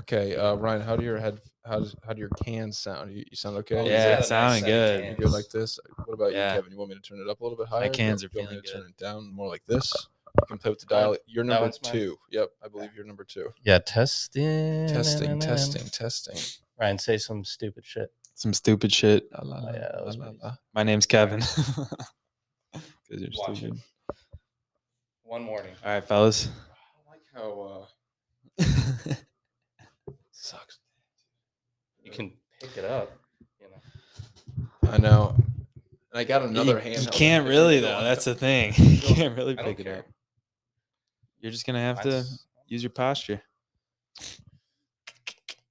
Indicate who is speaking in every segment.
Speaker 1: Okay, uh, Ryan, how do your head how does how do your cans sound? You, you sound okay? Is
Speaker 2: Yeah,
Speaker 1: it-
Speaker 2: it's sounding good.
Speaker 1: You go like this. What about
Speaker 2: Yeah.
Speaker 1: you, Kevin? You want me to turn it up a little bit higher?
Speaker 2: cans
Speaker 1: you
Speaker 2: are
Speaker 1: want- you want me
Speaker 2: feeling
Speaker 1: to Turn it down more like this. You can play with the dial. You're
Speaker 3: that
Speaker 1: number
Speaker 3: one's mine?
Speaker 1: two. Yep, I believe you're number two.
Speaker 3: Yeah, testing.
Speaker 1: Testing, testing, testing.
Speaker 3: Ryan, say some stupid shit. Oh,
Speaker 4: Some stupid shit.
Speaker 1: La, la, la,
Speaker 3: yeah, that
Speaker 1: la,
Speaker 3: was
Speaker 1: la,
Speaker 3: pretty-
Speaker 1: la.
Speaker 4: My name's Kevin. 'Cause you're
Speaker 3: Watch it.
Speaker 4: stupid.
Speaker 3: One warning.
Speaker 4: All right, fellas.
Speaker 1: I like how uh, sucks.
Speaker 3: You can pick it up. You know.
Speaker 1: I know. And I got
Speaker 4: you,
Speaker 1: another hand.
Speaker 4: you can't really though. That's the thing. You can't really
Speaker 3: I don't
Speaker 4: pick it
Speaker 3: care.
Speaker 4: up. You're just gonna have to
Speaker 3: Mine's-
Speaker 4: use your posture.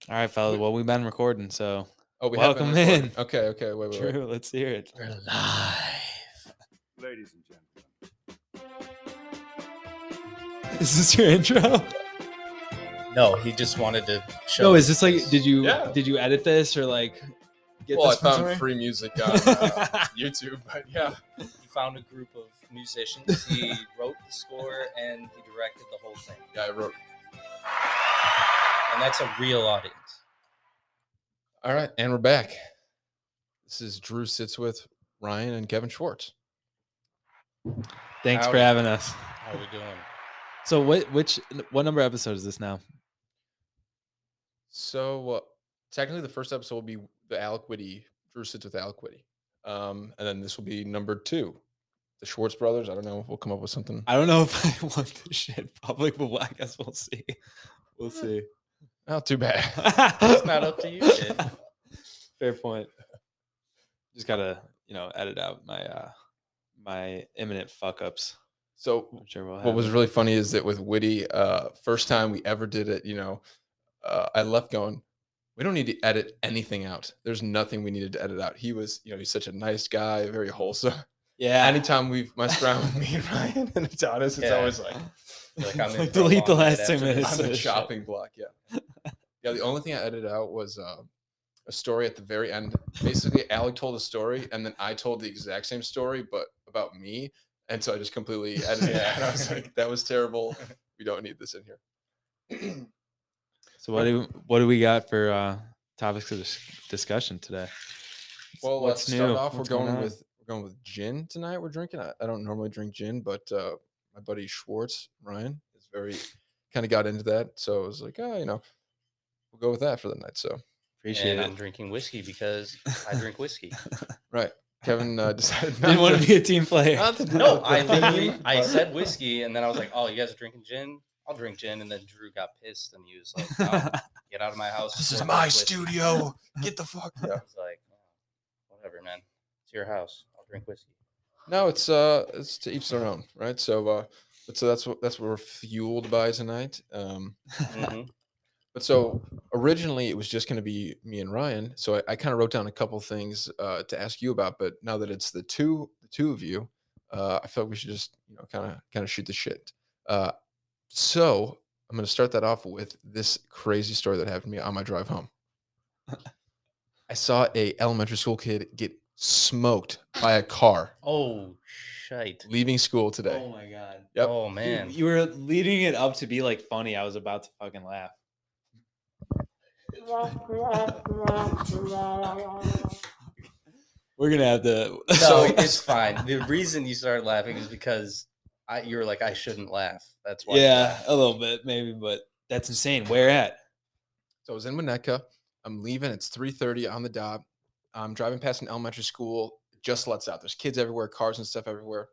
Speaker 4: All right, fellas. Well, we've been recording, so
Speaker 1: Oh, we
Speaker 4: Welcome
Speaker 1: have been
Speaker 4: in.
Speaker 1: recording. Okay, okay, wait, wait, wait.
Speaker 4: Drew, let's hear it.
Speaker 5: Ladies and gentlemen,
Speaker 4: Is this your intro?
Speaker 3: No, he just wanted to show.
Speaker 4: No,
Speaker 3: us
Speaker 4: is this like? Did you
Speaker 1: Yeah.
Speaker 4: did you edit this or like? Get
Speaker 1: Well, I
Speaker 4: this from
Speaker 1: found
Speaker 4: somewhere?
Speaker 1: free music on uh, YouTube, but yeah.
Speaker 6: He found a group of musicians. He wrote the score and he directed the whole thing.
Speaker 1: Yeah, I wrote.
Speaker 6: And that's a real audience.
Speaker 1: All right, and we're back. This is Drew sits with Ryan and Kevin Schwartz.
Speaker 4: Thanks for
Speaker 3: Howdy.
Speaker 4: having us.
Speaker 3: How we doing?
Speaker 4: So, what which what number episode is this now?
Speaker 1: So uh, technically, the first episode will be the Alec Whitty. Drew sits with Alec Whitty, um, and then this will be number two, the Schwartz brothers. I don't know. We'll come up with something.
Speaker 4: I don't know if I want this shit public, but I guess we'll see. We'll see.
Speaker 1: Oh, too bad.
Speaker 4: it's
Speaker 3: not up to you, kid.
Speaker 4: Fair point. Just gotta, you know, edit out my uh my imminent fuck ups.
Speaker 1: So
Speaker 4: I'm sure we'll have.
Speaker 1: what was
Speaker 4: it.
Speaker 1: really funny is that with Whitty, uh, first time we ever did it, you know, uh, I left going, we don't need to edit anything out. There's nothing we needed to edit out. He was, you know, he's such a nice guy, very wholesome.
Speaker 4: yeah.
Speaker 1: Anytime we've messed around with me and Ryan and it's honest, it's
Speaker 3: Yeah.
Speaker 1: always like
Speaker 3: Like,
Speaker 4: It's
Speaker 3: I'm in
Speaker 4: like,
Speaker 3: for a
Speaker 4: delete the
Speaker 3: long night
Speaker 4: last two
Speaker 3: after this.
Speaker 4: minutes.
Speaker 1: I'm
Speaker 4: of
Speaker 1: a
Speaker 4: this shit.
Speaker 1: shopping block. Yeah. Yeah. The only thing I edited out was uh, a story at the very end. Basically, Alec told a story, and then I told the exact same story, but about me. And so I just completely edited
Speaker 3: Yeah.
Speaker 1: that. I was like, that was terrible. We don't need this in here.
Speaker 4: So what do what do we got for uh topics of dis- discussion today?
Speaker 1: Well,
Speaker 4: What's
Speaker 1: let's start
Speaker 4: new?
Speaker 1: off.
Speaker 4: What's
Speaker 1: we're
Speaker 4: going
Speaker 1: going
Speaker 4: on?
Speaker 1: with we're going with gin tonight. We're drinking. I, I don't normally drink gin, but uh, my buddy Schwartz Ryan is very kind of got into that, so I was like, oh, you know, we'll go with that for the night. So
Speaker 4: Appreciate
Speaker 3: And
Speaker 4: it.
Speaker 3: I'm drinking whiskey because I drink whiskey.
Speaker 1: right, Kevin uh, decided not
Speaker 4: Didn't want to be a team player.
Speaker 1: not to do
Speaker 3: no,
Speaker 1: it,
Speaker 3: I
Speaker 1: but-
Speaker 3: literally I
Speaker 1: but-
Speaker 3: said whiskey, and then I was like, "Oh, you guys are drinking gin? I'll drink gin." And then Drew got pissed, and he was like, no, "Get out of my house!
Speaker 1: This is
Speaker 3: Drink
Speaker 1: my
Speaker 3: whiskey."
Speaker 1: studio. Get the fuck.
Speaker 3: I
Speaker 1: Yeah.
Speaker 3: was like, "Oh, "Whatever, man. It's your house. I'll drink whiskey."
Speaker 1: No, it's uh, it's to each their own, right? So, uh, but so that's what that's what we're fueled by tonight. Um,
Speaker 3: Mhm.
Speaker 1: But so originally it was just going to be me and Ryan. So I, I kind of wrote down a couple things uh, to ask you about. But now that it's the two, the two of you, uh, I feel like we should just you know kind of kind of shoot the shit. Uh, so I'm going to start that off with this crazy story that happened to me on my drive home. I saw a elementary school kid get smoked by a car
Speaker 3: Oh shite!
Speaker 1: leaving school today.
Speaker 4: my god.
Speaker 1: Yep.
Speaker 3: Oh man!
Speaker 4: You, you were leading it up to be like funny. I was about to fucking laugh. We're gonna have to.
Speaker 3: No, it's fine. The reason you started laughing is because I, you were like, I shouldn't laugh. That's why. I
Speaker 4: yeah,
Speaker 3: laughed.
Speaker 4: a little bit maybe, but that's insane. Where at?
Speaker 1: So I was in Winnetka. I'm leaving. It's 3:30 on the dot. I'm driving past an elementary school. It just lets out. There's kids everywhere, cars and stuff everywhere.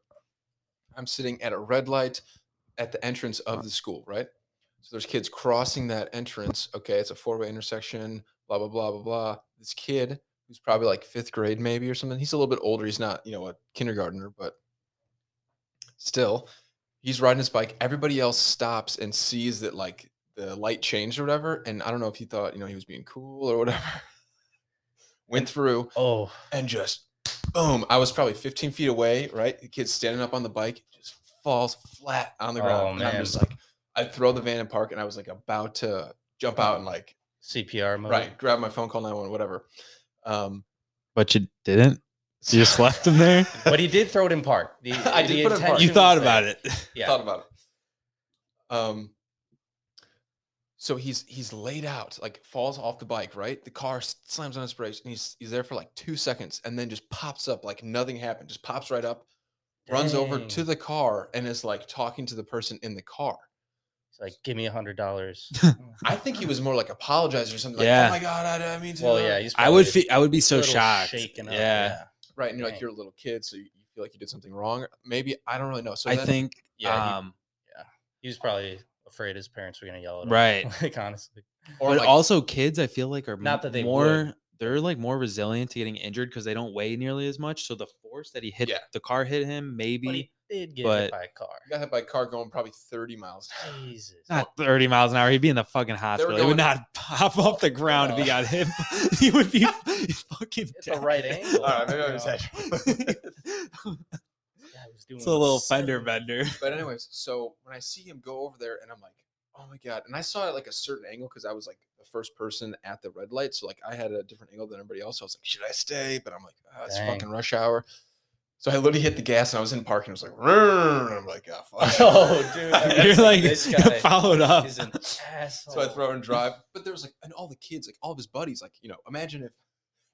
Speaker 1: I'm sitting at a red light at the entrance of the school, right? So there's kids crossing that entrance. Okay, it's a four-way intersection. Blah blah blah blah blah. This kid who's probably like fifth grade maybe or something. He's a little bit older. He's not you know a kindergartner, but still, he's riding his bike. Everybody else stops and sees that like the light changed or whatever. And I don't know if he thought, you know, he was being cool or whatever. Went through
Speaker 3: Oh,
Speaker 1: and just boom. I was probably 15 feet away, right? The kid's standing up on the bike, just falls flat on the ground.
Speaker 3: Oh,
Speaker 1: and I'm
Speaker 3: man.
Speaker 1: just like, I throw the van in park and I was like about to jump out and like,
Speaker 3: CPR mode.
Speaker 1: right, grab my phone, call 911, whatever. Um,
Speaker 4: But you didn't. You just left him there.
Speaker 3: But he did throw it in park. The,
Speaker 1: I did
Speaker 3: the
Speaker 1: put it in park.
Speaker 3: intention
Speaker 4: you
Speaker 3: was
Speaker 4: thought
Speaker 3: there.
Speaker 4: about it.
Speaker 3: Yeah.
Speaker 1: thought about it. Um, So he's he's laid out, like falls off the bike, right? The car s- slams on his brakes, and he's he's there for like two seconds, and then just pops up like nothing happened. Just pops right up, runs over
Speaker 3: Dang.
Speaker 1: to the car, and is like talking to the person in the car.
Speaker 3: It's like, give me a hundred dollars.
Speaker 1: I think he was more like apologizing or something. Like,
Speaker 4: Yeah.
Speaker 1: Oh my god, I didn't mean to.
Speaker 3: well,
Speaker 1: uh,"
Speaker 3: yeah, he's
Speaker 4: I would
Speaker 3: probably
Speaker 4: feel I would be
Speaker 3: a
Speaker 4: so
Speaker 3: little
Speaker 4: shocked.
Speaker 3: shaken up,
Speaker 4: yeah.
Speaker 1: right. And you're like
Speaker 3: Dang.
Speaker 1: you're a little kid, so you you feel like you did something wrong. Maybe I don't really know. So
Speaker 4: I
Speaker 1: then-
Speaker 4: think
Speaker 3: Yeah, you-
Speaker 4: um
Speaker 3: He was probably afraid his parents were gonna yell at him.
Speaker 4: Right.
Speaker 3: Like honestly.
Speaker 1: or
Speaker 4: but
Speaker 1: like,
Speaker 4: also kids I feel like are
Speaker 3: Not that they
Speaker 4: more
Speaker 3: would.
Speaker 4: they're like more resilient to getting injured because they don't weigh nearly as much. So the force that he hit
Speaker 1: Yeah.
Speaker 4: the car hit him maybe
Speaker 3: But he did get
Speaker 4: but-
Speaker 3: hit by a car.
Speaker 1: I got hit by a car going probably 30 miles. an hour.
Speaker 3: Jesus.
Speaker 4: not 30 miles an hour. He'd be in the fucking hospital. He
Speaker 1: going-
Speaker 4: would not pop off the ground if he got hit. he would be fucking
Speaker 3: It's
Speaker 4: dead.
Speaker 3: the right angle.
Speaker 1: All right, maybe
Speaker 3: you
Speaker 1: I
Speaker 3: know?
Speaker 1: exaggerated.
Speaker 3: Yeah, he was doing
Speaker 4: it's a little fender
Speaker 3: silly-
Speaker 4: bender.
Speaker 1: but anyways, so when I see him go over there, and I'm like, oh my god! And I saw it at, like a certain angle because I was like the first person at the red light, so like I had a different angle than everybody else. So I was like, should I stay? But I'm like, ah, it's
Speaker 3: Dang.
Speaker 1: fucking rush hour. So I literally hit the gas, and I was in parking. I was like, "Rrrr," and I'm like, oh fuck.
Speaker 3: Oh, dude, that's
Speaker 4: You're like
Speaker 3: this guy
Speaker 4: followed up.
Speaker 3: He's an asshole.
Speaker 1: So I throw and drive. But there was like, and all the kids, like all of his buddies, like, you know, imagine if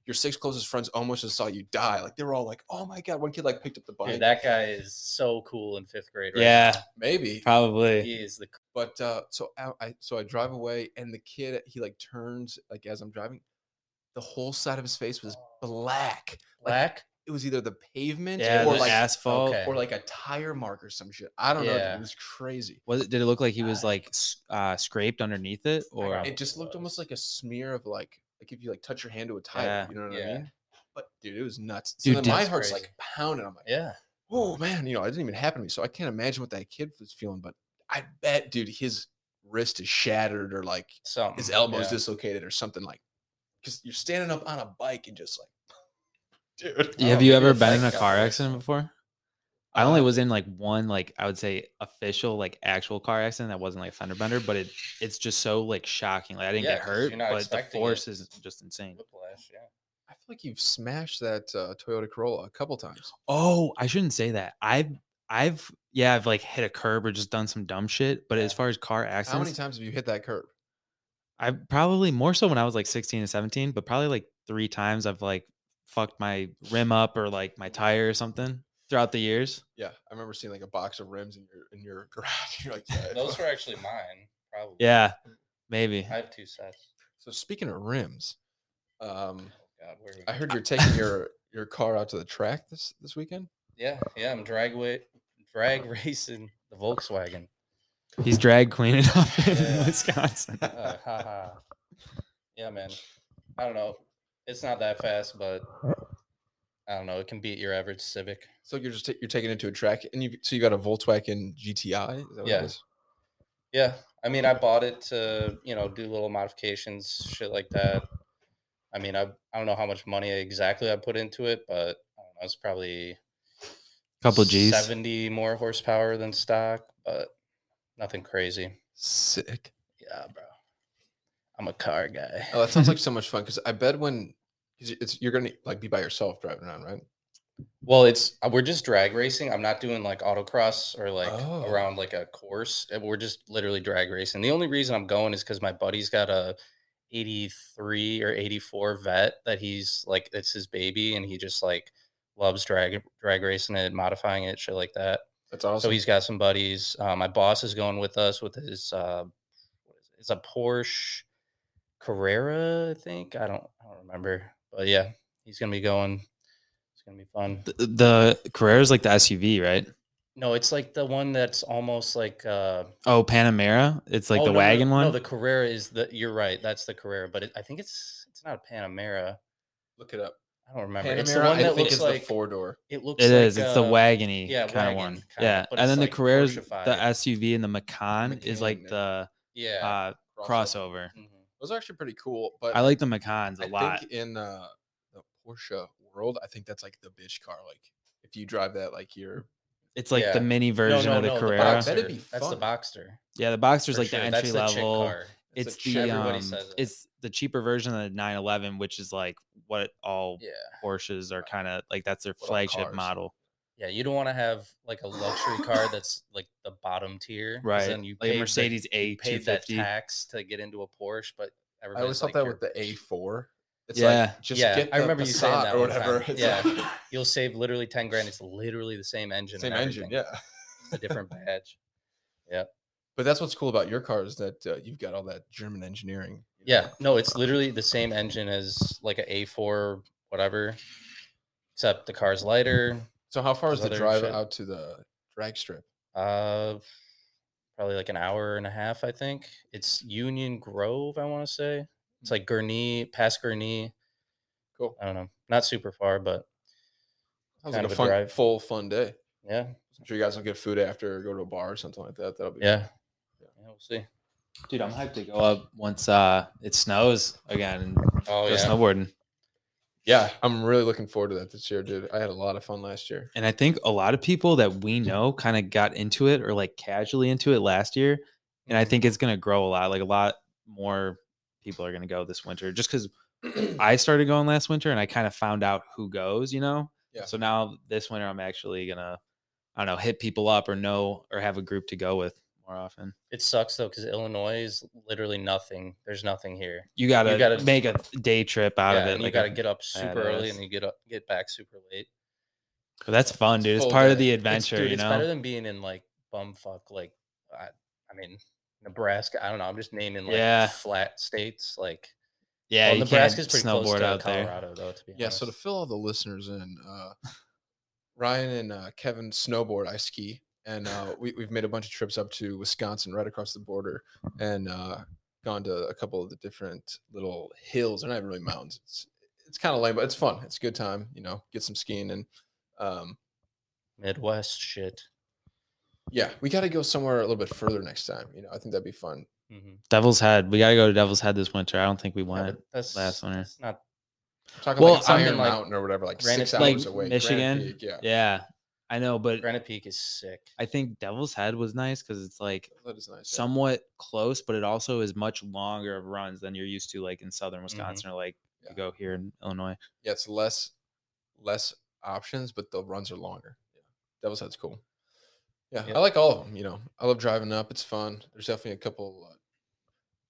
Speaker 1: your six closest friends almost just saw you die. Like they were all like, oh my God. One kid like picked up the bike.
Speaker 3: Dude, that guy is so cool in fifth grade. Right
Speaker 4: Yeah,
Speaker 1: Maybe.
Speaker 3: now.
Speaker 4: probably.
Speaker 3: he is the.
Speaker 1: But uh, so I, I, so I drive away and the kid, he like turns, like as I'm driving, the whole side of his face was black.
Speaker 3: Black.
Speaker 1: It was either the pavement
Speaker 4: Yeah,
Speaker 1: or
Speaker 4: the
Speaker 1: like,
Speaker 4: asphalt.
Speaker 3: okay.
Speaker 1: or like a tire mark or some shit. I don't know. Dude.
Speaker 3: Yeah.
Speaker 1: It was crazy.
Speaker 4: Was it? Did it look like he was like s- uh, scraped underneath it, or
Speaker 3: got
Speaker 1: It just looked
Speaker 3: was.
Speaker 1: almost like a smear of like, like if you like touch your hand to a tire,
Speaker 4: Yeah.
Speaker 1: you know what I
Speaker 3: Yeah.
Speaker 1: mean? But dude, it was nuts. So
Speaker 4: Dude,
Speaker 1: then my
Speaker 4: that's
Speaker 1: heart's
Speaker 3: crazy.
Speaker 1: like pounding. I'm like,
Speaker 3: Yeah.
Speaker 1: oh man, you know, it didn't even happen to me. So I can't imagine what that kid was feeling, but I bet, dude, his wrist is shattered or like
Speaker 3: Something.
Speaker 4: Oh,
Speaker 1: his elbow's
Speaker 3: yeah.
Speaker 1: dislocated or something like because you're standing up on a bike and just like, dude.
Speaker 4: Yeah, have
Speaker 1: oh,
Speaker 4: you
Speaker 1: maybe
Speaker 4: ever
Speaker 1: it's
Speaker 4: been in
Speaker 1: like
Speaker 4: a
Speaker 1: that
Speaker 4: car
Speaker 1: way.
Speaker 4: accident before? I only
Speaker 1: Uh,
Speaker 4: was in like one, like I would say official, like actual car accident that wasn't like a fender bender, but it it's just so like shocking. Like I didn't
Speaker 3: Yeah,
Speaker 4: get
Speaker 3: 'cause
Speaker 4: hurt,
Speaker 3: you're not
Speaker 4: but the
Speaker 3: expecting it.
Speaker 4: force is just insane.
Speaker 3: Whiplash. Yeah.
Speaker 1: I feel like you've smashed that uh, Toyota Corolla a couple times.
Speaker 4: Oh, I shouldn't say that. I've I've yeah, I've like hit a curb or just done some dumb shit. But as
Speaker 3: Yeah.
Speaker 4: far as car
Speaker 1: How many
Speaker 4: accidents,
Speaker 1: times have you hit that curb?
Speaker 4: I probably more so when I was like 16 and 17, but probably like three times I've like fucked my rim up or like my tire or something throughout the years.
Speaker 1: Yeah, I remember seeing like a box of rims in your in your garage. You're like, yeah,
Speaker 3: Those
Speaker 1: fuck."
Speaker 3: were actually mine. Probably.
Speaker 4: Yeah, maybe.
Speaker 3: I have two sets.
Speaker 1: So speaking of rims, um,
Speaker 3: Oh God, where are we
Speaker 1: I
Speaker 3: going?
Speaker 1: heard you're taking your your car out to the track this this weekend.
Speaker 3: Yeah, yeah, I'm drag weight, drag racing the Volkswagen.
Speaker 4: He's drag queening up in
Speaker 3: Yeah.
Speaker 4: Wisconsin.
Speaker 3: Uh, haha. Yeah, man. I don't know. It's not that fast, but I don't know. It can beat your average Civic.
Speaker 1: So you're just ta- you're taking it to a track, and you so you got a Volkswagen GTI. Is that what
Speaker 3: Yeah.
Speaker 1: It is?
Speaker 3: Yeah, I mean, I bought it to you know do little modifications, shit like that. I mean, I I don't know how much money exactly I put into it, but I don't know, it's probably
Speaker 4: Couple G's.
Speaker 3: seventy more horsepower than stock, but nothing crazy.
Speaker 1: Sick.
Speaker 3: Yeah, bro. I'm a car guy.
Speaker 1: Oh, that sounds like so much fun. Because I bet when 'cause it's you're gonna like be by yourself driving around, right?
Speaker 3: Well, it's uh, we're just drag racing. I'm not doing like autocross or like
Speaker 1: Oh.
Speaker 3: around like a course. Uh, We're just literally drag racing. The only reason I'm going is because my buddy's got a 83 or 84 vet that he's like it's his baby, and he just like loves drag drag racing it, modifying it, shit like that.
Speaker 1: That's awesome.
Speaker 3: So he's got some buddies. Uh, my boss is going with us with his uh, what is it? It's a Porsche Carrera, I think. I don't I don't remember, but yeah, he's gonna be going. It's gonna be fun.
Speaker 4: Th- The Carrera is like the SUV, right?
Speaker 3: No, it's like the one that's almost like uh
Speaker 4: Oh, Panamera. It's like
Speaker 3: oh,
Speaker 4: the
Speaker 3: no, no,
Speaker 4: wagon
Speaker 3: no,
Speaker 4: one.
Speaker 3: No, the Carrera is the you're right, that's the Carrera, but it, I think it's it's not a Panamera.
Speaker 1: look it up.
Speaker 3: I don't remember. it's the
Speaker 1: Panamera,
Speaker 3: one
Speaker 1: I
Speaker 3: that
Speaker 1: think
Speaker 3: looks
Speaker 1: it's
Speaker 3: like
Speaker 1: the four door.
Speaker 3: it looks
Speaker 4: It is.
Speaker 3: like
Speaker 4: It's the
Speaker 3: uh,
Speaker 4: wagony
Speaker 3: yeah,
Speaker 4: kind
Speaker 3: wagon
Speaker 4: of one.
Speaker 3: kinda,
Speaker 4: yeah,
Speaker 3: but it's
Speaker 4: and then
Speaker 3: like
Speaker 4: the Carrera's the
Speaker 3: Porsche-fied.
Speaker 4: SUV, and the Macan,
Speaker 1: Macan,
Speaker 4: is like
Speaker 1: yeah.
Speaker 4: the
Speaker 3: Yeah.
Speaker 4: uh, crossover.
Speaker 3: mhm.
Speaker 1: Those are actually pretty cool. But
Speaker 4: I like the Macans a
Speaker 1: I
Speaker 4: lot.
Speaker 1: think in uh, the Porsche world, I think that's like the bitch car. Like if you drive that, like you're
Speaker 4: It's like
Speaker 3: yeah.
Speaker 4: the mini
Speaker 3: No,
Speaker 4: version
Speaker 3: no,
Speaker 4: of the
Speaker 3: no,
Speaker 4: Carrera.
Speaker 1: box- That'd
Speaker 3: Boxster.
Speaker 1: be
Speaker 3: That's the
Speaker 1: fun.
Speaker 3: Boxster.
Speaker 4: yeah, the Boxster's
Speaker 3: for
Speaker 4: like
Speaker 3: sure.
Speaker 4: the
Speaker 3: That's
Speaker 4: entry
Speaker 3: the chick
Speaker 4: level.
Speaker 3: car.
Speaker 1: It's a
Speaker 4: It's
Speaker 1: chick-
Speaker 4: the
Speaker 3: everybody
Speaker 4: um,
Speaker 3: says it.
Speaker 4: it's the cheaper version of the 911, which is like what all
Speaker 3: Yeah.
Speaker 4: Porsches are kind of like. That's their
Speaker 1: What all
Speaker 4: flagship
Speaker 1: cars.
Speaker 4: model.
Speaker 3: Yeah, you don't want to have like a luxury car that's like the bottom tier. 'cause
Speaker 4: Right.
Speaker 3: Then you
Speaker 4: like
Speaker 3: pay
Speaker 4: a Mercedes A
Speaker 3: you paid that
Speaker 4: 250.
Speaker 3: tax to get into a Porsche, but
Speaker 1: I
Speaker 3: everybody's
Speaker 1: always
Speaker 3: like,
Speaker 1: thought that
Speaker 3: "You're
Speaker 1: with the A four. It's
Speaker 4: Yeah.
Speaker 1: like just
Speaker 3: Yeah,
Speaker 1: get the
Speaker 3: I remember you saying
Speaker 1: Passat
Speaker 3: that
Speaker 1: or
Speaker 3: one time.
Speaker 1: whatever. It's
Speaker 3: Yeah.
Speaker 1: like-
Speaker 3: You'll save literally ten grand. It's literally the same engine.
Speaker 1: same
Speaker 3: and
Speaker 1: engine,
Speaker 3: everything.
Speaker 1: yeah.
Speaker 3: It's a different badge.
Speaker 1: But that's what's cool about your car is that uh, you've got all that German engineering. you know?
Speaker 3: Yeah, no, it's literally the same engine as like a A4 whatever, except the car's lighter.
Speaker 1: So how far is the
Speaker 3: Leather and
Speaker 1: drive
Speaker 3: shit.
Speaker 1: out to the drag strip? Mm-hmm.
Speaker 3: Uh, probably like an hour and a half, I think. It's Union Grove, I want to say. It's like Gurnee, past Gurnee.
Speaker 1: Mm. Cool.
Speaker 3: I don't know, not super far, but
Speaker 1: Sounds like
Speaker 3: Kind of
Speaker 1: a
Speaker 3: a
Speaker 1: fun,
Speaker 3: drive.
Speaker 1: full fun day.
Speaker 3: yeah,
Speaker 1: I'm sure you guys will get food after, or go to a bar or something like that. That'll be
Speaker 3: yeah, yeah. We'll see.
Speaker 4: Dude, I'm hyped to go up once uh it snows again and
Speaker 3: Oh
Speaker 4: go
Speaker 3: yeah,
Speaker 4: snowboarding.
Speaker 1: yeah. I'm really looking forward to that this year, dude. I had a lot of fun last year.
Speaker 4: And I think a lot of people that we know kind of got into it or like casually into it last year. And
Speaker 3: Mm-hmm.
Speaker 4: I think it's gonna grow a lot. Like a lot more people are gonna go this winter just because I started going last winter and I kind of found out who goes, you know?
Speaker 1: Yeah.
Speaker 4: So now this winter I'm actually gonna I don't know, hit people up or know or have a group to go with more often.
Speaker 3: it sucks though because Illinois is literally nothing. There's nothing here.
Speaker 4: You gotta,
Speaker 3: gotta-
Speaker 4: make a day trip out
Speaker 3: yeah,
Speaker 4: of it.
Speaker 3: and you
Speaker 4: like
Speaker 3: got to
Speaker 4: a-
Speaker 3: get up
Speaker 4: yeah,
Speaker 3: super
Speaker 4: there
Speaker 3: early
Speaker 4: is.
Speaker 3: and you get up, get back super late.
Speaker 4: But that's fun,
Speaker 1: It's
Speaker 4: dude. It's
Speaker 1: full
Speaker 4: part of
Speaker 1: day.
Speaker 4: the
Speaker 1: It's-
Speaker 3: It's-
Speaker 4: adventure,
Speaker 3: dude,
Speaker 4: you
Speaker 3: it's
Speaker 4: know.
Speaker 3: better than being in like bumfuck, like I, I mean Nebraska. I don't know. I'm just naming like
Speaker 4: Yeah.
Speaker 3: flat states. Like
Speaker 4: yeah,
Speaker 3: well,
Speaker 4: you
Speaker 3: Nebraska's
Speaker 4: can't
Speaker 3: pretty
Speaker 4: snowboard
Speaker 3: close to
Speaker 4: out there.
Speaker 3: Colorado though. To be
Speaker 1: Yeah. So to
Speaker 3: honest.
Speaker 1: fill all the listeners in, uh, Ryan and uh, Kevin snowboard. I ski, and uh, we, we've made a bunch of trips up to Wisconsin, right across the border, and uh, gone to a couple of the different little hills. They're not really mountains. It's it's kind of lame, but it's fun. It's a good time. You know, get some skiing and. Um,
Speaker 3: Midwest shit.
Speaker 1: yeah, we got to go somewhere a little bit further next time. You know, I think that'd be fun.
Speaker 3: Mhm.
Speaker 4: Devil's Head. We gotta go to Devil's Head this winter. I don't think we
Speaker 3: Yeah,
Speaker 4: went.
Speaker 3: but that's
Speaker 4: last winter.
Speaker 3: That's not
Speaker 1: I'm talking well,
Speaker 4: Well,
Speaker 1: like
Speaker 4: I'm in,
Speaker 1: Iron
Speaker 3: like,
Speaker 1: Mountain or whatever, like
Speaker 3: Granite-
Speaker 1: six
Speaker 4: like
Speaker 1: hours away. Granite
Speaker 4: Michigan?
Speaker 1: Peak, yeah.
Speaker 4: Yeah, I know, but
Speaker 3: Granite Peak is sick.
Speaker 4: I think Devil's Head was nice because it's like
Speaker 1: that is nice. yeah.
Speaker 4: somewhat close, but it also is much longer of runs than you're used to, like in southern
Speaker 3: Mm-hmm.
Speaker 4: Wisconsin or like
Speaker 1: Yeah.
Speaker 4: you go here in Illinois.
Speaker 1: yeah, it's less less options, but the runs are longer. Yeah. Devil's Head's cool. Yeah,
Speaker 3: Yeah.
Speaker 1: I like all of them. You know, I love driving up. It's fun. There's definitely a couple uh,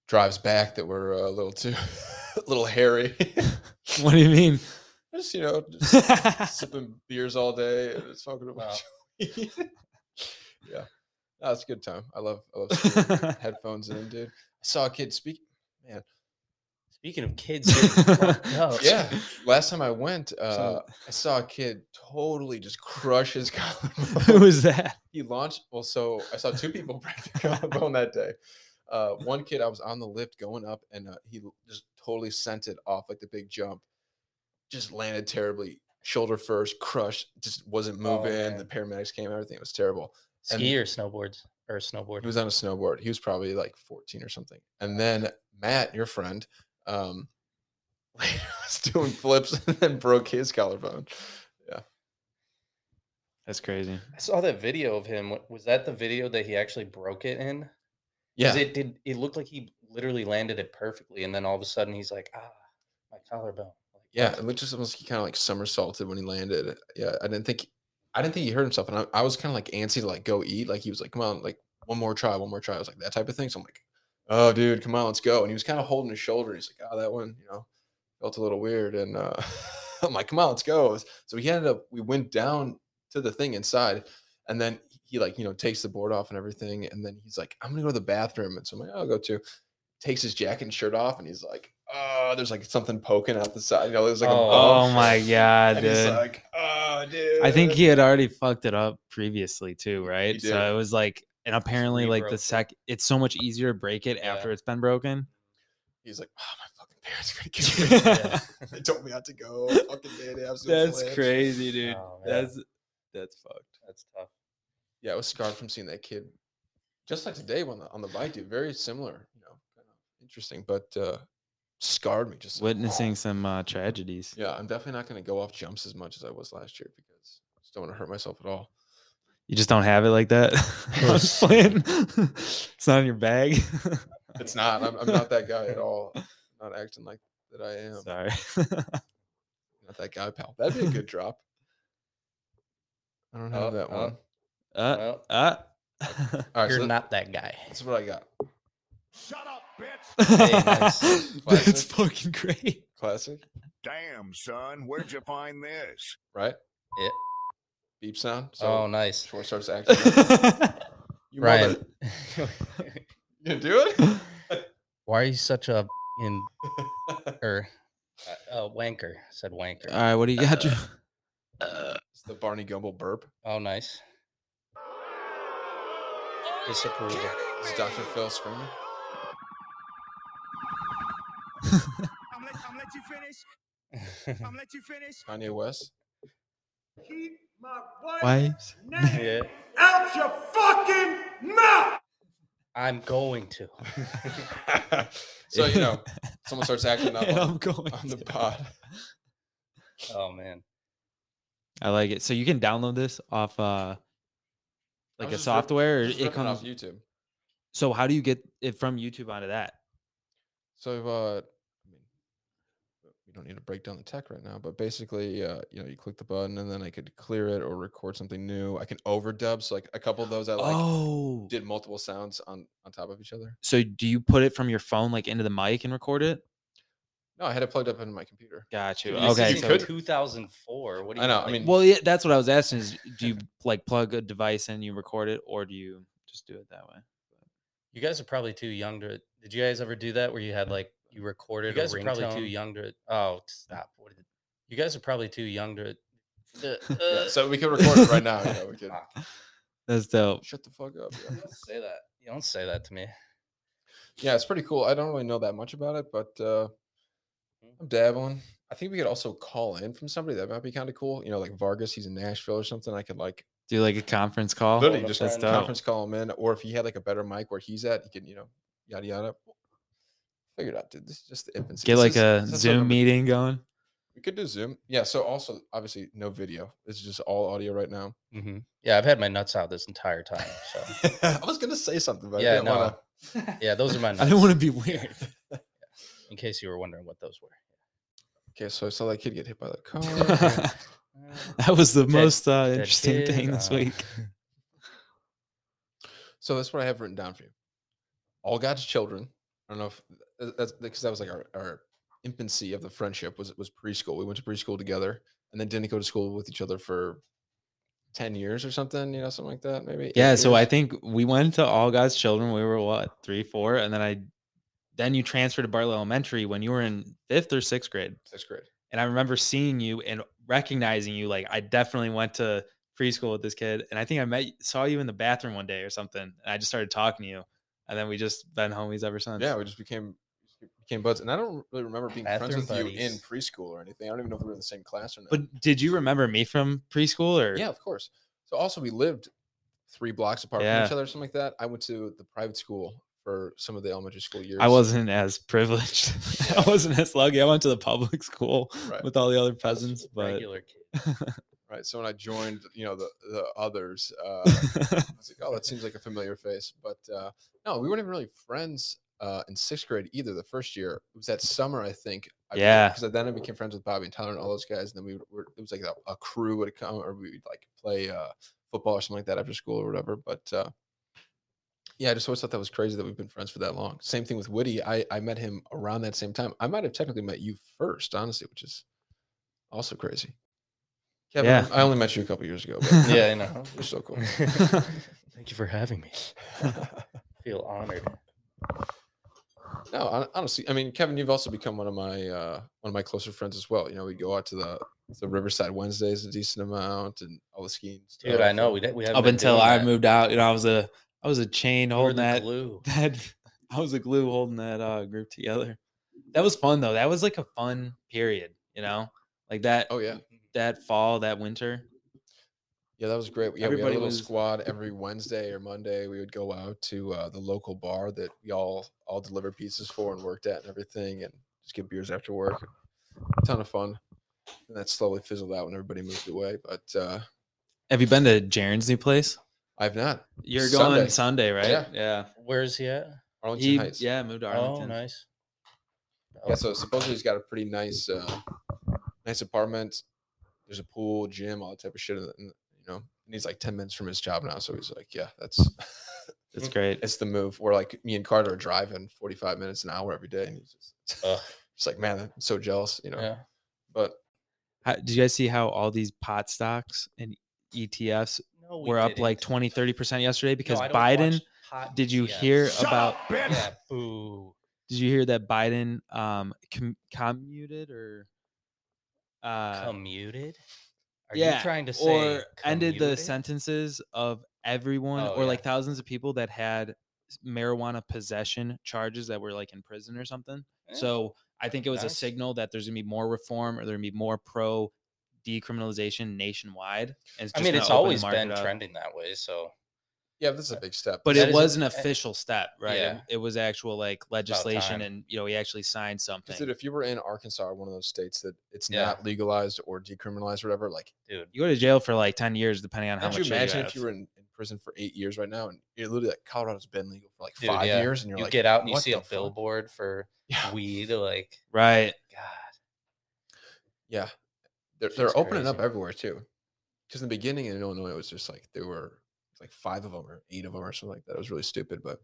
Speaker 1: drives back that were uh, a little too, a little hairy.
Speaker 4: What do you mean?
Speaker 1: just you know, just sipping beers all day and just talking about. yeah, no, it's a good time. I love I love skiing. headphones in, dude. I saw a kid speak.
Speaker 3: Speaking of kids, getting fucked up,
Speaker 1: Yeah, Oh, last time I went, uh,
Speaker 4: So-
Speaker 1: I saw a kid totally just crush his
Speaker 4: Who
Speaker 1: collarbone.
Speaker 4: was that?
Speaker 1: he launched. Well, so I saw two people break the collarbone that day. Uh, one kid, I was on the lift going up, and uh, he l- just totally sent it off like the big jump. Just landed terribly, shoulder first, crushed. Just wasn't
Speaker 3: Oh,
Speaker 1: moving.
Speaker 3: man.
Speaker 1: the paramedics came. Everything was terrible. and-
Speaker 3: ski or snowboards or snowboard.
Speaker 1: He was on a snowboard. He was probably like 14 or something. And then Matt, your friend, um, was doing flips and then broke his collarbone.
Speaker 4: That's crazy.
Speaker 3: I saw that video of him. Wa- Was that the video that he actually broke it in? 'Cause
Speaker 1: Yeah,
Speaker 3: It did. It looked like he literally landed it perfectly, and then all of a sudden he's like, "Ah, my collarbone." Like, what
Speaker 1: yeah.
Speaker 3: the-
Speaker 1: It looked just almost he kind of like somersaulted when he landed. Yeah, I didn't think, I didn't think he hurt himself, and I, I was kind of like antsy to like go eat. Like he was like, "Come on, like one more try, one more try." I was like that type of thing. So I'm like, "Oh, dude, come on, let's go." And he was kind of holding his shoulder. He's like, "Oh, that one, you know, felt a little weird." And uh, I'm like, "Come on, let's go." So he ended up. We went down to the thing inside, and then he like you know takes the board off and everything, and then he's like, "I'm gonna go to the bathroom," and so I'm like, "I'll go too." Takes his jacket and shirt off, and he's like, "Oh, there's like something poking out the side." You know, there's like a
Speaker 3: Oh.
Speaker 1: bump.
Speaker 4: Oh my god,
Speaker 1: And he's
Speaker 4: dude.
Speaker 1: like, "Oh, dude."
Speaker 4: I think he had already fucked it up previously too, right?
Speaker 1: did.
Speaker 4: So it was like, and apparently, like
Speaker 3: re-broke
Speaker 4: the
Speaker 3: it.
Speaker 4: sec, it's so much easier to break it
Speaker 3: Yeah.
Speaker 4: after it's been broken.
Speaker 1: He's like, "Oh, my fucking parents are gonna kill me."
Speaker 3: Yeah.
Speaker 1: they told me not to go. Fucking did absolute flange.
Speaker 4: crazy, dude.
Speaker 3: Oh, man, that's
Speaker 4: that's fucked.
Speaker 3: tough.
Speaker 1: Yeah, I was scarred from seeing that kid, just like today on the on the bike, dude. Very similar, you know, kind of interesting, but uh scarred me. Just like,
Speaker 4: Witnessing some uh, tragedies.
Speaker 1: Yeah, I'm definitely not gonna go off jumps as much as I was last year because I just don't want to hurt myself at all.
Speaker 4: You just don't have it like that. I'm just playing. it's not in your bag.
Speaker 1: It's not. I'm, I'm not that guy at all. I'm not acting like that. I am
Speaker 4: Sorry.
Speaker 1: not that guy, pal. That'd be a good drop. I don't have
Speaker 3: Oh,
Speaker 1: that
Speaker 3: oh.
Speaker 1: one.
Speaker 4: Uh,
Speaker 3: Well,
Speaker 4: uh.
Speaker 1: All right,
Speaker 3: you're
Speaker 1: so that-
Speaker 3: not that guy.
Speaker 1: that's what I got.
Speaker 2: Shut up, bitch.
Speaker 3: nice.
Speaker 4: That's fucking great.
Speaker 1: Classic,
Speaker 2: Damn, son, where'd you find this?
Speaker 1: right?
Speaker 3: Yeah.
Speaker 1: Beep sound. So
Speaker 3: Oh, nice.
Speaker 1: Short starts acting. up.
Speaker 4: I
Speaker 1: You
Speaker 3: Ryan,
Speaker 1: mother- You gonna do it?
Speaker 3: why are you such a in
Speaker 1: er
Speaker 3: or uh, uh, wanker? Said wanker.
Speaker 1: Uh,
Speaker 4: All right, what do you got? Drew?
Speaker 1: it's the Barney Gumble burp.
Speaker 3: oh, nice. Disapproval.
Speaker 1: It's Dr. Phil screaming.
Speaker 2: I'm let, I'm let you finish. I'm let you finish.
Speaker 1: Kanye West.
Speaker 2: Keep my wife
Speaker 4: Wives.
Speaker 3: yeah,
Speaker 2: out your fucking mouth.
Speaker 3: I'm going to.
Speaker 1: so you know, someone starts acting up
Speaker 4: And
Speaker 1: on,
Speaker 4: I'm going
Speaker 1: on the
Speaker 4: to.
Speaker 1: pod.
Speaker 3: Oh man,
Speaker 4: I like it. So you can download this off uh
Speaker 1: I was
Speaker 4: like a
Speaker 1: just rip-
Speaker 4: software. or
Speaker 1: Just ripping
Speaker 4: it
Speaker 1: it off
Speaker 4: comes.
Speaker 1: YouTube.
Speaker 4: So how do you get it from YouTube onto that?
Speaker 1: So, uh, I mean, we don't need to break down the tech right now, but basically, uh, you know, you click the button and then I could clear it or record something new. I can overdub. So, like a couple of those I like
Speaker 4: oh,
Speaker 1: did multiple sounds on on top of each other.
Speaker 4: so do you put it from your phone like into the mic and record it?
Speaker 1: No, I had it plugged up in my computer.
Speaker 4: Got you.
Speaker 1: Yeah,
Speaker 3: This is
Speaker 4: Okay.
Speaker 1: you
Speaker 3: in
Speaker 4: so-
Speaker 1: could-
Speaker 3: 2004. What do
Speaker 1: I
Speaker 3: you
Speaker 1: know, I
Speaker 3: like,
Speaker 1: mean-
Speaker 4: well, yeah, that's what I was asking. Is do you like plug a device in, you record it, or do you just do it that way?
Speaker 3: you guys are probably too young to. Did you guys ever do that where you had like you recorded?
Speaker 4: You guys
Speaker 3: a
Speaker 4: are probably
Speaker 3: ringtone?
Speaker 4: too
Speaker 3: young to. Oh, stop. What did, you guys are probably too young to. Uh,
Speaker 1: Yeah,
Speaker 3: uh,
Speaker 1: so we could record it right now. Yeah, we could.
Speaker 3: fuck,
Speaker 4: That's dope.
Speaker 1: Shut the fuck up.
Speaker 3: you
Speaker 1: Yeah.
Speaker 3: don't say that. You don't say that to me.
Speaker 1: yeah, it's pretty cool. I don't really know that much about it, but uh,
Speaker 3: Mhm.
Speaker 1: I'm dabbling. I think we could also call in from somebody that might be kind of cool. You know, like Vargas, he's in Nashville or something. I could like
Speaker 4: Do like a conference call.
Speaker 1: literally
Speaker 3: up
Speaker 1: just
Speaker 4: that's
Speaker 1: like
Speaker 3: friend.
Speaker 4: dope.
Speaker 1: conference call him in, or if he had like a better mic where he's at, he could you know yada yada. Figured out, dude. This is just the infancy.
Speaker 4: Get
Speaker 1: This
Speaker 4: like
Speaker 1: is-
Speaker 4: a
Speaker 1: this is what
Speaker 4: Zoom e
Speaker 1: I'm-
Speaker 4: meeting going.
Speaker 1: We could do Zoom. Yeah. So also, obviously, no video. It's just all audio right now.
Speaker 3: hmm Yeah, I've had my nuts out this entire time. So
Speaker 1: I was gonna say something, but
Speaker 3: Yeah,
Speaker 1: I didn't
Speaker 3: no.
Speaker 1: wanna.
Speaker 3: yeah, those are my nuts.
Speaker 4: I don't want to be weird.
Speaker 3: In case you were wondering what those were.
Speaker 1: Okay, so I saw that kid get hit by the car. okay.
Speaker 3: Uh,
Speaker 4: that was the
Speaker 3: That-
Speaker 4: most uh,
Speaker 3: that
Speaker 4: interesting
Speaker 3: kid,
Speaker 4: thing this
Speaker 3: uh,
Speaker 4: week.
Speaker 1: so that's what I have written down for you. All God's children. I don't know if th- that's because that was like our, our infancy of the friendship was was preschool. We went to preschool together and then didn't go to school with each other for ten years or something. You know, something like that. Maybe. eight
Speaker 4: Yeah, so I
Speaker 1: years.
Speaker 4: think we went to All God's Children. We were what three, four, and then I, then you transferred to Bartlett Elementary when you were in fifth or sixth grade.
Speaker 1: sixth grade.
Speaker 4: And I remember seeing you and recognizing you. Like I definitely went to preschool with this kid, and I think I met saw you in the bathroom one day or something. And I just started talking to you, and then we just been homies ever since.
Speaker 1: Yeah, we just became became buds, and I don't really remember being friends
Speaker 3: Bathroom
Speaker 1: with you in
Speaker 3: buddies.
Speaker 1: preschool or anything. I don't even know if we were in the same class or not.
Speaker 4: But did you remember me from preschool or?
Speaker 1: Yeah, of course. So also we lived three blocks apart from
Speaker 4: Yeah.
Speaker 1: each other, or something like that. I went to the private school for some of the elementary school years.
Speaker 4: I wasn't as privileged. I wasn't as lucky. I went to the public school
Speaker 1: Right.
Speaker 4: with all the other
Speaker 3: Those
Speaker 4: peasants, but
Speaker 3: regular kid.
Speaker 1: right. So when I joined, you know, the the others, uh, I was like, oh, that seems like a familiar face. But uh, no, we weren't even really friends uh, in sixth grade either. The first year it was that summer, I think. I
Speaker 4: Yeah.
Speaker 1: Because then I became friends with Bobby and Tyler and all those guys, and then we were it was like a, a crew would come, or we'd like play uh, football or something like that after school or whatever. But uh, yeah, I just always thought that was crazy that we've been friends for that long. Same thing with Woody. I I met him around that same time. I might have technically met you first, honestly, which is also crazy. Kevin,
Speaker 4: Yeah.
Speaker 1: I only met you a couple years ago. But
Speaker 3: Yeah, I know.
Speaker 1: you're so cool.
Speaker 3: Thank you for having me. Feel honored.
Speaker 1: No, hon- honestly, I mean, Kevin, you've also become one of my uh, one of my closer friends as well. You know, we go out to the the Riverside Wednesdays a decent amount, and all the skiing.
Speaker 3: Dude, I know we did, we haven't
Speaker 4: up
Speaker 3: been
Speaker 4: until
Speaker 3: doing
Speaker 4: I
Speaker 3: that.
Speaker 4: moved out, you know, I was a I was a chain
Speaker 3: You were
Speaker 4: holding
Speaker 3: the
Speaker 4: that
Speaker 3: glue.
Speaker 4: that I was a glue holding that uh group together. That was fun though. That was like a fun period, you know? Like that
Speaker 1: Oh yeah,
Speaker 4: that fall, that winter.
Speaker 1: yeah, that was great. Yeah, we had a
Speaker 4: Everybody
Speaker 1: little
Speaker 4: was-
Speaker 1: squad every Wednesday or Monday. We would go out to uh, the local bar that we all all delivered pizzas for and worked at and everything, and just get beers after work. ton of fun. And that slowly fizzled out when everybody moved away. But uh,
Speaker 4: Have you been to Jaren's new place?
Speaker 1: I've not
Speaker 4: You're
Speaker 1: Sunday.
Speaker 4: going Sunday, right?
Speaker 1: Yeah.
Speaker 4: Yeah.
Speaker 3: Where is he at?
Speaker 1: Arlington
Speaker 4: He,
Speaker 1: Heights.
Speaker 4: yeah, moved to Arlington.
Speaker 3: Oh, nice.
Speaker 1: Yeah,
Speaker 3: Oh,
Speaker 1: so supposedly he's got a pretty nice, uh, nice apartment. There's a pool, gym, all that type of shit. in the- in the- you know, in and he's like 10 minutes from his job now. So he's like, yeah, that's
Speaker 4: It's great.
Speaker 1: it's the move. We're like me and Carter are driving 45 minutes an hour every day, and he's just,
Speaker 3: Ugh.
Speaker 1: just like, man, I'm so jealous, you know.
Speaker 3: Yeah.
Speaker 1: But
Speaker 4: How, did you guys see how all these pot stocks and ETFs
Speaker 3: No,
Speaker 4: were up like 20, 30% yesterday because Biden did you hear about
Speaker 3: Yeah, boo.
Speaker 4: did you hear that Biden um com- commuted or uh
Speaker 3: commuted? Are
Speaker 4: yeah,
Speaker 3: you trying to say
Speaker 4: or ended the
Speaker 3: commuted?
Speaker 4: sentences of everyone
Speaker 3: Oh,
Speaker 4: or like
Speaker 3: yeah.
Speaker 4: thousands of people that had s- marijuana possession charges that were like in prison or something.
Speaker 3: Eh,
Speaker 4: So I think it was a
Speaker 3: nice.
Speaker 4: signal that there's gonna be more reform or there'll be more pro decriminalization nationwide. And
Speaker 3: I
Speaker 4: just
Speaker 3: mean,
Speaker 4: gonna
Speaker 3: it's
Speaker 4: open the
Speaker 3: always
Speaker 4: market
Speaker 3: been
Speaker 4: up.
Speaker 3: trending that way. So
Speaker 1: yeah, this is a big step.
Speaker 4: But
Speaker 3: That
Speaker 4: it
Speaker 3: is a-
Speaker 4: was an
Speaker 3: eh,
Speaker 4: official step, right? It-
Speaker 3: yeah.
Speaker 4: It, was actual like legislation,
Speaker 3: time.
Speaker 4: and you know he actually signed something.
Speaker 1: Because dude, if you were in Arkansas or one of those states that it's
Speaker 3: Yeah.
Speaker 1: not legalized or decriminalized or whatever, like,
Speaker 3: dude,
Speaker 4: you go to jail for like 10 years depending on how
Speaker 1: could
Speaker 4: much
Speaker 1: you imagine
Speaker 4: you
Speaker 1: if you were in, in prison for eight years right now and you're literally like, Colorado's been legal for like
Speaker 3: Dude,
Speaker 1: five
Speaker 3: yeah.
Speaker 1: years, and you're
Speaker 3: you
Speaker 1: like,
Speaker 3: get out and you
Speaker 1: "What
Speaker 3: see
Speaker 1: the
Speaker 3: a
Speaker 1: fuck?"
Speaker 3: billboard for
Speaker 1: Yeah.
Speaker 3: weed. Like,
Speaker 4: right
Speaker 3: God,
Speaker 1: Yeah. They're,
Speaker 3: Shit's
Speaker 1: they're opening up
Speaker 3: crazy.
Speaker 1: everywhere too. Because in the beginning in Illinois, it was just like there were like five of them or eight of them or something like that. It was really stupid, but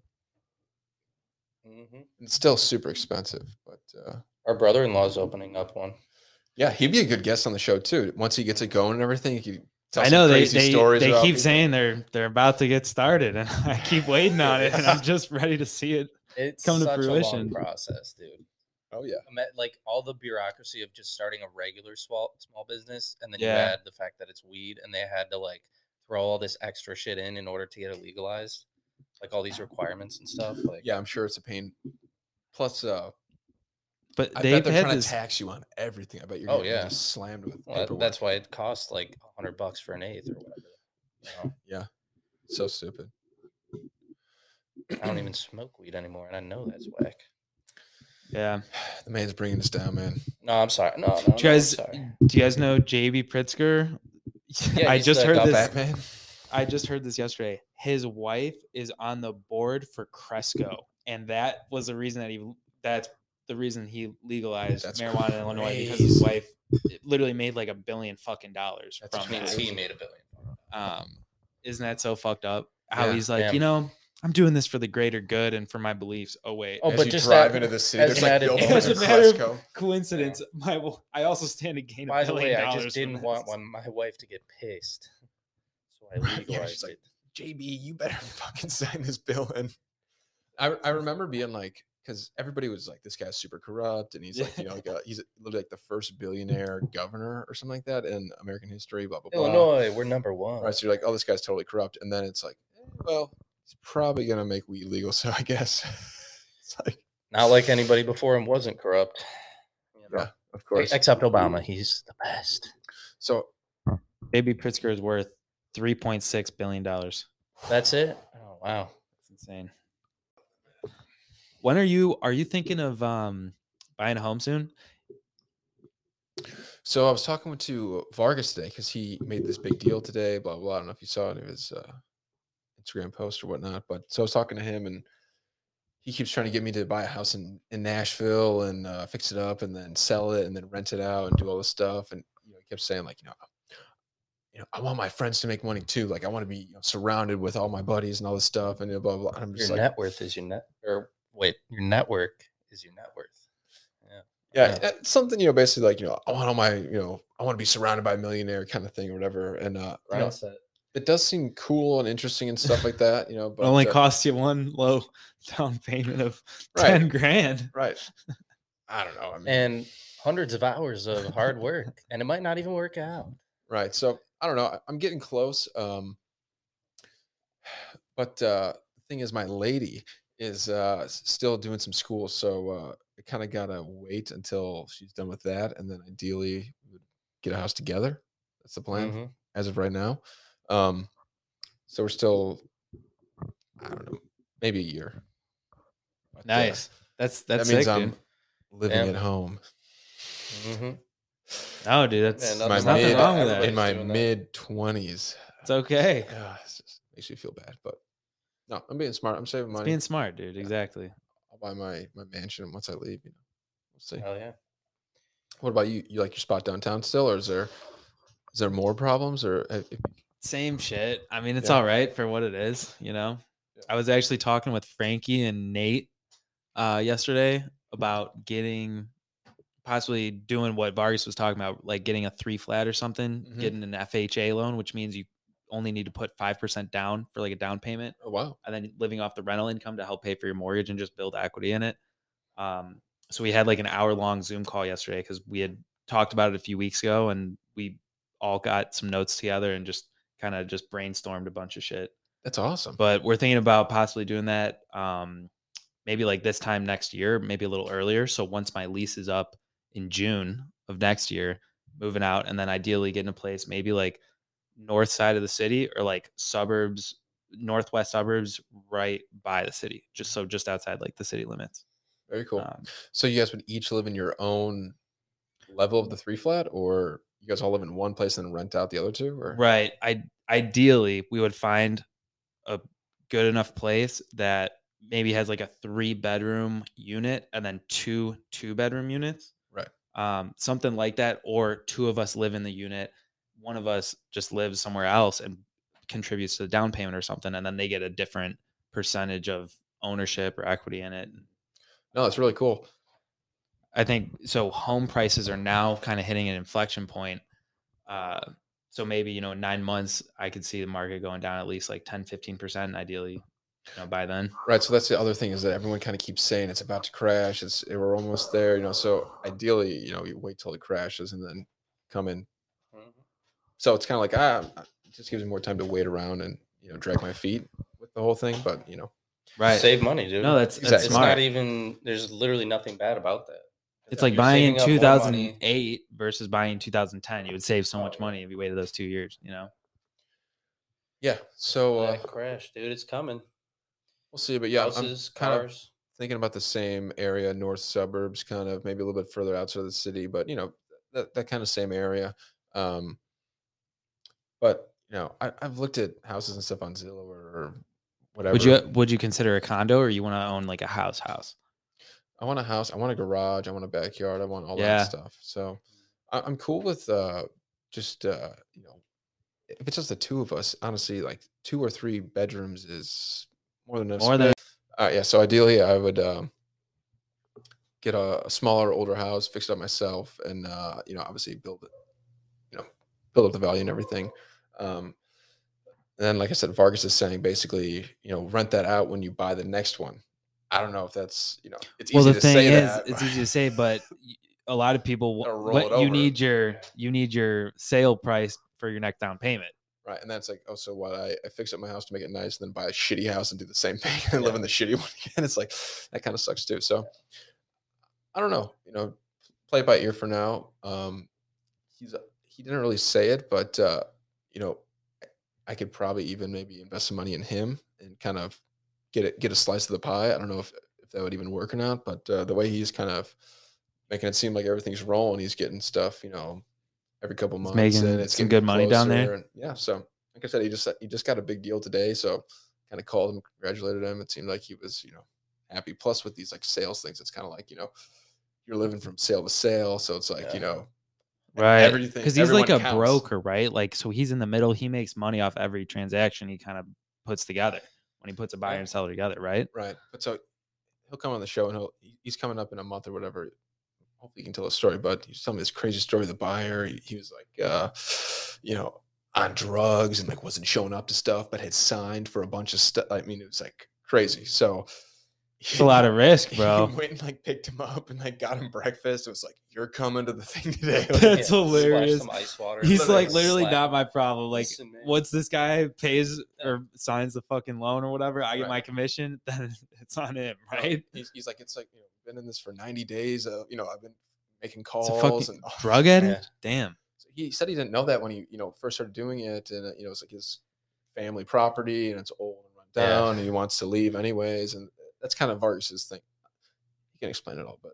Speaker 3: Mhm.
Speaker 1: it's still super expensive. But uh,
Speaker 3: our brother-in-law's opening up one.
Speaker 1: yeah, he'd be a good guest on the show too. Once he gets it going and everything, he could tell
Speaker 4: i
Speaker 1: some
Speaker 4: know they,
Speaker 1: crazy
Speaker 4: they,
Speaker 1: stories.
Speaker 4: they
Speaker 1: about
Speaker 4: keep
Speaker 1: people.
Speaker 4: saying they're they're about to get started and i keep waiting on it and i'm just ready to see it
Speaker 3: It's
Speaker 4: Come to
Speaker 3: such a
Speaker 4: fruition.
Speaker 3: long process, dude.
Speaker 1: Oh yeah.
Speaker 3: I meant, like all the bureaucracy of just starting a regular small small business, and then
Speaker 4: Yeah.
Speaker 3: you add the fact that it's weed, and they had to like throw all this extra shit in in order to get it legalized, like all these requirements and stuff. Like,
Speaker 1: Yeah, I'm sure it's a pain. Plus, uh,
Speaker 4: but
Speaker 1: I
Speaker 4: they've
Speaker 1: bet they're
Speaker 4: had
Speaker 1: trying
Speaker 4: this
Speaker 1: to tax you on everything. I bet you're
Speaker 3: Oh,
Speaker 1: oh, yeah.
Speaker 3: yeah.
Speaker 1: just slammed with
Speaker 3: well,
Speaker 1: paperwork.
Speaker 3: that's why it costs like hundred bucks for an eighth or whatever. you know?
Speaker 1: so stupid.
Speaker 3: I don't even smoke weed anymore, and I know that's whack.
Speaker 4: yeah
Speaker 1: The man's bringing us down, man.
Speaker 3: No, I'm sorry. No, no, no, I'm
Speaker 4: do you guys
Speaker 3: sorry.
Speaker 4: do you guys know j.b pritzker
Speaker 3: Yeah,
Speaker 4: i
Speaker 3: he's
Speaker 4: just
Speaker 3: the
Speaker 4: heard
Speaker 3: golf
Speaker 4: this
Speaker 1: Fat man.
Speaker 4: i just heard this yesterday his wife is on the board for cresco and that was the reason that he that's the reason he legalized
Speaker 1: That's
Speaker 4: marijuana in illinois because his
Speaker 1: crazy.
Speaker 4: wife literally made like a billion fucking dollars
Speaker 1: That's
Speaker 4: from
Speaker 3: Which means
Speaker 4: that.
Speaker 3: he made a billion.
Speaker 4: um isn't that so fucked up how
Speaker 1: Yeah,
Speaker 4: he's like
Speaker 3: yeah.
Speaker 4: you know i'm doing this for the greater good and for my beliefs oh wait
Speaker 3: Oh,
Speaker 1: as
Speaker 3: but
Speaker 1: you
Speaker 3: just
Speaker 1: drive
Speaker 3: that-
Speaker 1: into the city, there's
Speaker 3: as an
Speaker 1: like
Speaker 3: added-
Speaker 1: billboards
Speaker 4: as a
Speaker 1: of
Speaker 4: matter of-
Speaker 1: Cresco.
Speaker 4: coincidence my w- i also stand to gain
Speaker 3: By
Speaker 4: a
Speaker 3: the
Speaker 4: billion
Speaker 3: way, I
Speaker 4: dollars
Speaker 3: just
Speaker 4: from
Speaker 3: didn't want
Speaker 4: this.
Speaker 3: one, my wife to get pissed, so I
Speaker 1: Right,
Speaker 3: legalized
Speaker 1: yeah, she's like,
Speaker 3: it.
Speaker 1: JB, you better fucking sign this bill. And I, I remember being like, because everybody was like, this guy's super corrupt, and he's like, you know, like a, he's literally like the first billionaire governor or something like that in American history, blah blah blah.
Speaker 3: Illinois, we're number one.
Speaker 1: Right, so you're like, oh, this guy's totally corrupt, and then it's like, eh, well, he's probably gonna make weed legal, so I guess it's like,
Speaker 3: Not like anybody before him wasn't corrupt. you know.
Speaker 1: yeah, of course.
Speaker 3: Except Obama, he's the best.
Speaker 1: So
Speaker 4: baby pritzker is worth 3.6 billion dollars
Speaker 3: That's it. Oh wow.
Speaker 4: it's insane when are you are you thinking of um buying a home soon
Speaker 1: So I was talking to Vargas today because he made this big deal today. Blah blah. I don't know if you saw any of his uh, Instagram post or whatnot, but so I was talking to him, and he keeps trying to get me to buy a house in, in Nashville and uh, fix it up, and then sell it, and then rent it out, and do all this stuff. And you know, he kept saying like, you know, you know, I want my friends to make money too. Like I want to be you know, surrounded with all my buddies and all this stuff, and you know, blah blah. blah. And I'm
Speaker 3: Your
Speaker 1: just like,
Speaker 3: net worth is your net, or wait, your network is your net worth.
Speaker 1: yeah,
Speaker 3: Yeah.
Speaker 1: uh, something you know, basically like you know, I want all my you know, I want to be surrounded by a millionaire kind of thing or whatever. And uh, you know, it does seem cool and interesting and stuff like that, you know.
Speaker 4: it
Speaker 1: But
Speaker 4: only
Speaker 1: uh,
Speaker 4: costs you one low down payment of
Speaker 1: Right.
Speaker 4: 10 grand
Speaker 1: right. I don't know. I mean,
Speaker 3: And hundreds of hours of hard work, and it might not even work out.
Speaker 1: right. So I don't know. I- I'm getting close. Um, but uh, the thing is, my lady is uh s- still doing some school, so uh, I kind of gotta wait until she's done with that, and then ideally we would get a house together. That's the plan.
Speaker 4: Mm-hmm.
Speaker 3: Mhm.
Speaker 1: as of right now. Um, so we're still, I don't know, maybe a year. But, uh,
Speaker 4: nice that's that's
Speaker 1: that means
Speaker 4: sick,
Speaker 1: I'm
Speaker 4: dude.
Speaker 1: living
Speaker 3: Yeah.
Speaker 1: at home.
Speaker 3: Mhm.
Speaker 4: No, Oh, dude, that's
Speaker 3: Yeah,
Speaker 1: my
Speaker 4: there's nothing
Speaker 1: mid-
Speaker 4: wrong with
Speaker 1: In
Speaker 4: that.
Speaker 3: everybody's-
Speaker 1: my
Speaker 3: doing that.
Speaker 1: mid twenties,
Speaker 4: It's okay.
Speaker 1: yeah, it just makes me feel bad. But no, I'm being smart. I'm saving
Speaker 4: It's
Speaker 1: money.
Speaker 4: being smart, dude. Exactly.
Speaker 1: I'll buy my my mansion once I leave. You know, we'll see.
Speaker 3: Hell Oh, yeah.
Speaker 1: What about you? You like your spot downtown still, or is there is there more problems, or have- if-
Speaker 4: same shit. I mean, it's
Speaker 1: Yeah.
Speaker 4: all right for what it is, you know.
Speaker 1: Yeah.
Speaker 4: I was actually talking with Frankie and Nate uh, yesterday about getting possibly doing what Vargas was talking about, like getting a three flat or something,
Speaker 1: Mhm.
Speaker 4: getting an FHA loan, which means you only need to put five percent down for like a down payment,
Speaker 1: Oh wow.
Speaker 4: and then living off the rental income to help pay for your mortgage and just build equity in it. Um, so we had like an hour long Zoom call yesterday because we had talked about it a few weeks ago, and we all got some notes together and just kind of just brainstormed a bunch of shit.
Speaker 1: That's awesome.
Speaker 4: But we're thinking about possibly doing that, um, maybe like this time next year, maybe a little earlier. So once my lease is up in June of next year, moving out, and then ideally getting a place maybe like north side of the city or like suburbs, northwest suburbs, right by the city, just so just outside like the city limits.
Speaker 1: Very cool.
Speaker 4: Um,
Speaker 1: so you guys would each live in your own level of the three flat, or you guys all live in one place and rent out the other two? Or
Speaker 4: Right. I ideally we would find a good enough place that maybe has like a three bedroom unit and then two two bedroom units.
Speaker 1: Right.
Speaker 4: Um, something like that, or two of us live in the unit, one of us just lives somewhere else and contributes to the down payment or something, and then they get a different percentage of ownership or equity in it.
Speaker 1: No, it's really cool.
Speaker 4: I think so. Home prices are now kind of hitting an inflection point. Uh, so maybe you know, in nine months, I could see the market going down at least like 10, 15 percent, ideally. You know, by then,
Speaker 1: Right. So that's the other thing is that everyone kind of keeps saying it's about to crash. It's we're almost there. You know. So ideally, you know, you wait till it crashes and then come in.
Speaker 3: Mm-hmm.
Speaker 1: So it's kind of like ah, it just gives me more time to wait around and you know drag my feet with the whole thing. But you know,
Speaker 4: right?
Speaker 3: Save money, dude.
Speaker 4: no, that's,
Speaker 1: Exactly.
Speaker 4: that's
Speaker 3: it's
Speaker 4: smart.
Speaker 3: not even. There's literally nothing bad about that.
Speaker 4: it's
Speaker 3: If
Speaker 4: like
Speaker 3: you're
Speaker 4: buying
Speaker 3: saving
Speaker 4: in
Speaker 3: up more money-
Speaker 4: 2008 versus buying in 2010. You would save so much money if you waited those two years. You know,
Speaker 1: yeah. So uh,
Speaker 3: That crash, dude. It's coming.
Speaker 1: we'll see. But yeah, I'm- I'm
Speaker 3: Houses,
Speaker 1: kind of
Speaker 3: cars.
Speaker 1: thinking about the same area, north suburbs, kind of maybe a little bit further outside of the city, but you know, that, that kind of same area. Um, but you know, I, I've looked at houses and stuff on Zillow or whatever.
Speaker 4: would you would you consider a condo or you want to own like a house? House?
Speaker 1: I want a house. I want a garage. I want a backyard. I want all
Speaker 4: Yeah.
Speaker 1: that stuff. So I, I'm cool with uh, just uh, you know, if it's just the two of us, honestly, like two or three bedrooms is more than enough.
Speaker 4: More than-
Speaker 1: space. uh, yeah. So ideally, I would um, get a, a smaller, older house, fix it up myself, and uh, you know, obviously build it, you know, build up the value and everything. Um, and then, like I said, Vargas is saying basically, you know, rent that out when you buy the next one. I don't know if that's you know, it's
Speaker 4: well,
Speaker 1: easy to
Speaker 4: the thing
Speaker 1: say
Speaker 4: is,
Speaker 1: that.
Speaker 4: it's
Speaker 1: but-
Speaker 4: easy to say, but y- a lot of people
Speaker 1: Gotta
Speaker 4: w-
Speaker 1: roll
Speaker 4: what
Speaker 1: it
Speaker 4: you
Speaker 1: over.
Speaker 4: need your you need your sale price for your next down payment.
Speaker 1: Right. And that's like, oh, so what? I, I fix up my house to make it nice and then buy a shitty house and do the same thing and live in the shitty one again. It's like, that kind of sucks too. So I don't know, you know, play it by ear for now. Um, he's, he didn't really say it, but, uh, you know, I could probably even maybe invest some money in him and kind of get it, get a slice of the pie. I don't know if, if that would even work or not, but uh, the way he's kind of making it seem like everything's rolling, he's getting stuff, you know, every couple months
Speaker 4: making
Speaker 1: and it's
Speaker 4: some
Speaker 1: getting
Speaker 4: good money down there.
Speaker 1: closer and- yeah. So like I said, he just, he just got a big deal today. So kind of called him, congratulated him. It seemed like he was, you know, happy. Plus with these like sales things, it's kind of like, you know, you're living from sale to sale. So it's like,
Speaker 3: Yeah.
Speaker 1: you know, e-,
Speaker 4: Right.
Speaker 1: everything-
Speaker 4: Because he's like a
Speaker 1: everyone counts.
Speaker 4: broker, right? Like, so he's in the middle. He makes money off every transaction he kind of puts together when he puts a buyer
Speaker 1: Yeah.
Speaker 4: and seller together, right?
Speaker 1: Right. But so he'll come on the show and he'll he- he's coming up in a month or whatever. Hopefully he can tell a story, but he's telling me this crazy story of the buyer. He, he was like uh, you know, on drugs and like wasn't showing up to stuff, but had signed for a bunch of stuff. I mean, it was like crazy. So
Speaker 4: It's a lot of risk,
Speaker 1: he
Speaker 4: bro.
Speaker 1: went and like picked him up and like got him breakfast. It was like, You're coming to the thing today. Like,
Speaker 4: That's It's
Speaker 3: Yeah, splash
Speaker 4: hilarious.
Speaker 3: Some ice water.
Speaker 4: He's
Speaker 1: literally
Speaker 4: like
Speaker 1: a
Speaker 4: literally
Speaker 3: slap.
Speaker 4: not my problem. Like,
Speaker 3: Listen, man.
Speaker 4: once this guy pays or signs the fucking loan or whatever, I get
Speaker 1: Right.
Speaker 4: my commission. Then it's on him,
Speaker 1: you know,
Speaker 4: right?
Speaker 1: He's, he's like, It's like, you know, been in this for 90 days. Uh, you know, I've been making calls
Speaker 4: It's a fucking
Speaker 1: and
Speaker 4: drug addict. Damn.
Speaker 1: So he said he didn't know that when he you know first started doing it and uh, you know it's like his family property and it's old and run
Speaker 3: Yeah.
Speaker 1: down and he wants to leave anyways and uh, that's kind of Vargas's thing he can explain it all but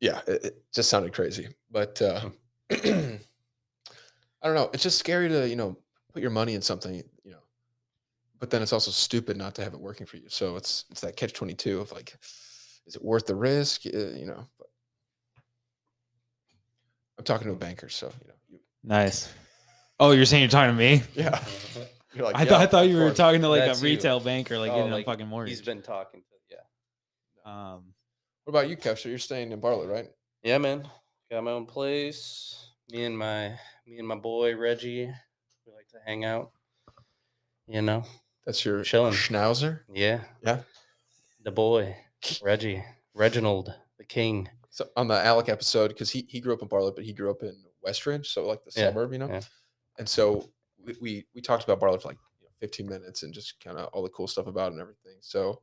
Speaker 1: yeah it, it just sounded crazy but uh i don't know it's just scary to you know put your money in something you know but then it's also stupid not to have it working for you so it's it's that catch 22 of like is it worth the risk Uh, you know but i'm talking to a banker so you know you
Speaker 4: Nice. Oh, you're saying you're talking to me?
Speaker 1: Yeah. You're like,
Speaker 4: I, thought I
Speaker 1: yeah,
Speaker 4: thought you
Speaker 1: of
Speaker 4: were
Speaker 1: course.
Speaker 4: talking to like
Speaker 3: That's
Speaker 4: a
Speaker 3: you.
Speaker 4: retail banker, like
Speaker 3: Oh,
Speaker 4: getting
Speaker 3: like,
Speaker 4: a fucking mortgage.
Speaker 3: He's been talking to yeah.
Speaker 4: Um,
Speaker 1: What about you, Kevsha? You're staying in Bartlett, right?
Speaker 3: Yeah, man. Got my own place. Me and my me and my boy Reggie. We like to hang out. You know?
Speaker 1: That's your
Speaker 3: Chilling.
Speaker 1: Schnauzer.
Speaker 3: Yeah.
Speaker 1: Yeah.
Speaker 3: The boy. Reggie. Reginald, the king.
Speaker 1: So on the Alec episode, because he, he grew up in Bartlett, but he grew up in Westridge, so like the
Speaker 3: Yeah,
Speaker 1: suburb, you know.
Speaker 3: yeah.
Speaker 1: And so we, we we talked about Bartlett for like you know, 15 minutes and just kind of all the cool stuff about it and everything. So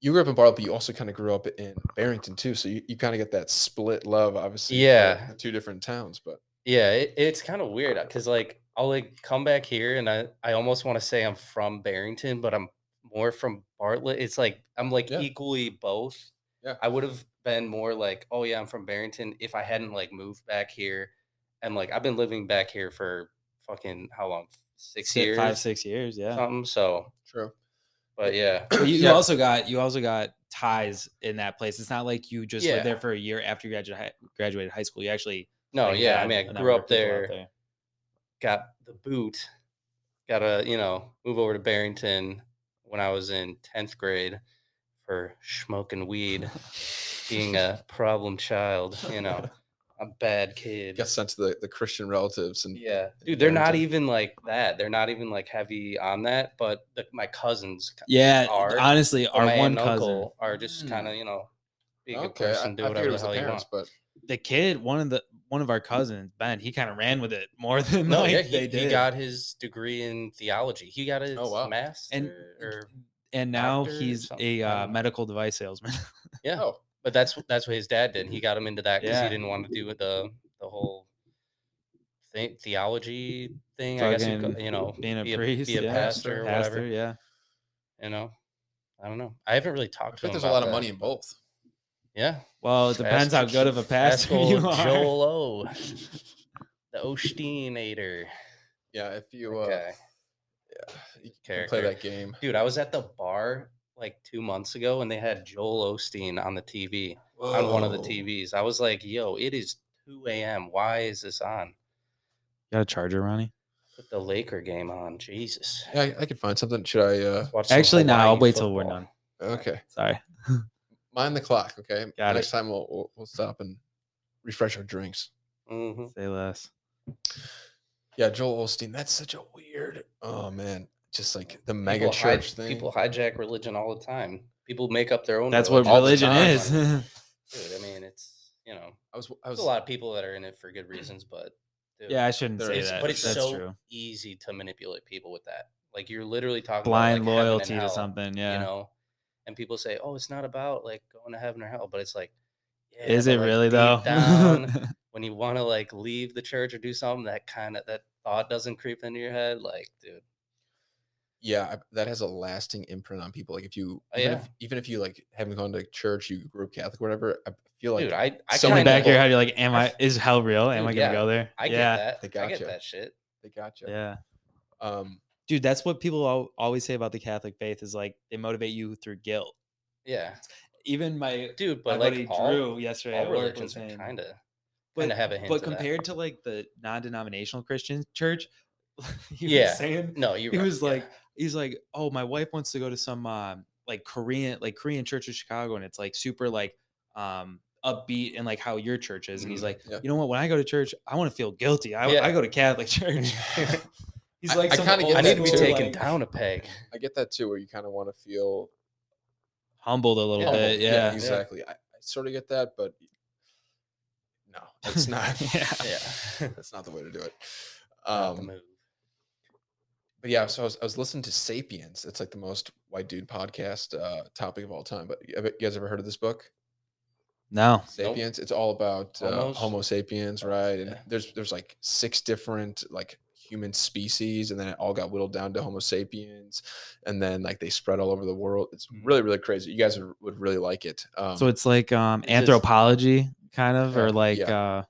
Speaker 1: you grew up in Bartlett, but you also kind of grew up in Barrington too. So you, you kind of get that split love, obviously. for
Speaker 3: Yeah.
Speaker 1: the two different towns, but
Speaker 3: Yeah, it, it's kind of weird because like I'll like come back here and I I almost want to say I'm from Barrington, but I'm more from Bartlett. It's like I'm like
Speaker 1: Yeah.
Speaker 3: equally both.
Speaker 1: Yeah.
Speaker 3: I would have been more like, oh yeah, I'm from Barrington if I hadn't like moved back here, and like I've been living back here for fucking how long? Six
Speaker 4: si-
Speaker 3: years,
Speaker 4: five six years, yeah.
Speaker 3: something. So,
Speaker 1: true.
Speaker 3: but yeah,
Speaker 4: But you, you
Speaker 1: Yeah.
Speaker 4: also got you also got ties in that place. It's not like you just lived there
Speaker 3: Yeah.
Speaker 4: for a year after you graduated hi- graduated high school. You actually
Speaker 3: no,
Speaker 4: like,
Speaker 3: yeah. I
Speaker 4: had
Speaker 3: mean,
Speaker 4: a
Speaker 3: I
Speaker 4: number
Speaker 3: grew
Speaker 4: of
Speaker 3: up
Speaker 4: people out
Speaker 3: there, got the boot, got to, you know, move over to Barrington when I was in 10th grade for smoking weed, being a problem child, you know, a bad kid.
Speaker 1: Got sent to the, the Christian relatives and
Speaker 3: Yeah. Dude, they're not
Speaker 1: Barrington.
Speaker 3: even like that. They're not even like heavy on that, but the, my cousins c-
Speaker 4: Yeah,
Speaker 3: Our-
Speaker 4: honestly,
Speaker 3: or
Speaker 4: our
Speaker 3: my
Speaker 4: one
Speaker 3: aunt and
Speaker 4: cousin,
Speaker 3: uncle are just
Speaker 1: Mm.
Speaker 3: kind of, you know, be a good
Speaker 1: okay, I,
Speaker 3: person, do
Speaker 1: I figured
Speaker 3: whatever
Speaker 1: it
Speaker 3: the
Speaker 1: was the
Speaker 3: hell you
Speaker 1: parents,
Speaker 3: want.
Speaker 1: but
Speaker 4: the kid, one of the one of our cousins, Ben, he kind of ran with it more than
Speaker 3: No,
Speaker 4: like
Speaker 3: yeah, he,
Speaker 4: they did.
Speaker 3: he got his degree in theology. He got his
Speaker 1: Oh, wow.
Speaker 3: master
Speaker 4: And-
Speaker 3: or
Speaker 4: and now
Speaker 3: doctor or
Speaker 4: he's
Speaker 3: something,
Speaker 4: a
Speaker 3: I
Speaker 4: uh,
Speaker 3: don't know.
Speaker 4: medical device salesman.
Speaker 3: Yeah.
Speaker 1: oh,
Speaker 3: But that's that's what his dad did. He got him into that because
Speaker 4: Mm-hmm. Yeah.
Speaker 3: he didn't want to do with the the whole thing, theology thing. I guess you, ca-
Speaker 4: Fucking
Speaker 3: you know,
Speaker 4: being a
Speaker 3: be
Speaker 4: priest,
Speaker 3: be a
Speaker 4: yeah,
Speaker 3: pastor, or
Speaker 4: pastor,
Speaker 3: whatever.
Speaker 4: yeah.
Speaker 3: You know, I don't know. I haven't really
Speaker 1: I
Speaker 3: talked to
Speaker 1: bet
Speaker 3: him.
Speaker 1: there's a
Speaker 3: about
Speaker 1: lot of
Speaker 3: that.
Speaker 1: money in both.
Speaker 3: Yeah,
Speaker 4: Well, it depends how
Speaker 3: Ask-
Speaker 4: good of a
Speaker 3: ask
Speaker 4: pastor you
Speaker 3: old
Speaker 4: are.
Speaker 3: Joel O, the Osteinator
Speaker 1: Yeah, if you uh,
Speaker 3: Okay.
Speaker 1: yeah, you can play
Speaker 3: character.
Speaker 1: that game.
Speaker 3: Dude, I was at the bar like two months ago, and they had Joel Osteen on the TV on one of the
Speaker 4: Oh.
Speaker 1: Whoa.
Speaker 3: TVs. I was like, "Yo, it is 2 a.m. Why is this on?"
Speaker 4: got a charger, Ronnie?
Speaker 3: Put the Laker game on. Jesus.
Speaker 1: Yeah, I, I could find something. Should I? uh
Speaker 3: Watch some
Speaker 4: Actually, no, I'll
Speaker 3: Hawaii
Speaker 4: wait till we're
Speaker 3: football.
Speaker 4: done.
Speaker 1: Okay,
Speaker 4: Sorry.
Speaker 1: mind the clock. Okay,
Speaker 4: Got
Speaker 1: next time we'll, we'll we'll stop and refresh our drinks.
Speaker 3: Mhm.
Speaker 4: Say less.
Speaker 1: Yeah, Joel Olstein. That's such a weird. Oh man, just like the mega
Speaker 3: People hij-
Speaker 1: church thing.
Speaker 3: People hijack religion all the time. People make up their own.
Speaker 4: That's what
Speaker 1: all the
Speaker 4: religion
Speaker 1: time.
Speaker 4: is.
Speaker 3: Dude, I mean, it's you know,
Speaker 1: I was I
Speaker 3: there's
Speaker 1: was
Speaker 3: a lot of people that are in it for good reasons, but dude,
Speaker 4: yeah, I shouldn't
Speaker 1: There
Speaker 4: say
Speaker 1: is-
Speaker 4: that.
Speaker 3: but it's
Speaker 4: That's
Speaker 3: so
Speaker 4: true.
Speaker 3: easy to manipulate people with that. Like you're literally talking
Speaker 4: Blind
Speaker 3: about, like, heaven and
Speaker 4: loyalty to
Speaker 3: hell,
Speaker 4: something. Yeah.
Speaker 3: you know. And people say, "Oh, it's not about like going to heaven or hell," but it's like, yeah,
Speaker 4: is
Speaker 3: but,
Speaker 4: it
Speaker 3: like,
Speaker 4: really
Speaker 3: deep
Speaker 4: though?
Speaker 3: down, when you want to like leave the church or do something that kind of that thought doesn't creep into your head like dude
Speaker 1: yeah I, that has a lasting imprint on people. Like if you
Speaker 3: Oh,
Speaker 1: even
Speaker 3: yeah.
Speaker 1: if even if you like haven't gone to church, you grew up Catholic, or whatever. I feel like
Speaker 3: dude i i
Speaker 1: someone
Speaker 4: Coming
Speaker 3: kinda-
Speaker 4: back here, how you're like, am
Speaker 3: I
Speaker 4: I?
Speaker 3: f-
Speaker 4: Is hell real? Am
Speaker 3: Dude,
Speaker 4: I gonna
Speaker 3: yeah,
Speaker 4: go there?
Speaker 3: i get
Speaker 4: yeah.
Speaker 3: that
Speaker 1: They
Speaker 3: i get
Speaker 1: gotcha.
Speaker 3: that shit
Speaker 1: they got you.
Speaker 4: Yeah.
Speaker 1: Um,
Speaker 4: Dude, that's what people al- always say about the Catholic faith is like they motivate you through guilt.
Speaker 3: yeah
Speaker 4: Even my,
Speaker 3: dude
Speaker 4: my
Speaker 3: but like
Speaker 4: buddy
Speaker 3: all,
Speaker 4: Drew yesterday
Speaker 3: all
Speaker 4: at work was
Speaker 3: religions are
Speaker 4: saying,
Speaker 3: kind of
Speaker 4: but,
Speaker 3: kinda have a hint
Speaker 4: but
Speaker 3: of that.
Speaker 4: compared to like the non-denominational Christian church, he
Speaker 3: Yeah.
Speaker 4: was saying
Speaker 3: no you
Speaker 4: he was like he's like, oh, my wife wants to go to some uh, like Korean like Korean church in Chicago, and it's like super like um upbeat and like how your church is, and he's
Speaker 3: Mhm.
Speaker 4: like,
Speaker 1: Mm-hmm, Yeah.
Speaker 4: you know what? When I go to church, I want to feel guilty. I,
Speaker 3: Yeah.
Speaker 4: I go to Catholic church. he's
Speaker 1: I-
Speaker 4: like,
Speaker 1: I
Speaker 4: some
Speaker 1: kinda get
Speaker 4: old
Speaker 3: i need to be
Speaker 1: Old-school,
Speaker 4: school,
Speaker 3: taken
Speaker 4: like,
Speaker 3: down a peg
Speaker 1: I get that too, where you kind of want to feel
Speaker 4: humbled a little
Speaker 3: Yeah.
Speaker 4: bit.
Speaker 3: Yeah,
Speaker 4: Yeah,
Speaker 1: exactly. I, I sort of get that, but no, it's not.
Speaker 4: Yeah.
Speaker 3: yeah
Speaker 1: that's not the way to do it.
Speaker 3: Not the
Speaker 1: Um,
Speaker 3: move.
Speaker 1: but yeah, so I was, I was listening to Sapiens. It's like the most white dude podcast uh, topic of all time. But you you guys ever heard of this book,
Speaker 4: No.
Speaker 1: Sapiens? It's all about uh,
Speaker 3: Homos?
Speaker 1: Homo sapiens, right? And
Speaker 3: Yeah.
Speaker 1: there's there's like six different like human species, and then it all got whittled down to Homo sapiens, and then like they spread all over the world. It's
Speaker 3: Mhm.
Speaker 1: really really crazy. You guys would, would really like it. Um,
Speaker 4: So it's like um
Speaker 3: It's just-
Speaker 4: anthropology kind of
Speaker 1: Yeah.
Speaker 4: or like
Speaker 1: Yeah.
Speaker 4: uh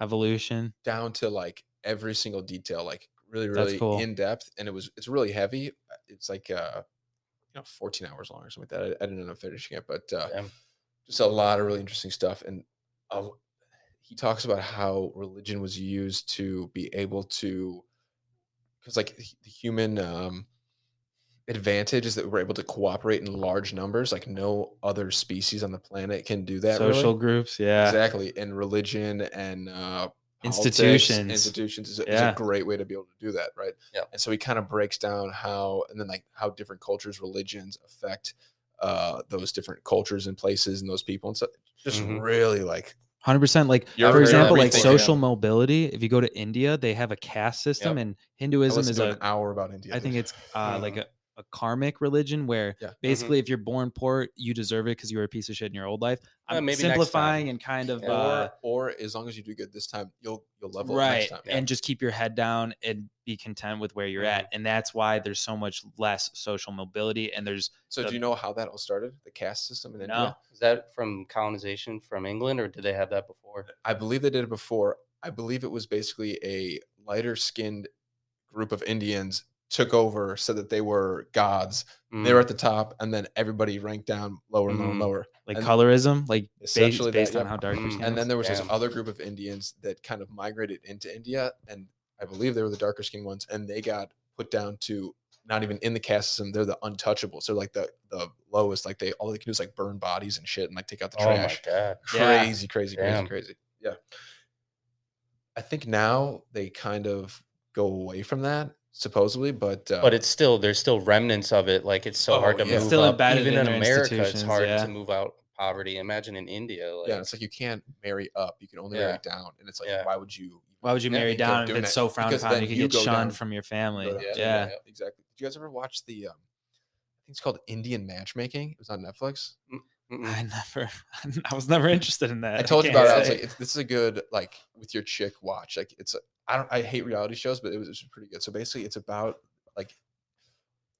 Speaker 4: evolution.
Speaker 1: down to like every single detail, like really,
Speaker 4: That's
Speaker 1: really
Speaker 4: cool.
Speaker 1: in depth. And it was it's really heavy. Uh, It's like uh you know, 14 hours long or something like that. I, I didn't end up finishing it, but uh
Speaker 3: Damn.
Speaker 1: just a lot of really interesting stuff. And uh, he talks about how religion was used to be able to because like h- the human um, advantage is that we're able to cooperate in large numbers. Like no other species on the planet can do that. really.
Speaker 4: social groups. Yeah.
Speaker 1: exactly, and religion and uh, politics,
Speaker 4: Institutions.
Speaker 1: institutions is a, is
Speaker 4: Yeah.
Speaker 1: a great way to be able to do that, right?
Speaker 3: Yep.
Speaker 1: And so he kind of breaks down how, and then like how different cultures, religions affect uh those different cultures and places and those people and so just
Speaker 3: Mhm.
Speaker 1: really like
Speaker 4: Hundred percent. Like
Speaker 1: You're
Speaker 4: for
Speaker 1: very
Speaker 4: example, like
Speaker 1: everything,
Speaker 4: social
Speaker 1: yeah.
Speaker 4: mobility. If you go to India, they have a caste system, and
Speaker 1: I
Speaker 4: Hinduism
Speaker 1: listened
Speaker 4: is
Speaker 1: to
Speaker 4: a.
Speaker 1: an hour about India.
Speaker 4: I
Speaker 1: dude.
Speaker 4: think it's uh, like a, a karmic religion where
Speaker 1: Mm-hmm. Yeah.
Speaker 3: Mm-hmm.
Speaker 4: basically if you're born poor, you deserve it because you were a piece of shit in your old life.
Speaker 3: Uh,
Speaker 4: I'm
Speaker 3: maybe next time.
Speaker 4: simplifying and kind of
Speaker 3: Yeah.
Speaker 4: uh,
Speaker 1: or or as long as you do good this time, you'll you'll level
Speaker 4: right
Speaker 1: up next time.
Speaker 4: and just keep your head down and be content with where you're at.
Speaker 3: Mm-hmm.
Speaker 4: And that's why there's so much less social mobility and there's
Speaker 1: So
Speaker 4: the-
Speaker 1: do you know how that all started? The caste system in India?
Speaker 4: No.
Speaker 3: Is that from colonization from England, or did they have that before?
Speaker 1: I believe they did it before. I believe it was basically a lighter skinned group of Indians took over, said that they were gods. They
Speaker 4: Mm.
Speaker 1: were at the top, and then everybody ranked down lower and lower and
Speaker 3: Mm.
Speaker 1: lower.
Speaker 4: like
Speaker 1: And-
Speaker 4: colorism, like Mm-hmm. based,
Speaker 1: Essentially that,
Speaker 4: based on
Speaker 1: yep.
Speaker 4: how dark your
Speaker 3: Mm.
Speaker 4: skin
Speaker 1: And
Speaker 4: is.
Speaker 1: then there was this
Speaker 3: Damn.
Speaker 1: other group of Indians that kind of migrated into India, and I believe they were the darker skinned ones, and they got put down to not even in the caste system. They're the untouchables. They're like the the lowest. Like they all they can do is like burn bodies and shit, and like take out the
Speaker 3: oh
Speaker 1: trash.
Speaker 3: my god.
Speaker 4: Yeah.
Speaker 1: crazy, crazy,
Speaker 3: Damn.
Speaker 1: crazy, crazy. Yeah. I think now they kind of go away from that, supposedly, but uh,
Speaker 3: But it's still there's still remnants of it. Like it's so
Speaker 1: Oh,
Speaker 3: hard to
Speaker 1: yeah. It's
Speaker 3: move
Speaker 4: still
Speaker 3: up.
Speaker 4: embedded
Speaker 3: Even
Speaker 4: in
Speaker 3: in,
Speaker 4: their
Speaker 3: America, it's
Speaker 4: institutions,
Speaker 3: hard
Speaker 4: yeah.
Speaker 3: to move out of poverty. Imagine in India, like,
Speaker 1: yeah, it's like you can't marry up; you can only
Speaker 3: Yeah.
Speaker 1: marry down, and it's like,
Speaker 3: Yeah.
Speaker 1: why would you?
Speaker 4: Why would you
Speaker 1: Yeah,
Speaker 4: marry
Speaker 1: you go
Speaker 4: down if
Speaker 1: doing
Speaker 4: it's
Speaker 1: it,
Speaker 4: so frowned
Speaker 1: because
Speaker 4: upon?
Speaker 1: then
Speaker 4: You could
Speaker 1: you
Speaker 4: get
Speaker 1: go down.
Speaker 4: shunned from your
Speaker 1: go
Speaker 4: family.
Speaker 1: down to-
Speaker 4: yeah.
Speaker 1: exactly. Did you guys ever watch the? Um, I think it's called Indian Matchmaking. It was on Netflix.
Speaker 3: mm-mm.
Speaker 4: I never, I was never interested in that.
Speaker 1: I told you
Speaker 4: can't
Speaker 1: about it. I was
Speaker 4: say.
Speaker 1: like, it's, this is a good like with your chick watch. Like it's a- I don't I hate reality shows, but it was, it was pretty good. So basically, it's about like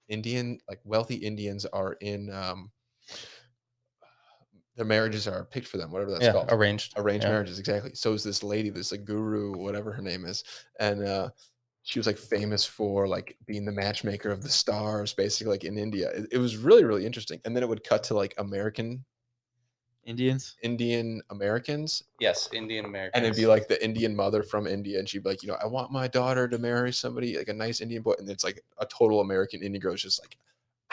Speaker 1: Indian like wealthy Indians are in um their marriages are picked for them, whatever that's
Speaker 3: yeah,
Speaker 1: called.
Speaker 3: arranged.
Speaker 1: Arranged
Speaker 3: yeah.
Speaker 1: marriages, exactly. So is this lady, this like guru, whatever her name is, and uh she was like famous for like being the matchmaker of the stars, basically like in India. It, it was really really interesting. And then it would cut to like American
Speaker 4: Indians.
Speaker 1: Indian Americans,
Speaker 3: Yes, Indian American.
Speaker 1: and it'd be like the Indian mother from India, and she'd be like, you know, I want my daughter to marry somebody like a nice Indian boy, and it's like a total American Indian girl is just like,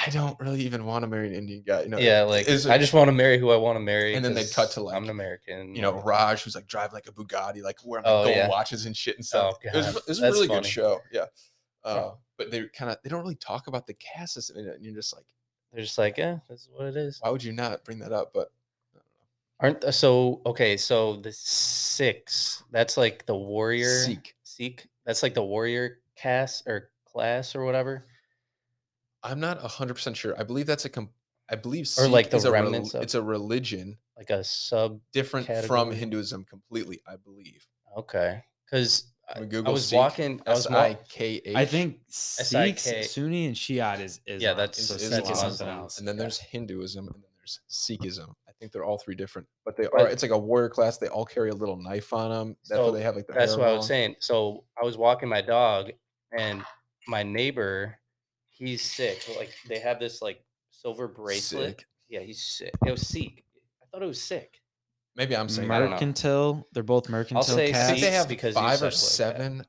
Speaker 1: I don't really even want to marry an Indian guy, you know?
Speaker 3: yeah, like
Speaker 1: is
Speaker 3: I
Speaker 1: it-
Speaker 3: just want to marry who I want to marry.
Speaker 1: And then they'd
Speaker 3: 'cause
Speaker 1: cut to, like,
Speaker 3: I'm an American.
Speaker 1: you know,
Speaker 3: like,
Speaker 1: Raj who's like driving like a Bugatti, like wearing like
Speaker 3: Oh,
Speaker 1: gold
Speaker 3: yeah.
Speaker 1: watches and shit and stuff.
Speaker 3: Oh,
Speaker 1: it was,
Speaker 3: God.
Speaker 1: it was a
Speaker 3: That's
Speaker 1: really good
Speaker 3: funny.
Speaker 1: show, yeah. Uh, but they kind of they don't really talk about the caste system, in it, and you're just like,
Speaker 3: they're just like, yeah, this is what it is.
Speaker 1: why would you not bring that up? But
Speaker 3: Aren't th- so okay? So the six, that's like the warrior
Speaker 1: Sikh,
Speaker 3: Sikh? That's like the warrior caste or class or whatever.
Speaker 1: I'm not hundred percent sure. I believe that's a com- I believe
Speaker 3: Or, like,
Speaker 1: Sikh
Speaker 3: the
Speaker 1: is a rel-
Speaker 3: remnants of-
Speaker 1: it's a religion
Speaker 3: Like a sub.
Speaker 1: different from
Speaker 3: Category.
Speaker 1: Hinduism completely, I believe.
Speaker 3: Okay, because I,
Speaker 1: We
Speaker 3: I
Speaker 1: Google
Speaker 3: was
Speaker 1: Sikh,
Speaker 3: walking. I was
Speaker 1: S
Speaker 3: wa-
Speaker 1: I K H.
Speaker 4: I think Sikhs,
Speaker 3: S-I-K.
Speaker 4: Sunni, and Shiite is is
Speaker 3: Yeah, that's-
Speaker 1: is
Speaker 4: so
Speaker 3: that's
Speaker 4: Sikh is
Speaker 1: Islam.
Speaker 4: something else.
Speaker 1: And then
Speaker 3: yeah.
Speaker 1: there's Hinduism, and then there's Sikhism. I think they're all three different, but they are.
Speaker 3: But-
Speaker 1: It's like a warrior class. They all carry a little knife on them. That's why
Speaker 3: So
Speaker 1: they have like the.
Speaker 3: That's
Speaker 1: hair
Speaker 3: what I was
Speaker 1: long.
Speaker 3: saying. So I was walking my dog, and my neighbor, he's sick. but, Like they have this like silver bracelet.
Speaker 1: Sick.
Speaker 3: Yeah, he's sick. It was Sikh. I thought it was sick.
Speaker 1: Maybe I'm saying.
Speaker 3: Mer-
Speaker 1: that.
Speaker 3: don't know.
Speaker 4: mercantile. They're both mercantile.
Speaker 3: say
Speaker 1: I think
Speaker 4: castes.
Speaker 1: they
Speaker 3: Sikhs
Speaker 1: have
Speaker 3: because you
Speaker 1: five
Speaker 3: said
Speaker 1: or
Speaker 3: like that.
Speaker 1: seven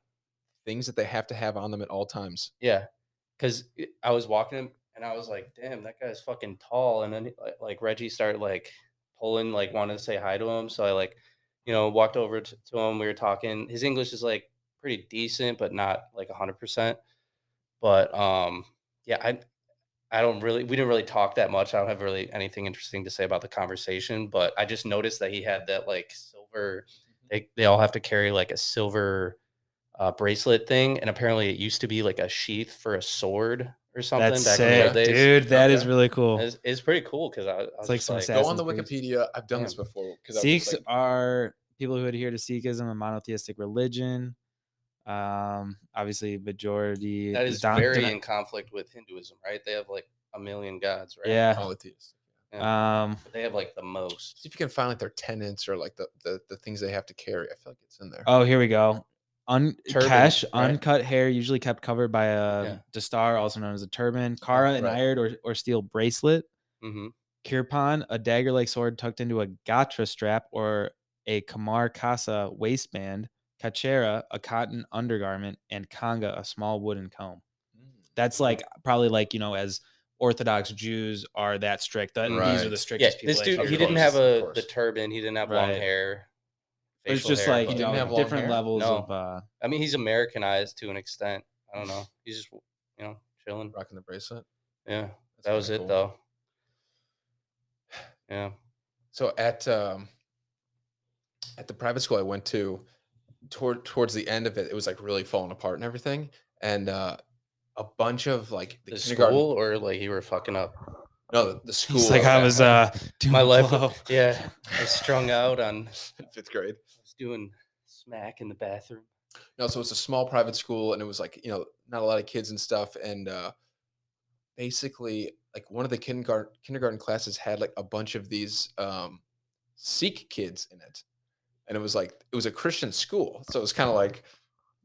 Speaker 1: things that they have to have on them at all times.
Speaker 3: Yeah, because eh, I was walking him, and I was like, "Damn, that guy's fucking tall." And then like, like Reggie started like pulling, like wanted to say hi to him. So I like, you know, walked over t- to him. We were talking. His English is like pretty decent, but not like hundred percent. But um, yeah, I I don't really we didn't really talk that much. I don't have really anything interesting to say about the conversation, but I just noticed that he had that like silver
Speaker 4: Mm-hmm.
Speaker 3: they they all have to carry like a silver uh, bracelet thing and apparently it used to be like a sheath for a sword or something
Speaker 4: That's
Speaker 3: in the
Speaker 4: sick,
Speaker 3: old days.
Speaker 4: dude. That is
Speaker 1: Okay.
Speaker 4: really cool.
Speaker 3: It's, it's pretty cool because I, I was
Speaker 4: like
Speaker 3: just
Speaker 4: some
Speaker 1: Go on
Speaker 4: Assassin's
Speaker 1: the Wikipedia. I've done this
Speaker 3: Damn.
Speaker 1: before. 'cause I was just
Speaker 4: Sikhs
Speaker 1: like,
Speaker 4: are people who adhere to Sikhism, a monotheistic religion. Um, obviously, majority
Speaker 3: that
Speaker 4: is
Speaker 3: is
Speaker 4: don-
Speaker 3: very
Speaker 4: deno-
Speaker 3: in conflict with Hinduism, right? They have like a million gods, right?
Speaker 4: yeah.
Speaker 1: polytheist.
Speaker 4: Um,
Speaker 3: But they have like the most.
Speaker 1: See if you can find like their tenants or like the, the the things they have to carry. I feel like it's in there.
Speaker 4: Oh, here we go. Un-
Speaker 3: Turban,
Speaker 4: cash,
Speaker 3: right?
Speaker 4: uncut hair, usually kept covered by a
Speaker 3: Yeah.
Speaker 4: dastar, also known as a turban, kara, an
Speaker 1: right.
Speaker 4: iron or, or steel bracelet,
Speaker 3: Mhm.
Speaker 4: kirpan, a dagger like sword tucked into a gatra strap or a kamar kasa waistband, kachera, a cotton undergarment, and kanga, a small wooden comb.
Speaker 1: Mm.
Speaker 4: That's like probably like you know as Orthodox Jews are that strict. that- These are
Speaker 1: Right.
Speaker 4: the strictest
Speaker 3: Yeah,
Speaker 4: people.
Speaker 3: this
Speaker 4: that
Speaker 3: dude,
Speaker 4: you
Speaker 3: he
Speaker 4: can
Speaker 3: didn't
Speaker 1: close,
Speaker 4: go
Speaker 3: have
Speaker 4: to.
Speaker 1: of
Speaker 3: a the
Speaker 1: course.
Speaker 3: turban. He didn't have long
Speaker 4: Right.
Speaker 3: hair.
Speaker 4: But It's
Speaker 3: facial
Speaker 4: just
Speaker 3: hair,
Speaker 4: like
Speaker 3: but-
Speaker 4: you
Speaker 1: didn't
Speaker 4: know
Speaker 1: have long
Speaker 4: different
Speaker 1: hair?
Speaker 4: levels
Speaker 3: No.
Speaker 4: of. uh
Speaker 3: I mean, he's Americanized to an extent. I don't know. He's just you know chilling.
Speaker 1: Rocking the bracelet.
Speaker 3: Yeah,
Speaker 1: That's
Speaker 3: that was
Speaker 1: kinda cool.
Speaker 3: it though. Yeah,
Speaker 1: So at um, at the private school I went to, toward towards the end of it, it was like really falling apart and everything, and uh, a bunch of like the,
Speaker 3: the
Speaker 1: kindergarten.
Speaker 3: school or like you were fucking up.
Speaker 1: No, the, the school.
Speaker 4: He's like I
Speaker 1: at
Speaker 4: was uh doing
Speaker 3: My life,
Speaker 4: blow."
Speaker 3: yeah, I was strung out on.
Speaker 1: fifth grade.
Speaker 3: I was doing smack in the bathroom.
Speaker 1: No, so it's a small private school, and it was like you know not a lot of kids and stuff, and uh, basically like one of the kindergarten kindergarten classes had like a bunch of these um, Sikh kids in it, and it was like it was a Christian school, so it was kind of like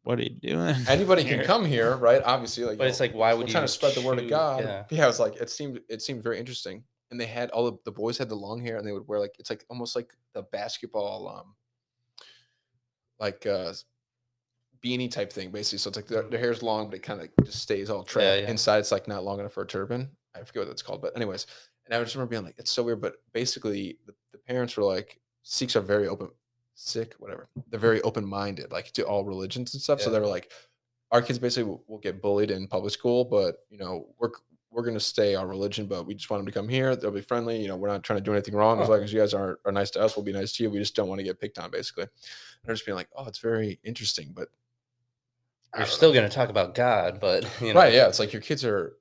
Speaker 4: What are you doing?
Speaker 1: anybody can come here, right? Obviously, like
Speaker 3: But
Speaker 1: you
Speaker 3: it's
Speaker 1: know,
Speaker 3: like, why would
Speaker 1: we're
Speaker 3: you
Speaker 1: trying to spread the word of
Speaker 3: choose-
Speaker 1: God.
Speaker 3: Yeah.
Speaker 1: Yeah. I was like it seemed it seemed very interesting, and they had all the, the boys had the long hair, and they would wear like it's like almost like the basketball um like uh beanie type thing basically. So it's like their, their hair's long, but it kind of just stays all trapped
Speaker 3: yeah.
Speaker 1: inside. It's like not long enough for a turban. I forget what that's called, but anyways, and I just remember being like, it's so weird. But basically, the, the parents were like, Sikhs are very open, Sikh, whatever. They're very open minded, like to all religions and stuff. So
Speaker 3: Yeah.
Speaker 1: they were like, our kids basically will, will get bullied in public school, but you know, we're we're gonna stay our religion, but we just want them to come here. They'll be friendly. You know, we're not trying to do anything wrong. As
Speaker 3: Huh.
Speaker 1: long as you guys are are nice to us, we'll be nice to you. We just don't want to get picked on, basically. And I'm just being like, oh, it's very interesting, but I
Speaker 3: You're
Speaker 1: don't know.
Speaker 3: still gonna talk about God, but you know,
Speaker 1: right. Yeah, it's like your kids are.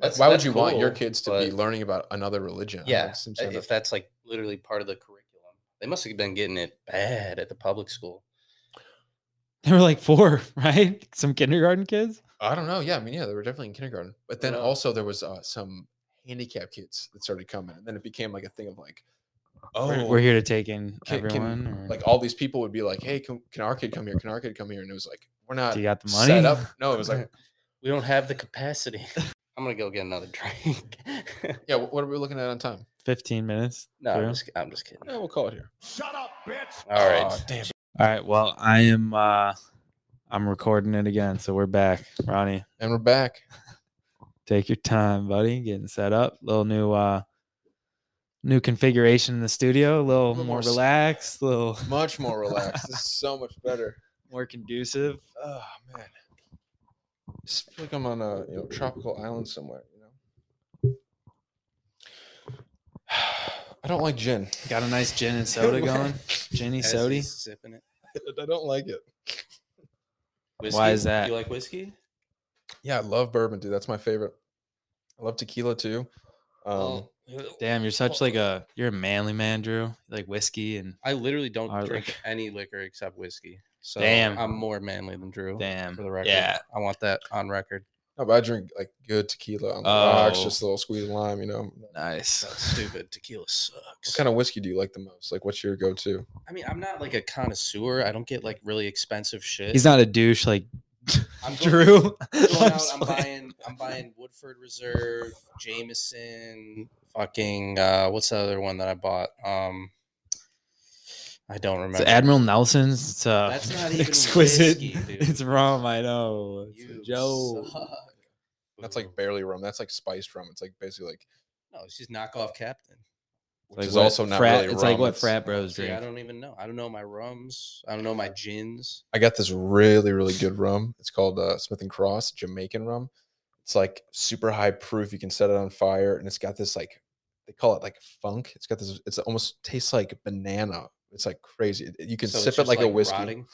Speaker 1: Like,
Speaker 3: That's-
Speaker 1: why would
Speaker 3: that's
Speaker 1: you want your
Speaker 3: cool,
Speaker 1: kids to be
Speaker 3: but-
Speaker 1: learning about another religion? I don't know,
Speaker 3: Yeah,
Speaker 1: it seems
Speaker 3: i-
Speaker 1: kind of-
Speaker 3: if that's like literally part of the curriculum, they must have been getting it bad at the public school.
Speaker 4: There were like four, right? Some kindergarten kids.
Speaker 1: I don't know. Yeah, I mean, yeah, they were definitely in kindergarten, but then
Speaker 3: Yeah.
Speaker 1: also there was uh, some handicapped kids that started coming, and then it became like a thing of like, oh,
Speaker 4: We're here to take in
Speaker 1: Can- can-
Speaker 4: everyone. or-
Speaker 1: like all these people would be like, hey, can, can our kid come here? Can our kid come here? And it was like, we're not
Speaker 4: do you got the money?
Speaker 1: set up. No, it was like,
Speaker 3: We don't have the capacity. I'm gonna go get another drink.
Speaker 1: yeah, wh- what are we looking at on time?
Speaker 4: Fifteen minutes.
Speaker 3: no,
Speaker 4: through?
Speaker 3: I'm just, I'm just kidding.
Speaker 1: Yeah, we'll call it here.
Speaker 2: Shut up, bitch.
Speaker 3: All right.
Speaker 1: Aw, damn.
Speaker 4: All right. Well, I am. uh I'm recording it again, so we're back. Ronnie,
Speaker 1: And we're back.
Speaker 4: take your time, buddy. Getting set up. Little new. uh New configuration in the studio. A little,
Speaker 1: little
Speaker 4: more,
Speaker 1: more s-
Speaker 4: relaxed. A little
Speaker 1: Much more relaxed. this is so much better.
Speaker 4: more conducive.
Speaker 1: Oh man, just feel like I'm on a you know tropical island somewhere. You know, I don't like gin.
Speaker 4: Got a nice gin and soda going. Ginny
Speaker 3: As
Speaker 4: sody.
Speaker 3: he's Sipping it.
Speaker 1: I don't like it.
Speaker 4: Why is
Speaker 3: Whiskey?
Speaker 4: that?
Speaker 3: You like whiskey?
Speaker 1: Yeah, I love bourbon, dude. That's my favorite. I love tequila too. Um,
Speaker 3: Oh,
Speaker 4: Damn, you're such like a you're a manly man, Drew. You like whiskey and
Speaker 3: I literally don't
Speaker 4: I like-
Speaker 3: drink any liquor except whiskey. So
Speaker 4: Damn.
Speaker 3: I'm more manly than Drew.
Speaker 4: damn.
Speaker 3: For the record.
Speaker 4: Yeah.
Speaker 3: I want that on record.
Speaker 1: no, but I drink like good tequila on the rocks,
Speaker 4: Oh.
Speaker 1: just a little squeeze of lime. You know, what
Speaker 4: Nice.
Speaker 3: stupid. Tequila sucks.
Speaker 1: kind of whiskey do you like the most? Like, what's your go-to?
Speaker 3: I mean, I'm not like a connoisseur. I don't get like really expensive shit.
Speaker 4: He's not a douche like
Speaker 3: I'm going-
Speaker 4: Drew.
Speaker 3: going
Speaker 4: I'm
Speaker 3: out,
Speaker 4: just
Speaker 3: I'm
Speaker 4: like-
Speaker 3: buying I'm buying Woodford Reserve, Jameson, fucking uh what's the other one that I bought? Um I don't
Speaker 4: It's
Speaker 3: remember.
Speaker 4: Admiral Nelson's. It's uh,
Speaker 3: That's not even
Speaker 4: exquisite.
Speaker 3: whiskey, dude.
Speaker 4: it's rum. I know. It's a
Speaker 3: You
Speaker 4: Joe.
Speaker 3: suck.
Speaker 1: That's like barely rum. That's like spiced rum. It's like basically like,
Speaker 3: No, it's just knockoff captain.
Speaker 1: which is
Speaker 4: what
Speaker 1: also not
Speaker 4: frat,
Speaker 1: really
Speaker 4: It's
Speaker 1: rum.
Speaker 4: like what
Speaker 1: it's-
Speaker 4: frat bros
Speaker 3: See, I
Speaker 4: drink.
Speaker 3: don't even know. I don't know my rums. I don't know my gins.
Speaker 1: I got this really, really good rum. It's called uh, Smith and Cross Jamaican rum. It's like super high proof. You can set it on fire, and it's got this like they call it like funk. It's got this. It's almost tastes like banana. It's like crazy. It- You can
Speaker 3: So it's
Speaker 1: sip it
Speaker 3: just,
Speaker 1: like, a whiskey,
Speaker 3: rotting,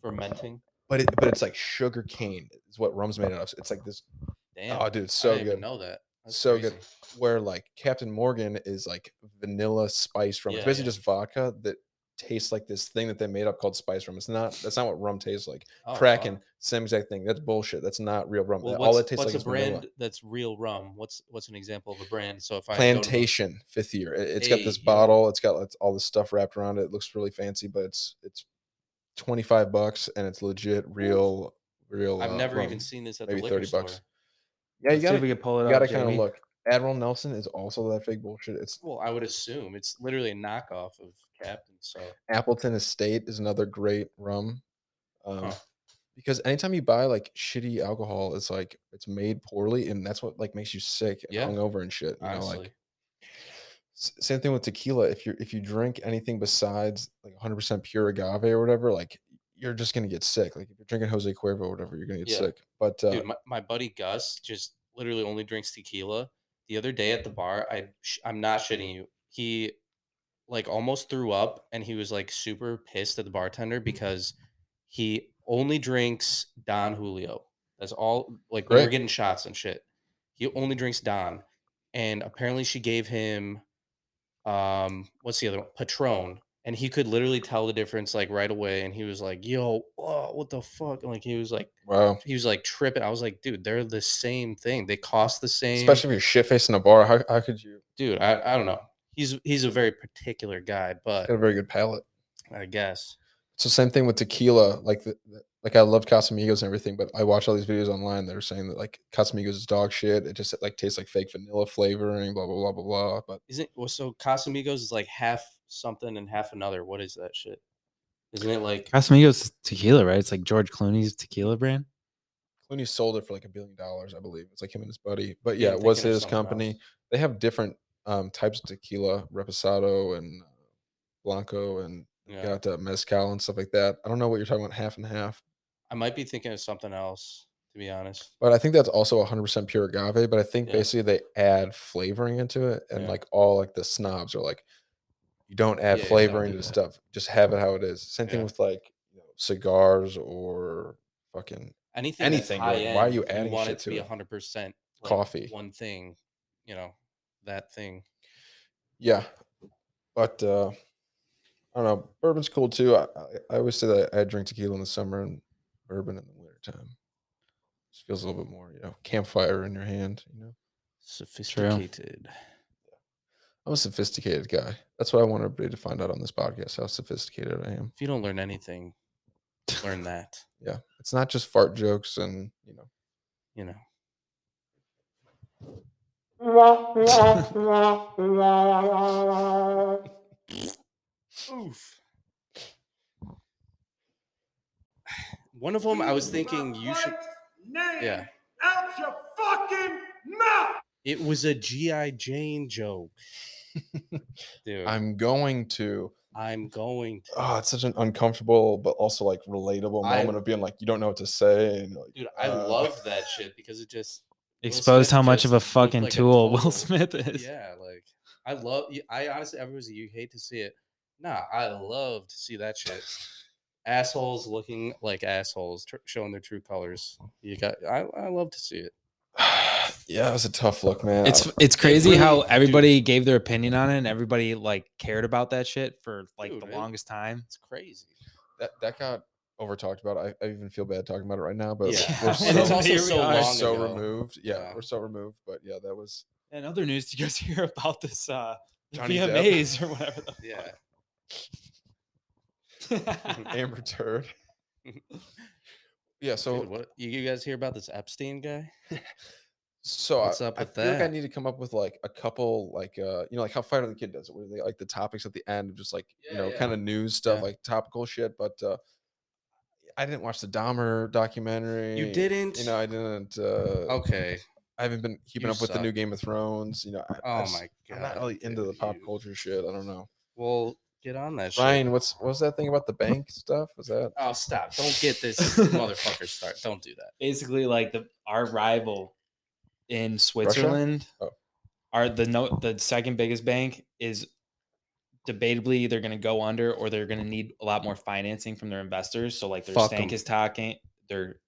Speaker 3: fermenting.
Speaker 1: but it, but it's like sugar cane. Is what rum's made out of. It's like this.
Speaker 3: Damn.
Speaker 1: Oh, dude, it's so
Speaker 3: I didn't even
Speaker 1: good.
Speaker 3: know that. That's
Speaker 1: So
Speaker 3: crazy.
Speaker 1: good. Where like Captain Morgan is like vanilla spice rum.
Speaker 3: Yeah,
Speaker 1: it's basically
Speaker 3: yeah.
Speaker 1: just vodka that tastes like this thing that they made up called spice rum. It's not. That's not what rum tastes like.
Speaker 3: Oh, fuck.
Speaker 1: Kraken, same exact thing. That's bullshit. That's not real rum.
Speaker 3: Well,
Speaker 1: That-
Speaker 3: what's,
Speaker 1: All it tastes
Speaker 3: what's
Speaker 1: like is
Speaker 3: a brand
Speaker 1: vanilla.
Speaker 3: that's real rum? What's what's an example of a brand? So if I go to-
Speaker 1: Plantation, fifth year. It, has got this
Speaker 3: Hey, yeah.
Speaker 1: bottle. It's got like, all this stuff wrapped around it. It looks really fancy, but it's it's twenty five bucks and it's legit, real, real.
Speaker 3: I've
Speaker 1: uh,
Speaker 3: never
Speaker 1: rum.
Speaker 3: even seen this at
Speaker 1: maybe
Speaker 3: the liquor
Speaker 1: 30
Speaker 3: store.
Speaker 1: bucks. Yeah, you
Speaker 4: Let's see if we
Speaker 1: gotta
Speaker 4: can pull it
Speaker 1: you
Speaker 4: up.
Speaker 1: gotta kind of
Speaker 4: Jamie.
Speaker 1: look. Admiral Nelson is also that fake bullshit. It's
Speaker 3: Well, I would assume it's literally a knockoff of Captain. So
Speaker 1: Appleton Estate is another great rum. Um,
Speaker 3: Huh.
Speaker 1: Because anytime you buy like shitty alcohol, it's like it's made poorly, and that's what like makes you sick and
Speaker 3: Yeah.
Speaker 1: hungover and shit. You
Speaker 3: honestly.
Speaker 1: know, like s- same thing with tequila. If you if you drink anything besides like 100 percent pure agave or whatever, like you're just gonna get sick. Like if you're drinking Jose Cuervo or whatever, you're gonna get
Speaker 3: Yeah.
Speaker 1: sick. But uh,
Speaker 3: Dude, my, my buddy Gus just literally only drinks tequila. The other day at the bar, I sh- I'm not shitting you. He like almost threw up and he was like super pissed at the bartender because he only drinks Don Julio. That's all like we we're
Speaker 1: Right.
Speaker 3: getting shots and shit. He only drinks Don. And apparently she gave him um what's the other one? Patron. And he could literally tell the difference like right away. And he was like, yo, oh, what the fuck? And like he was like
Speaker 1: wow,
Speaker 3: he was like tripping. I was like, dude, they're the same thing. They cost the same.
Speaker 1: especially if you're shit facing a bar, how, how could you?
Speaker 3: dude, I, I don't know. He's he's a very particular guy, but
Speaker 1: Got a very good palate.
Speaker 3: I guess.
Speaker 1: So same thing with tequila. Like the, the- like I loved Casamigos and everything, but I watch all these videos online that are saying that like Casamigos is dog shit. It just like tastes like fake vanilla flavoring, blah blah blah blah blah. But
Speaker 3: Isn't well so Casamigos is like half something and half another. What is that shit? Isn't it like
Speaker 4: Casamigos is tequila, right? It's like George Clooney's tequila brand.
Speaker 1: Clooney sold it for like a billion dollars, I believe. It's like him and his buddy. But
Speaker 3: Yeah,
Speaker 1: yeah,
Speaker 3: I'm
Speaker 1: it was
Speaker 3: thinking of
Speaker 1: his
Speaker 3: something
Speaker 1: company.
Speaker 3: else.
Speaker 1: They have different um, types of tequila, reposado and uh, blanco, and they
Speaker 3: Yeah.
Speaker 1: got uh, mezcal and stuff like that. I don't know what you're talking about, half and half.
Speaker 3: I might be thinking of something else, to be honest.
Speaker 1: But I think that's also 100% pure agave. But I think
Speaker 3: Yeah.
Speaker 1: basically they add flavoring into it, and
Speaker 3: Yeah.
Speaker 1: like all like the snobs are like, you don't add
Speaker 3: Yeah, you don't
Speaker 1: flavoring
Speaker 3: do
Speaker 1: to
Speaker 3: that."
Speaker 1: stuff. Just have it how it is. Same
Speaker 3: Yeah.
Speaker 1: thing with like you know, cigars or fucking
Speaker 3: Anything, that's
Speaker 1: Anything, like, why are
Speaker 3: high-end,
Speaker 1: you adding
Speaker 3: want
Speaker 1: shit
Speaker 3: it
Speaker 1: to
Speaker 3: to be
Speaker 1: it?
Speaker 3: hundred percent
Speaker 1: Coffee.
Speaker 3: One thing, you know, that thing.
Speaker 1: yeah. But uh I don't know. Bourbon's cool too. I, I, I always say that I drink tequila in the summer and bourbon in the winter time. Just feels a little bit more, you know, campfire in your hand. You know,
Speaker 3: Sophisticated.
Speaker 1: I'm a sophisticated guy. That's what I want everybody to find out on this podcast how sophisticated I am.
Speaker 3: If you don't learn anything, learn that.
Speaker 1: yeah it's not just fart jokes and you know
Speaker 3: You know. Oof. One of them, I was thinking you should.
Speaker 2: Name
Speaker 3: Yeah.
Speaker 2: out your fucking mouth.
Speaker 3: It was a GI Jane joke, dude. I'm,
Speaker 1: i'm going to
Speaker 3: going to,
Speaker 1: oh it's such an uncomfortable but also like relatable
Speaker 3: I-
Speaker 1: moment of being like you don't know what to say and you're like,
Speaker 3: dude. I
Speaker 1: uh,
Speaker 3: love that shit because it just Will
Speaker 4: Exposed
Speaker 3: Smith
Speaker 4: how much of
Speaker 3: just
Speaker 4: a
Speaker 3: looked
Speaker 4: fucking
Speaker 3: like a
Speaker 4: tool Will
Speaker 3: total-
Speaker 4: Smith is.
Speaker 3: Yeah, like I love. y- I honestly, everyone's like, you hate to see it. Nah, I love to see that shit. assholes looking like assholes, tr- showing their true colors. You got. I, I love to see it.
Speaker 1: yeah it was a tough look man
Speaker 4: It's
Speaker 1: I-
Speaker 4: it's crazy
Speaker 3: really-
Speaker 4: how
Speaker 3: dude.
Speaker 4: everybody gave their opinion on it and everybody like cared about that shit for like
Speaker 3: Dude,
Speaker 4: the
Speaker 3: it-
Speaker 4: longest time.
Speaker 3: It's crazy.
Speaker 1: that, that got over talked about I, I even feel bad talking about it right now but
Speaker 3: Yeah.
Speaker 1: we're
Speaker 4: And
Speaker 1: so,
Speaker 4: it's also
Speaker 1: we're
Speaker 4: so long
Speaker 1: so
Speaker 3: ago.
Speaker 1: removed yeah,
Speaker 3: Yeah.
Speaker 1: we're so removed but yeah that was
Speaker 4: And other news, did you guys hear about this uh the
Speaker 1: Johnny Depp.
Speaker 4: VMAs or whatever the
Speaker 3: Yeah.
Speaker 4: fuck?
Speaker 1: amber turd yeah so
Speaker 3: Dude, what you, you guys hear about this Epstein guy?
Speaker 1: So
Speaker 3: What's
Speaker 1: I,
Speaker 3: up
Speaker 1: I
Speaker 3: with
Speaker 1: feel like I
Speaker 3: that?
Speaker 1: need to come up with like a couple like uh you know like how Fighter the Kid does it, where they like the topics at the end of just like you
Speaker 3: Yeah,
Speaker 1: know
Speaker 3: yeah.
Speaker 1: kind of news stuff,
Speaker 3: Yeah.
Speaker 1: like topical shit. But uh I didn't watch the Dahmer documentary.
Speaker 3: You didn't.
Speaker 1: You know, I didn't. uh
Speaker 3: okay.
Speaker 1: I haven't been keeping
Speaker 3: you
Speaker 1: up with the new
Speaker 3: suck.
Speaker 1: Game of Thrones. You know, I, I
Speaker 3: Oh
Speaker 1: just-
Speaker 3: my god.
Speaker 1: I'm not really into the
Speaker 3: dude,
Speaker 1: pop
Speaker 3: you-
Speaker 1: culture shit. I don't know.
Speaker 3: Well, get on that. shit.
Speaker 1: Ryan, what's what was that thing about the bank stuff? Was that?
Speaker 3: Oh, stop! Don't get this motherfucker start. Don't do that.
Speaker 4: Basically like the our rival in Switzerland
Speaker 1: Oh.
Speaker 4: are the no the second biggest bank is debatably either going to go under or they're going to need a lot more financing from their investors. So like their
Speaker 1: Fuck
Speaker 4: stank
Speaker 1: 'em.
Speaker 4: is talking their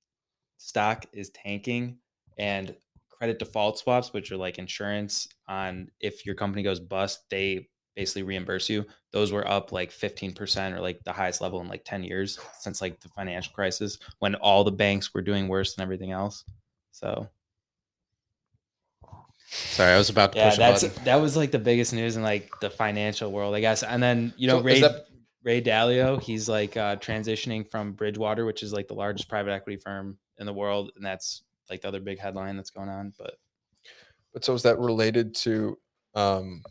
Speaker 4: stock is tanking and credit default swaps, which are like insurance on if your company goes bust, they basically reimburse you. Those were up like 15% or like the highest level in like 10 years since like the financial crisis when all the banks were doing worse than everything else. So
Speaker 3: Sorry, I was about to
Speaker 4: yeah,
Speaker 3: push
Speaker 4: that's
Speaker 3: a button.
Speaker 4: that was like the biggest news in like the financial world, I guess. And then you know
Speaker 1: So
Speaker 4: Ray
Speaker 1: is that-
Speaker 4: Ray Dalio, he's like uh, transitioning from Bridgewater, which is like the largest private equity firm in the world, and that's like the other big headline that's going on. But
Speaker 1: But so is that related to um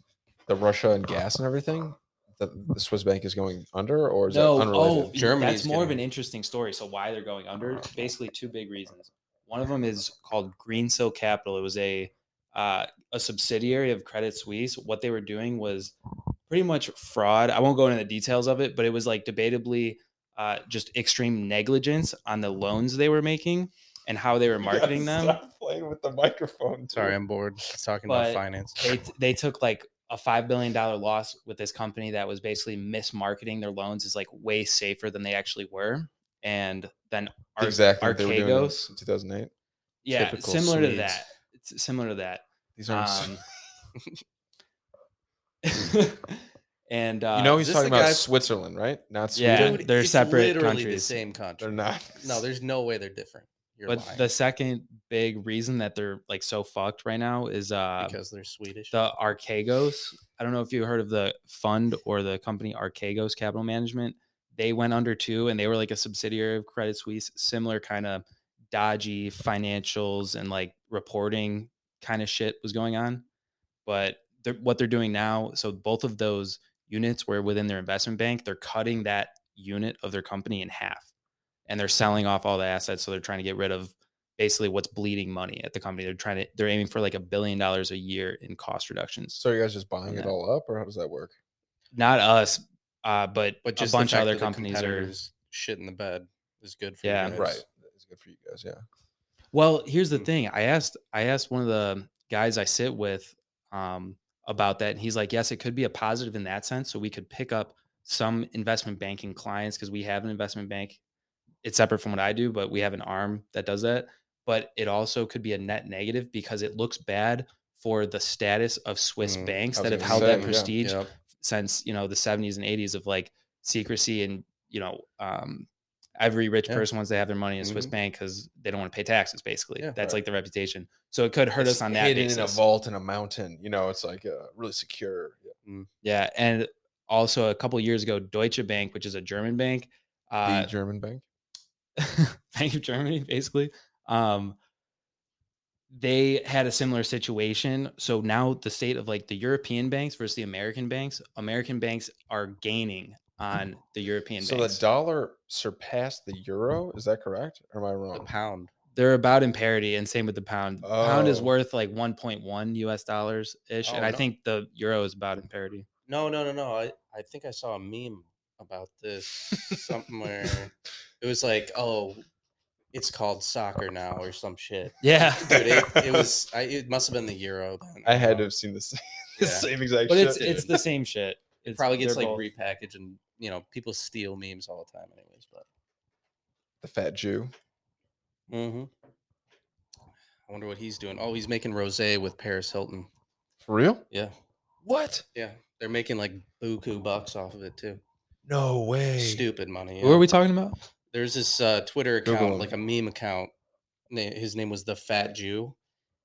Speaker 1: the Russia and gas and everything? that the Swiss bank is going under, or is
Speaker 4: no,
Speaker 1: that unrelated? Oh,
Speaker 4: oh,
Speaker 3: Germany's
Speaker 4: that's more of an
Speaker 3: getting-
Speaker 4: interesting story. So why they're going under? Basically, two big reasons. One of them is called Green Sill Capital. It was a uh, a subsidiary of Credit Suisse. What they were doing was pretty much fraud. I won't go into the details of it, but it was like debatably uh, just extreme negligence on the loans they were making and how they were marketing them.
Speaker 1: Stop playing with the microphone.
Speaker 3: Sorry, I'm bored. It's talking
Speaker 4: But
Speaker 3: about finance.
Speaker 4: they t- they took like a five billion dollar loss with this company that was basically mismarketing their loans is like way safer than they actually were, and then Ar-
Speaker 1: exactly what they were doing in
Speaker 4: Archegos,
Speaker 1: 2008.
Speaker 4: yeah,
Speaker 3: Typical
Speaker 4: similar to
Speaker 3: Swedes.
Speaker 4: that. It's similar to that.
Speaker 1: These aren't.
Speaker 4: Um, and uh,
Speaker 1: you know he's
Speaker 3: this
Speaker 1: talking
Speaker 3: the
Speaker 1: about
Speaker 3: guy-
Speaker 1: Switzerland, right? Not
Speaker 4: Yeah,
Speaker 1: Sweden.
Speaker 4: they're
Speaker 3: it's literally
Speaker 4: separate
Speaker 3: The
Speaker 4: countries.
Speaker 3: same
Speaker 1: They're
Speaker 3: country.
Speaker 1: not.
Speaker 3: No, there's no way they're different. You're
Speaker 4: but
Speaker 3: lying.
Speaker 4: the second big reason that they're like so fucked right now is uh,
Speaker 3: because they're Swedish.
Speaker 4: the Archegos. I don't know if you heard of the fund or the company Archegos Capital Management. They went under too, and they were like a subsidiary of Credit Suisse, similar kind of dodgy financials and like reporting kind of shit was going on. But they're, what they're doing now, so both of those units were within their investment bank. They're cutting that unit of their company in half, and they're selling off all the assets. So they're trying to get rid of basically what's bleeding money at the company. They're trying to they're aiming for like a billion dollars a year in cost reductions.
Speaker 1: So are you guys just buying it
Speaker 4: Yeah.
Speaker 1: all up, or how does that work?
Speaker 4: Not us, uh, but,
Speaker 3: but just
Speaker 4: a
Speaker 3: the
Speaker 4: bunch of
Speaker 3: fact
Speaker 4: other
Speaker 3: that the
Speaker 4: companies are.
Speaker 3: competitors shit in the bed is good for
Speaker 4: Yeah.
Speaker 3: you guys.
Speaker 1: Right. It's good for you guys. Yeah.
Speaker 4: Well, here's the
Speaker 1: Mm-hmm.
Speaker 3: Mm.
Speaker 4: thing. I asked I asked one of the guys I sit with um, about that, and he's like, "Yes, it could be a positive in that sense. So we could pick up some investment banking clients because we have an investment bank. It's separate from what I do, but we have an arm that does that. But it also could be a net negative because it looks bad for the status of Swiss
Speaker 3: Mm,
Speaker 4: banks
Speaker 1: I was
Speaker 4: that have
Speaker 1: gonna
Speaker 4: held
Speaker 1: say,
Speaker 4: that
Speaker 1: yeah,
Speaker 4: prestige
Speaker 3: Yep.
Speaker 4: since you know the 70s and 80s of like secrecy and you know um every rich
Speaker 3: Yeah.
Speaker 4: person wants to have their money in a swiss
Speaker 3: Mhm.
Speaker 4: bank because they don't want to pay taxes basically
Speaker 3: Yeah,
Speaker 4: that's
Speaker 1: Mm-hmm. right.
Speaker 4: like the reputation so it could hurt us
Speaker 1: It's
Speaker 4: on that
Speaker 1: hidden in a
Speaker 4: basis.
Speaker 1: vault in a mountain. You know, it's like uh, really secure.
Speaker 4: yeah and also a couple years ago deutsche bank which is a german bank uh
Speaker 1: the German bank.
Speaker 4: Bank of Germany, basically. Um, they had a similar situation. So now the state of like the European banks versus the American banks, American banks are gaining on the European
Speaker 1: Mm-hmm. So
Speaker 4: banks.
Speaker 1: the dollar surpassed the euro. Is that correct? Or am I
Speaker 3: The
Speaker 1: wrong?
Speaker 3: pound.
Speaker 4: They're about in parity, and same with the pound. Pound is
Speaker 1: Oh.
Speaker 4: worth like 1.1 US dollars ish, and
Speaker 3: Oh,
Speaker 4: I
Speaker 3: no.
Speaker 4: think the euro is about in parity.
Speaker 3: No, no, no, no. I, I think I saw a meme about this somewhere. it was like, oh, it's called soccer now or some shit.
Speaker 4: Yeah,
Speaker 3: Dude, it, it was. I, it must have been the euro. Then.
Speaker 1: I had to
Speaker 3: don't know.
Speaker 1: have seen the same, the
Speaker 3: Yeah.
Speaker 1: same exact.
Speaker 4: but
Speaker 1: shit,
Speaker 4: it's it's
Speaker 1: dude.
Speaker 4: the same shit. It's
Speaker 3: Probably gets
Speaker 4: they're
Speaker 3: like
Speaker 4: both-
Speaker 3: repackaged and you know people steal memes all the time, anyways. But
Speaker 1: the fat Jew. Mm-hmm.
Speaker 3: hmm I wonder what he's doing. Oh, he's making rosé with Paris Hilton.
Speaker 1: For real?
Speaker 3: Yeah,
Speaker 1: What?
Speaker 3: yeah. They're making like buku bucks off of it too.
Speaker 1: No way.
Speaker 3: Stupid money.
Speaker 4: Who
Speaker 3: yeah.
Speaker 4: are we talking about?
Speaker 3: there's this uh, Twitter account,
Speaker 1: Google him.
Speaker 3: like a meme account. na- His name was the Fat Jew,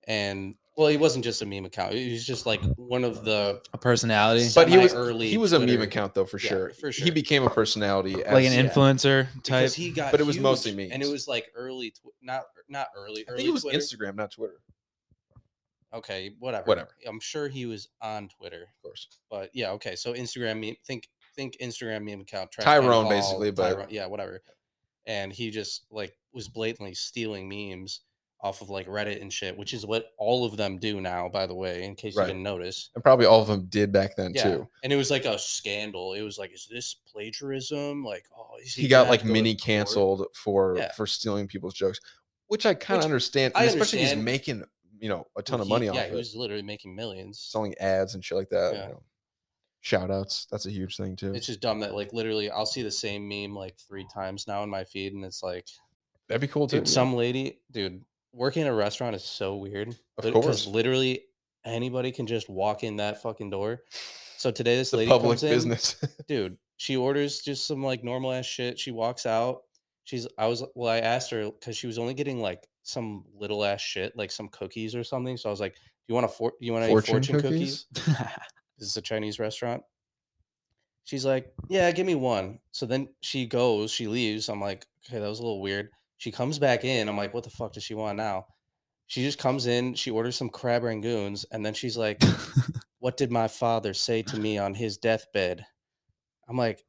Speaker 3: and well, he wasn't just a meme account. He was just like one of the
Speaker 4: A personality,
Speaker 1: But he was
Speaker 3: semi-early
Speaker 1: he was a meme
Speaker 3: Twitter-
Speaker 1: account though for
Speaker 3: Yeah,
Speaker 1: sure.
Speaker 3: for
Speaker 1: He
Speaker 3: sure.
Speaker 1: became a personality.
Speaker 4: like an
Speaker 1: as-
Speaker 3: Yeah. in-
Speaker 4: influencer type.
Speaker 3: because he got,
Speaker 1: But it was mostly
Speaker 3: huge, and
Speaker 1: memes.
Speaker 3: it was like early, tw- not not early.
Speaker 1: I
Speaker 3: early
Speaker 1: think it was
Speaker 3: Twitter.
Speaker 1: Instagram, not Twitter,
Speaker 3: Okay, whatever,
Speaker 1: Whatever.
Speaker 3: I'm sure he was on Twitter,
Speaker 1: of course.
Speaker 3: but yeah, okay. So Instagram meme, think think Instagram meme account. try to find
Speaker 1: Tyrone,
Speaker 3: all
Speaker 1: basically, but-
Speaker 3: Tyrone- yeah, whatever. And he just like was blatantly stealing memes off of like Reddit and shit, which is what all of them do now. By the way, in case
Speaker 1: Right.
Speaker 3: you didn't notice,
Speaker 1: And probably all of them did back then
Speaker 3: yeah.
Speaker 1: too.
Speaker 3: And it was like a scandal. It was like, is this plagiarism? Like, oh, is
Speaker 1: He got
Speaker 3: gonna
Speaker 1: like
Speaker 3: have to go
Speaker 1: mini
Speaker 3: to court?
Speaker 1: canceled for
Speaker 3: Yeah,
Speaker 1: for stealing people's jokes, which I kind
Speaker 3: Which
Speaker 1: of understand,
Speaker 3: I
Speaker 1: and especially if he's
Speaker 3: understand.
Speaker 1: making you know a ton of
Speaker 3: He-
Speaker 1: money off
Speaker 3: Yeah,
Speaker 1: it,
Speaker 3: he was literally making millions.
Speaker 1: selling ads and shit like that.
Speaker 3: Yeah.
Speaker 1: You know. Shout outs, that's a huge thing too.
Speaker 3: It's just dumb that like literally I'll see the same meme like three times now in my feed, and it's like.
Speaker 1: That'd be cool too.
Speaker 3: dude some lady dude working at a restaurant is so weird
Speaker 1: Of
Speaker 3: lit-
Speaker 1: course.
Speaker 3: literally anybody can just walk in that fucking door so today this
Speaker 1: It's the
Speaker 3: lady
Speaker 1: public
Speaker 3: comes in,
Speaker 1: business.
Speaker 3: dude she orders just some like normal ass shit she walks out she's i was well i asked her because she was only getting like some little ass shit like some cookies or something so i was like do you want a for you want any
Speaker 1: Fortune
Speaker 3: fortune,
Speaker 1: cookies?
Speaker 3: cookies? this is a Chinese restaurant. She's like, yeah, give me one. So then she goes, she leaves. I'm like, okay, that was a little weird. She comes back in. I'm like, what the fuck does she want now? She just comes in, she orders some crab rangoons, and then she's like, what did my father say to me on his deathbed? I'm like,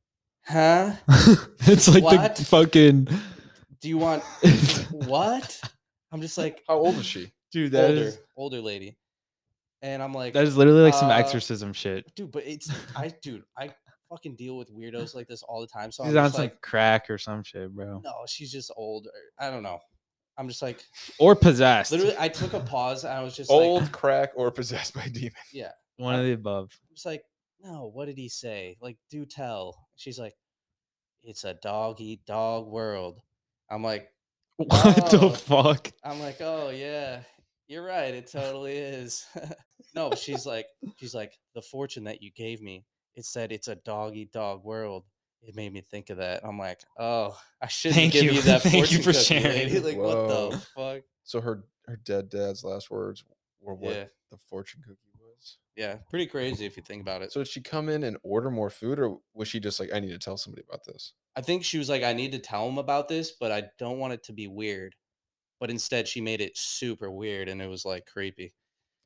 Speaker 3: huh?
Speaker 4: it's like
Speaker 3: What?
Speaker 4: the fucking
Speaker 3: Do you want what? I'm just like
Speaker 1: How old is she?
Speaker 4: dude. That
Speaker 3: older,
Speaker 4: is
Speaker 3: older lady, and I'm like,
Speaker 4: that is literally like some
Speaker 3: Uh,
Speaker 4: exorcism shit.
Speaker 3: dude, but it's I, dude, I fucking deal with weirdos like this all the time. So
Speaker 4: She's
Speaker 3: I'm
Speaker 4: on
Speaker 3: just
Speaker 4: some
Speaker 3: like,
Speaker 4: crack or some shit, bro,
Speaker 3: no, she's just old. or- I don't know. I'm just like,
Speaker 4: or possessed.
Speaker 3: literally, I took a pause and I was just
Speaker 1: old,
Speaker 3: like,
Speaker 1: crack, or possessed by demon?
Speaker 4: one of the above.
Speaker 3: just like, no, what did he say? Like, do tell. She's like, it's a dog eat dog world. I'm like,
Speaker 4: What
Speaker 3: Oh.
Speaker 4: the fuck?
Speaker 3: I'm like, oh yeah, you're right. It totally is. no, she's like, she's like, the fortune that you gave me. It said it's a dog eat dog world. It made me think of that. I'm like, oh, I shouldn't
Speaker 4: Thank
Speaker 3: give you,
Speaker 4: you.
Speaker 3: that
Speaker 4: Thank
Speaker 3: fortune
Speaker 4: you for
Speaker 3: cookie, lady."
Speaker 4: sharing.
Speaker 3: Like,
Speaker 1: Whoa.
Speaker 3: what the fuck?
Speaker 1: So her her dead dad's last words were what
Speaker 3: Yeah,
Speaker 1: the fortune cookie was.
Speaker 3: yeah, pretty crazy if you think about it.
Speaker 1: So did she come in and order more food, or was she just like, I need to tell somebody about this?
Speaker 3: I think she was like, I need to tell him about this, but I don't want it to be weird. But instead, she made it super weird, and it was like creepy.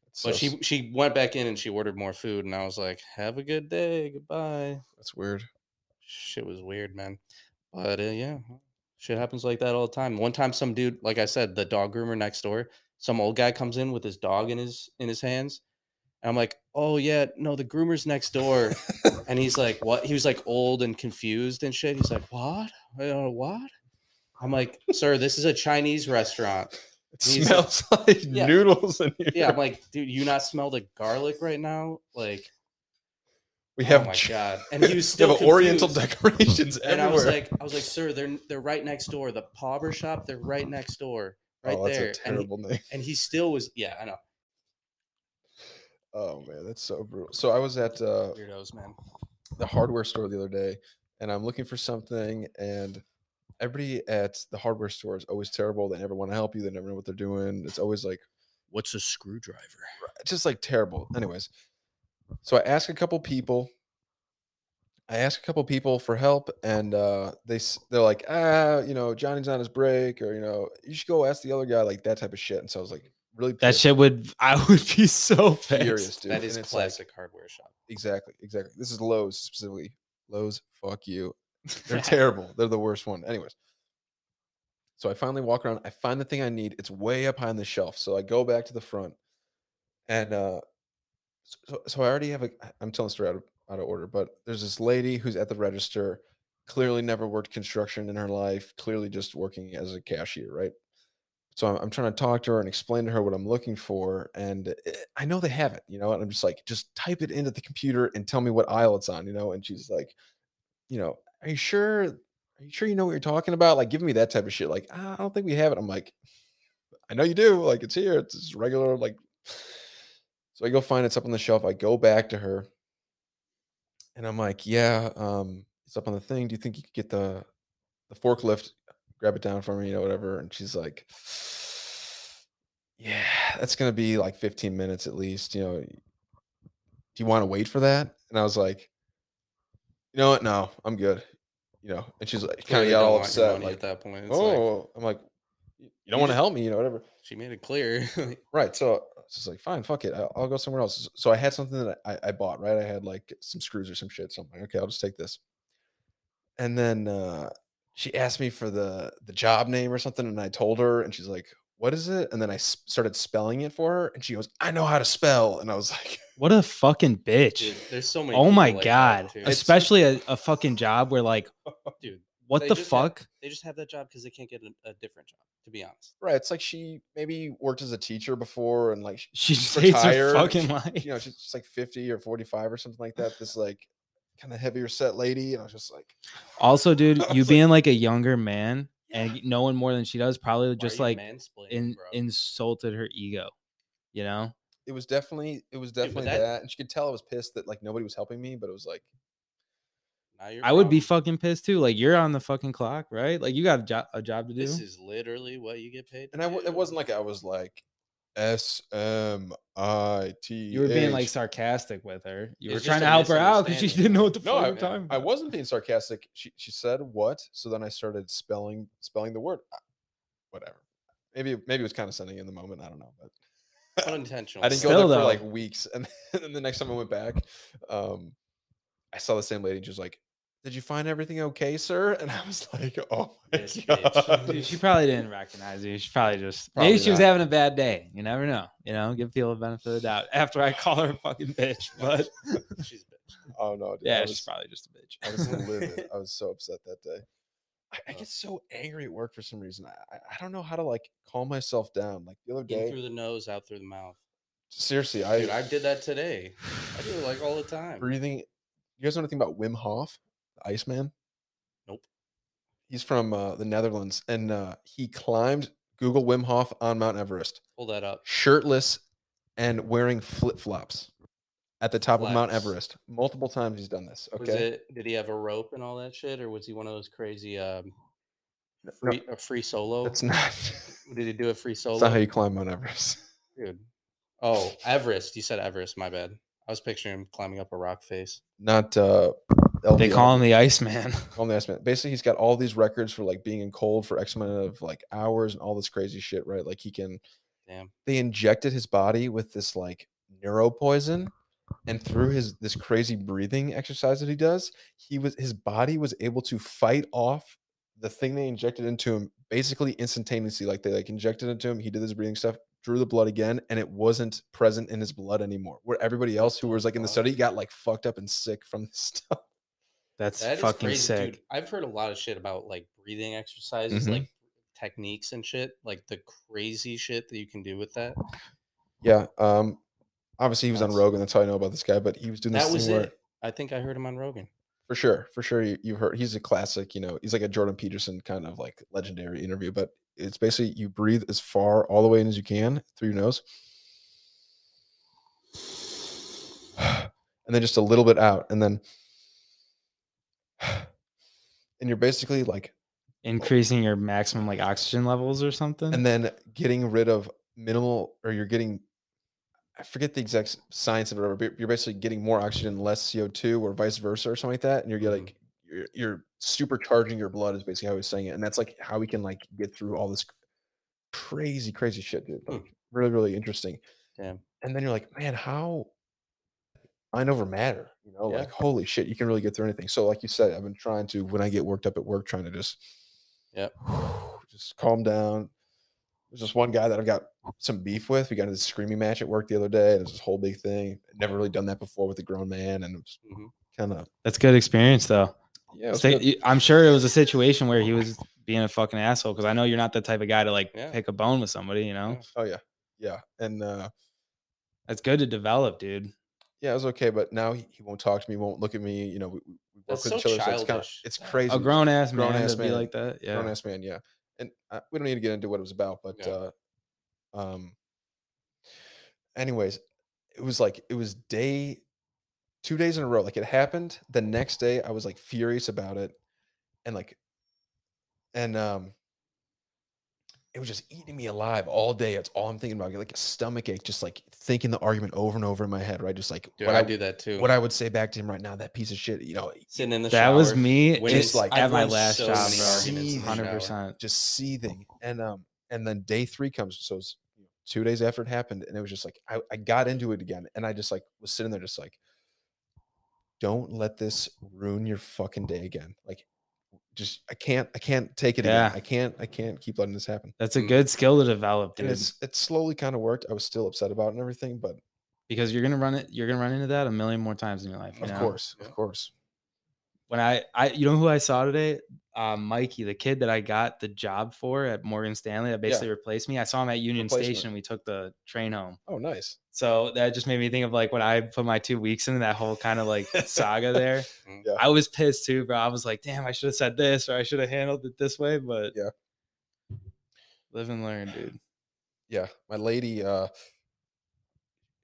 Speaker 1: It's
Speaker 3: But
Speaker 1: so
Speaker 3: she
Speaker 1: s-
Speaker 3: she went back in and she ordered more food, and I was like, "Have a good day, goodbye."
Speaker 1: that's weird.
Speaker 3: shit was weird, man. But uh, yeah, shit happens like that all the time. One time, some dude, like I said, the dog groomer next door, some old guy comes in with his dog in his in his hands, and I'm like, oh yeah, no, the groomer's next door, and he's like, what? He was like old and confused and shit. He's like, what? Uh, what? I'm like, sir, this is a Chinese restaurant.
Speaker 1: It
Speaker 3: He's like-
Speaker 1: smells like
Speaker 3: Yeah.
Speaker 1: noodles in here.
Speaker 3: Yeah, I'm like, dude, you not smell the garlic right now? Like,
Speaker 1: we
Speaker 3: oh
Speaker 1: have
Speaker 3: my
Speaker 1: ch-
Speaker 3: god. And he was
Speaker 1: we
Speaker 3: still
Speaker 1: have Oriental
Speaker 3: confused.
Speaker 1: decorations everywhere.
Speaker 3: And I was like, I was like, sir, they're they're right next door. The barber shop, they're right next door, right
Speaker 1: oh, that's a
Speaker 3: there. And he,
Speaker 1: terrible name.
Speaker 3: and he still was, yeah, I know,
Speaker 1: Oh man, that's so brutal. So I was at uh,
Speaker 3: weirdos, man.
Speaker 1: the hardware store the other day and I'm looking for something and everybody at the hardware store is always terrible. They never want to help you. They never know what they're doing. It's always like
Speaker 3: What's a screwdriver?
Speaker 1: it's just like terrible. Anyways, so I asked a couple people. I asked a couple people for help, and uh, they s- they're like, ah, you know, Johnny's on his break, or you know, you should go ask the other guy, like that type of shit. And so I was like, really,
Speaker 4: That
Speaker 1: pissed,
Speaker 4: shit would I would be so
Speaker 1: furious,
Speaker 4: pissed.
Speaker 1: dude.
Speaker 3: that is
Speaker 1: and it's like,
Speaker 3: classic hardware shop.
Speaker 1: Exactly, exactly. This is Lowe's specifically. Lowe's, fuck you. They're terrible. They're the worst one. Anyways. So I finally walk around. I find the thing I need. It's way up high on the shelf. So I go back to the front. And uh s- so, so I already have a I- I'm telling the story out of, out of order, but there's this lady who's at the register, clearly never worked construction in her life, clearly just working as a cashier, right? So I'm, I'm trying to talk to her and explain to her what I'm looking for, and eh, I know they have it, you know. And I'm just like, just type it into the computer and tell me what aisle it's on, you know. And she's like, you know, are you sure? Are you sure you know what you're talking about? Like, giving me that type of shit. Like, "Ah, I don't think we have it. I'm like, I know you do. Like, it's here. It's just regular. Like, so I go find it, it's up on the shelf. I go back to her, and I'm like, yeah, um, it's up on the thing. Do you think you could get the the forklift grab it down for me, you know, whatever. And she's like, Yeah, that's gonna be like 15 minutes at least. You know, do you want to wait for that? And I was like, You know what? No, I'm good. You know, and she's like, kind of
Speaker 3: Clearly
Speaker 1: got
Speaker 3: don't
Speaker 1: all
Speaker 3: want your
Speaker 1: upset.
Speaker 3: money
Speaker 1: Like,
Speaker 3: at that point, it's like,
Speaker 1: oh, I'm like, You don't want to
Speaker 3: just-
Speaker 1: help me, you know, whatever.
Speaker 3: she made it clear.
Speaker 1: Right. So I was just like, fine, fuck it. I'll, I'll go somewhere else. So I had something that I, I bought, right? I had like some screws or some shit. So I'm like, okay, I'll just take this. And then uh, she asked me for the the job name or something, and I told her, and she's like, what is it? And then I s- started spelling it for her, and she goes, I know how to spell. And I was like,
Speaker 4: What a fucking bitch.
Speaker 3: Dude, there's so many.
Speaker 4: Oh my
Speaker 3: people like that,
Speaker 4: god.
Speaker 3: too.
Speaker 4: Especially a, a fucking job where like
Speaker 3: dude,
Speaker 4: what
Speaker 3: They
Speaker 4: the
Speaker 3: just have-
Speaker 4: fuck?
Speaker 3: they just have that job because they can't get a, a different job. To be honest,
Speaker 1: right. It's like she maybe worked as a teacher before, and like, sh-
Speaker 4: She just hates her
Speaker 1: retired,
Speaker 4: fucking
Speaker 1: she-
Speaker 4: life.
Speaker 1: you know, she's just like 50 or 45 or something like that. This like kind of heavier set lady, and I was just like,
Speaker 4: Also, dude,
Speaker 1: I was
Speaker 4: you
Speaker 1: like-
Speaker 4: being like a younger man and knowing more than she does probably
Speaker 3: Why
Speaker 4: just
Speaker 3: are you
Speaker 4: like
Speaker 3: mansplaining,
Speaker 4: in,
Speaker 3: bro?
Speaker 4: insulted her ego. You know?
Speaker 1: it was definitely it was
Speaker 3: but
Speaker 1: definitely
Speaker 3: that-
Speaker 1: that, and she could tell I was pissed that like nobody was helping me, but it was like
Speaker 3: Now you're
Speaker 4: I would be
Speaker 3: wrong.
Speaker 4: fucking pissed too. Like you're on the fucking clock, right? Like you got a job a job to do.
Speaker 3: This is literally what you get paid. to
Speaker 1: and I w-
Speaker 3: do.
Speaker 1: it wasn't like I was like S M I T.
Speaker 4: you were being like sarcastic with her. You were
Speaker 3: It's
Speaker 4: trying
Speaker 3: just
Speaker 4: to
Speaker 3: a
Speaker 4: help her out because she
Speaker 3: misunderstanding,
Speaker 4: didn't know
Speaker 3: man.
Speaker 4: what the
Speaker 1: No,
Speaker 4: fuck
Speaker 1: I-
Speaker 4: I'm talking
Speaker 1: I
Speaker 4: about.
Speaker 1: wasn't being sarcastic. She she said what? So then I started spelling spelling the word. I- Whatever. Maybe maybe it was condescending in the moment. I don't know, but
Speaker 3: unintentional.
Speaker 1: I didn't
Speaker 4: Still,
Speaker 1: go there
Speaker 4: though.
Speaker 1: for like weeks, and then the next time I went back, um, I saw the same lady. and She was like, did you find everything okay, sir? And I was like, oh my
Speaker 4: This
Speaker 1: god.
Speaker 4: bitch. Dude, she probably didn't recognize you. She probably just
Speaker 1: Probably
Speaker 4: maybe she was
Speaker 1: not.
Speaker 4: having a bad day. You never know. You know, give people the benefit of the doubt after I call her a fucking bitch. But
Speaker 3: She's
Speaker 1: oh no, dude. I
Speaker 4: yeah,
Speaker 1: was-
Speaker 4: she's probably just a
Speaker 1: I was
Speaker 4: bitch.
Speaker 1: livid. I was so upset that day. I, I
Speaker 3: Oh.
Speaker 1: get so angry at work for some reason. I, I- I don't know how to like calm myself down. Like the other
Speaker 3: in
Speaker 1: day,
Speaker 3: through the nose, out through the mouth.
Speaker 1: seriously,
Speaker 3: Dude,
Speaker 1: I,
Speaker 3: I did that today. I do it like all the time.
Speaker 1: breathing. You guys know anything about Wim Hof, the Iceman?
Speaker 3: Nope.
Speaker 1: He's from uh, the Netherlands, and uh, he climbed Google Wim Hof on Mount Everest,
Speaker 3: Pull that up.
Speaker 1: shirtless and wearing flip flops at the top of Mount
Speaker 3: Flaps.
Speaker 1: Everest. Multiple times he's done this.
Speaker 3: Was
Speaker 1: Okay.
Speaker 3: it? Did he have a rope and all that shit, or was he one of those crazy um,
Speaker 1: No, no,
Speaker 3: free, a free solo?
Speaker 1: that's not. That's
Speaker 3: Did he do a free solo?
Speaker 1: not how you climb Mount Everest.
Speaker 3: Dude. Oh, Everest. You said Everest. My bad. I was picturing him climbing up a rock face.
Speaker 1: Not uh,
Speaker 4: they
Speaker 1: LDL.
Speaker 4: call him the Iceman.
Speaker 1: on the estimate. Basically, he's got all these records for like being in cold for X amount of like hours and all this crazy shit, right? Like he can.
Speaker 3: Damn.
Speaker 1: They injected his body with this like neuro poison, and through his this crazy breathing exercise that he does, he was his body was able to fight off the thing they injected into him basically instantaneously. Like they like injected into him, he did this breathing stuff. Drew the blood again, and it wasn't present in his blood anymore. Where everybody else who was like in the
Speaker 3: fuck?
Speaker 1: study got like fucked up and sick from this stuff.
Speaker 4: That's
Speaker 3: That is
Speaker 4: fucking
Speaker 3: crazy,
Speaker 4: sick.
Speaker 3: dude. I've heard a lot of shit about like breathing exercises,
Speaker 1: Mhm.
Speaker 3: like techniques and shit, like the crazy shit that you can do with that.
Speaker 1: Yeah. Um. Obviously, he was on
Speaker 3: That's-
Speaker 1: Rogan. That's how I know about this guy. But he was doing this
Speaker 3: That was
Speaker 1: thing where,
Speaker 3: it. I think I heard him on Rogan.
Speaker 1: for sure, for sure. You, you heard he's a classic. You know, he's like a Jordan Peterson kind of like legendary interview. But it's basically you breathe as far all the way in as you can through your nose, and then just a little bit out, and then, and you're basically like
Speaker 4: Increasing your maximum like oxygen levels or something.
Speaker 1: and then getting rid of minimal or you're getting i forget the exact s- science of it or you're basically getting more oxygen less co2 or vice versa or something like that and you're
Speaker 3: Mhm.
Speaker 1: getting like you're, you're supercharging your blood is basically how he's saying it and that's like how we can like get through all this crazy crazy shit dude
Speaker 3: Hmm.
Speaker 1: like really really interesting
Speaker 3: Damn.
Speaker 1: and then you're like man how mind over matter you know
Speaker 3: Yeah.
Speaker 1: like holy shit you can really get through anything so like you said i've been trying to when i get worked up at work trying to just
Speaker 3: Yep.
Speaker 1: just calm down there's this one guy that I've got some beef with. We got in this screaming match at work the other day, and it's this whole big thing. I'd never really done that before with a grown man, and it was
Speaker 3: Mhm.
Speaker 1: kind of
Speaker 4: That's good experience though.
Speaker 1: yeah.
Speaker 4: Say- you- I'm sure it was a situation where he was being a fucking asshole because I know you're not the type of guy to like
Speaker 3: Yeah.
Speaker 4: pick a bone with somebody. You know,
Speaker 3: Yeah.
Speaker 1: oh yeah, yeah, and uh,
Speaker 4: that's good to develop, dude.
Speaker 1: yeah, it was okay. But now he, he won't talk to me, won't look at me. You know, we, we we work
Speaker 3: That's
Speaker 1: with
Speaker 3: so
Speaker 1: each other. So it's kind of
Speaker 3: childish.
Speaker 1: it's
Speaker 3: Yeah. A
Speaker 1: crazy.
Speaker 4: A grown ass man
Speaker 1: Grown-ass
Speaker 4: to be
Speaker 1: man.
Speaker 4: like that. Yeah.
Speaker 1: grown ass man, yeah. And uh, we don't need to get into what it was about, but
Speaker 3: Yeah.
Speaker 1: uh, um, anyways, it was like it was day, two days in a row. Like it happened the next day. I was like furious about it, and like, and um, it was just eating me alive all day. It's all I'm thinking about. I get like a stomach ache, just like thinking the argument over and over in my head. Right, just like
Speaker 3: Dude,
Speaker 1: what
Speaker 3: I,
Speaker 1: I,
Speaker 3: do that too.
Speaker 1: what I would say back to him right now. That piece of shit, you know,
Speaker 3: sitting in the
Speaker 4: that was
Speaker 3: shower,
Speaker 4: me
Speaker 3: when
Speaker 1: Just
Speaker 4: just
Speaker 1: like-
Speaker 4: like
Speaker 3: I've
Speaker 4: at my
Speaker 3: won
Speaker 4: last
Speaker 3: so
Speaker 4: job,
Speaker 3: many
Speaker 4: bro.
Speaker 3: arguments in the
Speaker 4: Hundred
Speaker 3: shower.
Speaker 4: percent.
Speaker 1: just seething. And um, and then day three comes. So it's you know, two days after it happened, and it was just like I, I got into it again, and I just like was sitting there just like, don't let this ruin your fucking day again. Like, just I can't I can't take it
Speaker 4: Yeah.
Speaker 1: again. I can't I can't keep letting this happen.
Speaker 4: That's a
Speaker 3: Mm.
Speaker 4: good skill to develop,
Speaker 1: And
Speaker 4: dude.
Speaker 1: it's it slowly kind of worked. I was still upset about it and everything, but
Speaker 4: Because you're gonna run it. You're gonna run into that a million more times in your life. you
Speaker 1: of
Speaker 4: know?
Speaker 1: course,
Speaker 3: Yeah.
Speaker 1: of course,
Speaker 4: When I, I, you know who I saw today? Uh, Mikey, the kid that I got the job for at Morgan Stanley, that basically replaced me. I saw him at Union
Speaker 1: Replacement.
Speaker 4: Station. We took the train home.
Speaker 1: oh nice.
Speaker 4: So that just made me think of like when I put my two weeks into that whole kind of like saga there.
Speaker 3: Mm.
Speaker 1: Yeah.
Speaker 4: I was pissed too, bro. I was like, damn, I should have said this or I should have handled it this way, but
Speaker 1: Yeah.
Speaker 4: Live and learn, dude.
Speaker 1: yeah my lady uh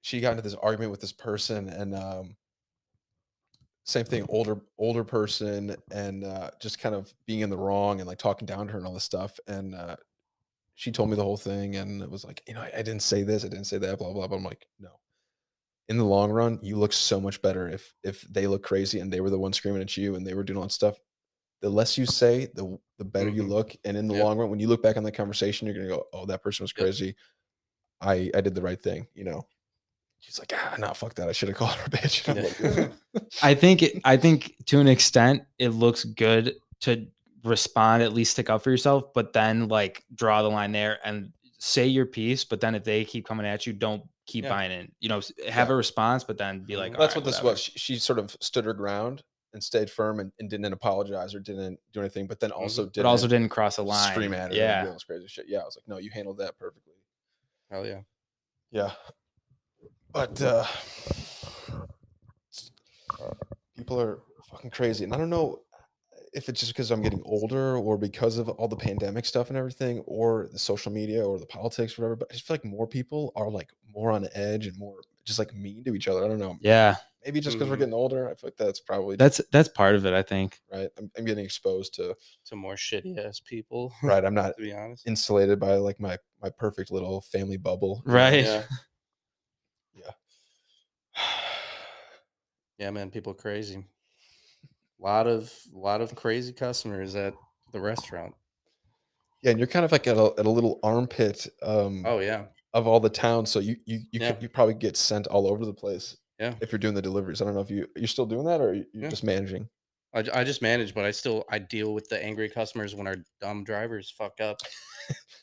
Speaker 1: she got into this argument with this person and um same thing older older person and uh just kind of being in the wrong and like talking down to her and all this stuff and uh she told me the whole thing and it was like you know I, I didn't say this i didn't say that blah blah blah i'm like no in the long run you look so much better if if they look crazy and they were the one screaming at you and they were doing all that stuff the less you say the w- the better you
Speaker 3: Mhm.
Speaker 1: look and in the
Speaker 3: Yep.
Speaker 1: long run when you look back on that conversation you're gonna go oh that person was
Speaker 3: Yep.
Speaker 1: crazy I I did the right thing, you know. She's like, ah, no, fuck that. I should have called her a bitch. And I'm
Speaker 3: Yeah.
Speaker 1: like,
Speaker 4: I think it- I think to an extent it looks good to respond at least stick up for yourself, but then like draw the line there and say your piece. But then if they keep coming at you, don't keep
Speaker 1: Yeah.
Speaker 4: buying in. You know, s- have a response, but then be like,
Speaker 1: Well,
Speaker 4: "All
Speaker 1: that's
Speaker 4: right,
Speaker 1: what this
Speaker 4: whatever."
Speaker 1: was. She, she sort of stood her ground and stayed firm and, and didn't apologize or didn't do anything, but then also did
Speaker 4: Mm-hmm. But also didn't cross the line.
Speaker 1: scream at her. and do
Speaker 4: Yeah,
Speaker 1: all this crazy shit. Yeah, I was like, no, you handled that perfectly.
Speaker 3: Hell yeah.
Speaker 1: Yeah, but uh, people are fucking crazy, and I don't know if it's just because I'm getting older or because of all the pandemic stuff and everything, or the social media or the politics, whatever. But I just feel like more people are like more on edge and more just like mean to each other. I don't know.
Speaker 4: yeah.
Speaker 1: Maybe just because we're
Speaker 3: Mhm.
Speaker 1: getting older, I feel like that's probably
Speaker 4: Mm-hmm. That's that's part of it. I think.
Speaker 1: right. I'm, I'm getting exposed to
Speaker 3: To more shitty ass people.
Speaker 1: right. I'm not
Speaker 3: To be honest.
Speaker 1: insulated by like my my perfect little family bubble. you know?
Speaker 4: Right.
Speaker 3: Yeah. Yeah, man. People crazy. Lot of lot of crazy customers at the restaurant.
Speaker 1: Yeah, and you're kind of like at a, at a little armpit um,
Speaker 3: Oh yeah.
Speaker 1: of all the towns, so you you you,
Speaker 3: Yeah.
Speaker 1: could, you probably get sent all over the place.
Speaker 3: Yeah.
Speaker 1: if you're doing the deliveries, I don't know if you you're still doing that or you- you're
Speaker 3: Yeah.
Speaker 1: just managing.
Speaker 3: I, j- I just manage, but I still I deal with the angry customers when our dumb drivers fuck up.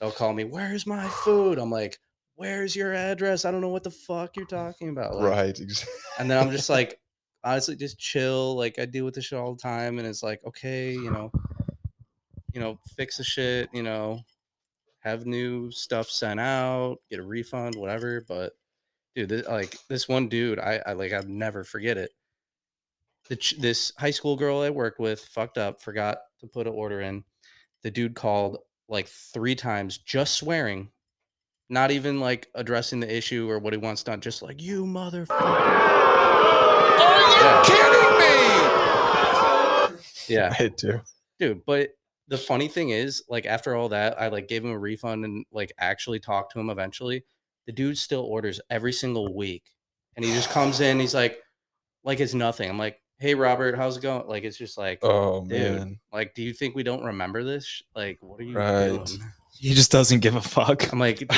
Speaker 3: They'll call me, "Where's my food?" I'm like, "Where's your address? I don't know what the fuck you're talking about." Like,
Speaker 1: right. ex-
Speaker 3: And then I'm just like, honestly, just chill. Like I deal with this shit all the time, and it's like, okay, you know, you know, fix the shit. You know, have new stuff sent out, get a refund, whatever. But dude, this, like this one dude, I, I like I'll never forget it. The ch- this high school girl I work with fucked up, forgot to put an order in. The dude called like three times, just swearing. Not even like addressing the issue or what he wants done, just like you motherfucker. Yeah. Yeah,
Speaker 1: I do.
Speaker 3: dude. But the funny thing is, like after all that, I like gave him a refund and like actually talked to him eventually. The dude still orders every single week, and he just comes in. He's like, like it's nothing. I'm like, hey Robert, how's it going? Like it's just like,
Speaker 1: Oh
Speaker 3: Dude.
Speaker 1: man,
Speaker 3: like do you think we don't remember this? sh- Like what are you
Speaker 1: Right.
Speaker 3: doing?
Speaker 4: He just doesn't give a fuck.
Speaker 3: I'm like, "Dude,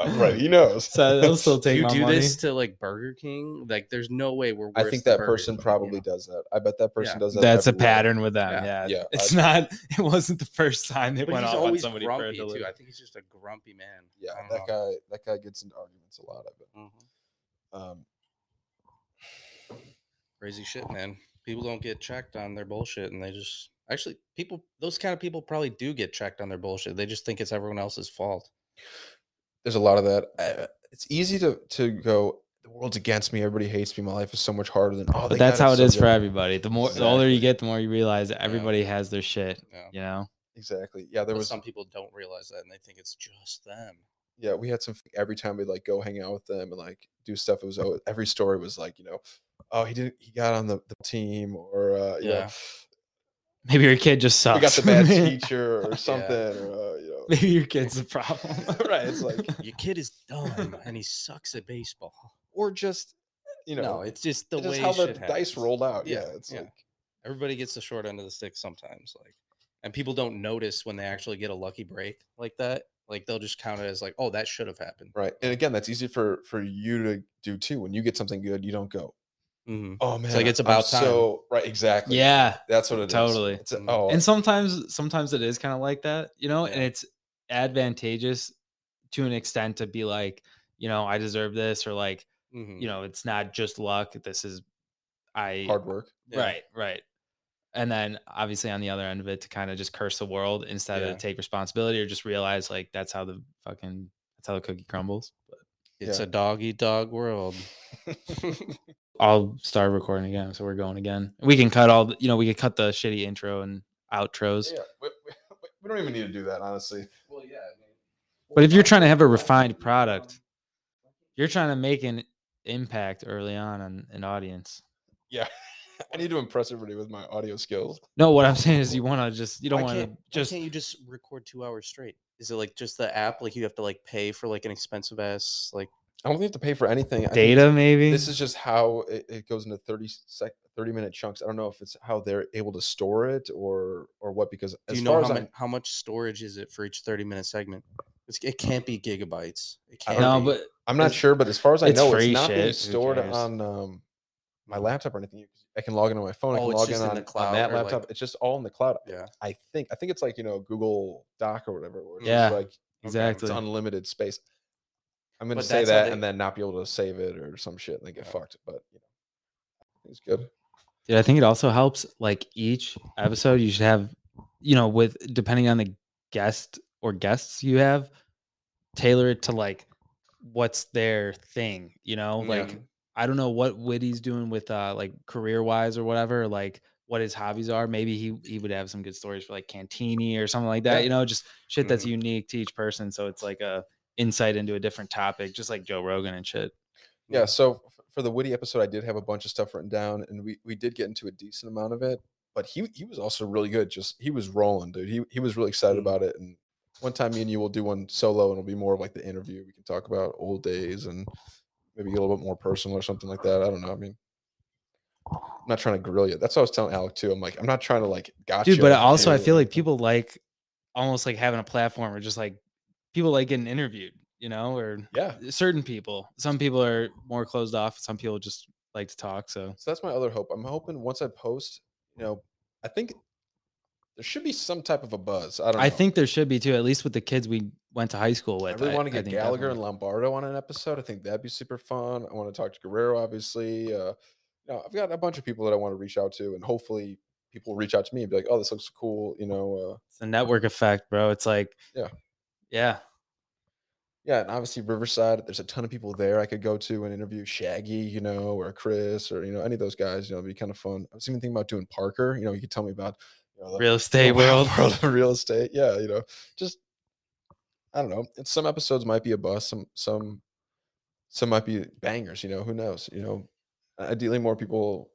Speaker 1: right? He knows.
Speaker 4: so they'll still take
Speaker 3: you
Speaker 4: my
Speaker 3: do
Speaker 4: money.
Speaker 3: this to like Burger King? Like there's no way we're.
Speaker 1: I
Speaker 3: worse
Speaker 1: think
Speaker 3: than
Speaker 1: that
Speaker 3: Burger
Speaker 1: person
Speaker 3: King," you
Speaker 1: probably
Speaker 3: know?
Speaker 1: does that. I bet that person
Speaker 3: Yeah.
Speaker 1: does that.
Speaker 4: That's a
Speaker 1: every week.
Speaker 4: pattern with them.
Speaker 3: Yeah.
Speaker 4: Yeah.
Speaker 1: Yeah,
Speaker 4: It's
Speaker 1: I-
Speaker 4: not. It wasn't the first time it
Speaker 3: But
Speaker 4: went
Speaker 3: he's
Speaker 4: off on
Speaker 3: always
Speaker 4: somebody for a
Speaker 3: grumpy
Speaker 4: delivery.
Speaker 3: too. I think he's just a grumpy man.
Speaker 1: Yeah,
Speaker 3: I don't
Speaker 1: that
Speaker 3: know.
Speaker 1: guy. That guy gets into arguments a lot. I bet.
Speaker 3: Mhm.
Speaker 1: Um,
Speaker 3: crazy shit, man. People don't get checked on their bullshit, and they just actually people those kind of people probably do get checked on their bullshit. They just think it's everyone else's fault.
Speaker 1: there's a lot of that. I, it's easy to to go. The world's against me. Everybody hates me. My life is so much harder than. Oh,
Speaker 4: But that's how it is for
Speaker 1: forever.
Speaker 4: everybody. The more the older you
Speaker 1: Exactly.
Speaker 4: get, the more you realize that everybody has their shit.
Speaker 3: Yeah.
Speaker 4: You know,
Speaker 1: Exactly. Yeah, there
Speaker 3: But
Speaker 1: was.
Speaker 3: some people don't realize that, and they think it's just them.
Speaker 1: yeah, we had some. Every time we like go hang out with them and like do stuff, it was always, every story was like you know, oh he didn't he got on the, the team or uh, you know,
Speaker 3: Yeah.
Speaker 4: maybe your kid just
Speaker 1: we
Speaker 4: sucks.
Speaker 1: got the bad teacher or something or uh, you know.
Speaker 4: maybe your kid's the problem.
Speaker 1: Right, it's like-
Speaker 3: Your kid is dumb, and he sucks at baseball.
Speaker 1: or just you know
Speaker 3: no, it's just the
Speaker 1: just
Speaker 3: way
Speaker 1: how the
Speaker 3: shit
Speaker 1: dice
Speaker 3: happens.
Speaker 1: rolled out. Yeah,
Speaker 3: Yeah,
Speaker 1: it's
Speaker 3: yeah.
Speaker 1: like
Speaker 3: Everybody gets the short end of the stick sometimes, like, and people don't notice when they actually get a lucky break like that. Like they'll just count it as like, oh, that should have happened.
Speaker 1: right. And again, that's easy for for you to do too. When you get something good, you don't go,
Speaker 4: Mm-hmm.
Speaker 3: Mhm.
Speaker 1: oh man,
Speaker 3: like, it's
Speaker 1: I'm
Speaker 3: about time."
Speaker 1: so right. Exactly.
Speaker 4: yeah,
Speaker 1: that's what it is.
Speaker 4: Totally.
Speaker 1: It's a,
Speaker 3: Mhm.
Speaker 1: oh,
Speaker 4: and sometimes sometimes it is kind of like that, you know, and
Speaker 3: Yeah.
Speaker 4: it's advantageous to an extent to be like, you know, I deserve this, or like,
Speaker 3: Mhm.
Speaker 4: you know, it's not just luck. This is I
Speaker 1: hard work.
Speaker 3: Yeah.
Speaker 4: Right, right. And then obviously on the other end of it to kind of just curse the world instead
Speaker 3: Yeah.
Speaker 4: of take responsibility or just realize like that's how the fucking that's how the cookie crumbles. But
Speaker 3: It's
Speaker 1: Yeah.
Speaker 3: a dog eat dog world.
Speaker 4: I'll start recording again, so we're going again. We can cut all the, you know, we could cut the shitty intro and outros.
Speaker 1: Yeah, we, we, we don't even need to do that, honestly.
Speaker 3: Well, yeah. I mean,
Speaker 4: But if you're trying to have a refined
Speaker 3: um,
Speaker 4: product, you're trying to make an impact early on on an audience.
Speaker 1: Yeah, I need to impress everybody with my audio skills.
Speaker 4: No, what I'm saying is you want to just you don't want to
Speaker 3: just
Speaker 4: just
Speaker 3: can't you just record two hours straight? Is it like just the app? Like you have to like pay for like an expensive ass like
Speaker 1: I don't think you have to pay for anything. I think
Speaker 4: data maybe.
Speaker 1: This is just how it, it goes into 30 sec, 30 minute chunks. I don't know if it's how they're able to store it or or what because
Speaker 3: do
Speaker 1: as
Speaker 3: you
Speaker 1: far
Speaker 3: know
Speaker 1: as
Speaker 3: how,
Speaker 1: I'm,
Speaker 3: much, how much storage is it for each 30 minute segment? It's, it can't be gigabytes. It
Speaker 1: I
Speaker 3: can't.
Speaker 1: don't
Speaker 4: No,
Speaker 3: be.
Speaker 4: but
Speaker 1: I'm not
Speaker 4: It's-
Speaker 1: sure, but as far as I
Speaker 4: it's
Speaker 1: know, it's
Speaker 4: free
Speaker 1: not being
Speaker 4: shit. Who
Speaker 1: stored
Speaker 4: cares?
Speaker 1: on um, my laptop or anything. I can log in on my phone. I
Speaker 3: Oh,
Speaker 1: can
Speaker 3: it's
Speaker 1: log in
Speaker 3: just
Speaker 1: on,
Speaker 3: in the
Speaker 1: on
Speaker 3: cloud
Speaker 1: that
Speaker 3: or, like-
Speaker 1: laptop. it's just all in the cloud.
Speaker 3: yeah,
Speaker 1: I think. I think it's like you know Google Doc or whatever. Where it's
Speaker 4: Yeah,
Speaker 1: just like
Speaker 4: exactly.
Speaker 1: it's unlimited space. I'm gonna
Speaker 3: But
Speaker 1: say
Speaker 3: that's how
Speaker 1: that
Speaker 3: they-
Speaker 1: and then not be able to save it or some shit and then get fucked. But you know, it's good.
Speaker 4: Dude, I think it also helps. Like each episode, you should have, you know, with depending on the guest or guests you have, tailor it to like what's their thing. You know,
Speaker 3: Yeah.
Speaker 4: like I don't know what Whitty's doing with uh like career wise or whatever. Like what his hobbies are. Maybe he he would have some good stories for like Cantini or something like that.
Speaker 1: Yeah.
Speaker 4: You know, just shit that's unique to each person. So it's like a insight into a different topic, just like Joe Rogan and shit.
Speaker 1: Yeah. So f- for the Woody episode, I did have a bunch of stuff written down, and we we did get into a decent amount of it. But he he was also really good. Just he was rolling, dude. He he was really excited
Speaker 4: Mm-hmm.
Speaker 1: about it. And one time, me and you will do one solo, and it'll be more of like the interview. We can talk about old days and maybe get a little bit more personal or something like that. I don't know. I mean. I'm not trying to grill you. That's what I was telling Alec too. I'm like, I'm not trying to like gotcha.
Speaker 4: dude but
Speaker 1: you
Speaker 4: also i
Speaker 1: or
Speaker 4: feel like
Speaker 1: anything.
Speaker 4: people like almost like having a platform or just like people like getting interviewed you know or
Speaker 1: Yeah.
Speaker 4: certain people some people are more closed off some people just like to talk so
Speaker 1: So that's my other hope. I'm hoping once I post, you know, I think there should be some type of a buzz. I don't. know.
Speaker 4: i think there should be too at least with the kids we went to high school
Speaker 1: I
Speaker 4: with
Speaker 1: really want to get
Speaker 4: think
Speaker 1: Gallagher and
Speaker 4: definitely.
Speaker 1: Lombardo on an episode. I think that'd be super fun. I want to talk to Guerrero, obviously. Uh, you know, I've got a bunch of people that I want to reach out to, and hopefully people reach out to me and be like, "Oh, this looks cool." You know, uh,
Speaker 4: it's the network effect bro it's like
Speaker 1: Yeah.
Speaker 4: yeah
Speaker 1: yeah. And obviously Riverside, there's a ton of people there I could go to and interview Shaggy, you know, or Chris, or you know, any of those guys. You know, it'd be kind of fun. I was even thinking about doing Parker. You know, you could tell me about you know, the
Speaker 4: real estate
Speaker 1: the wild
Speaker 4: world
Speaker 1: world of real estate. Yeah, you know, just I don't know. And some episodes might be a bust. Some some some might be bangers. You know, who knows? You know, ideally more people.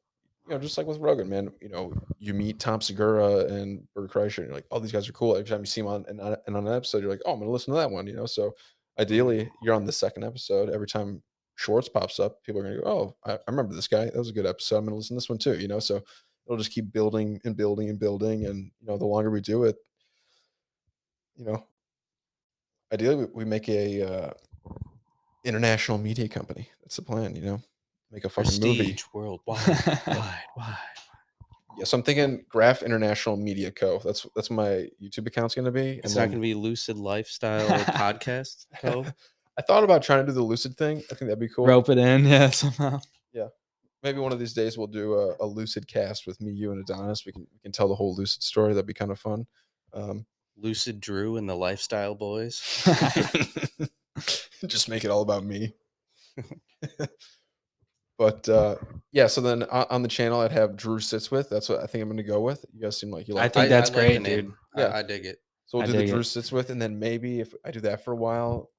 Speaker 1: You know, just like with Rogan, man. You know, you meet Tom Segura and Bert Kreischer, and you're like, "Oh, these guys are cool." Every time you see them on and on, and on an episode, you're like, "Oh, I'm gonna listen to that one." You know, so ideally, you're on the second episode. Every time Schwartz pops up, people are gonna go, "Oh, I, I remember this guy. That was a good episode. I'm gonna listen to this one too." You know, so it'll just keep building and building and building and you know the longer we do it you know ideally we, we make a uh, international media company that's the plan you know make a fucking movie
Speaker 3: worldwide.
Speaker 1: yeah so i'm thinking graph international media co that's that's what my youtube account's gonna be
Speaker 3: It's not going to be lucid lifestyle or podcast. Co.
Speaker 1: i thought about trying to do the lucid thing i think that'd be cool
Speaker 4: rope it in yeah somehow
Speaker 1: maybe one of these days we'll do a, a lucid cast with me you and adonis we can, we can tell the whole lucid story that'd be kind of fun um
Speaker 3: Lucid Drew and the Lifestyle Boys.
Speaker 1: just make it all about me. but uh, yeah, so then on, on the channel, I'd have Drew sits with. That's what I think I'm going to go with. You guys seem like you
Speaker 4: i
Speaker 1: like. that.
Speaker 4: think that's
Speaker 3: like the
Speaker 4: great
Speaker 3: name.
Speaker 4: dude
Speaker 3: I-
Speaker 1: Yeah.
Speaker 3: I dig it.
Speaker 1: so we'll
Speaker 4: I
Speaker 1: do the
Speaker 4: dig it.
Speaker 1: Drew sits with, and then maybe if I do that for a while,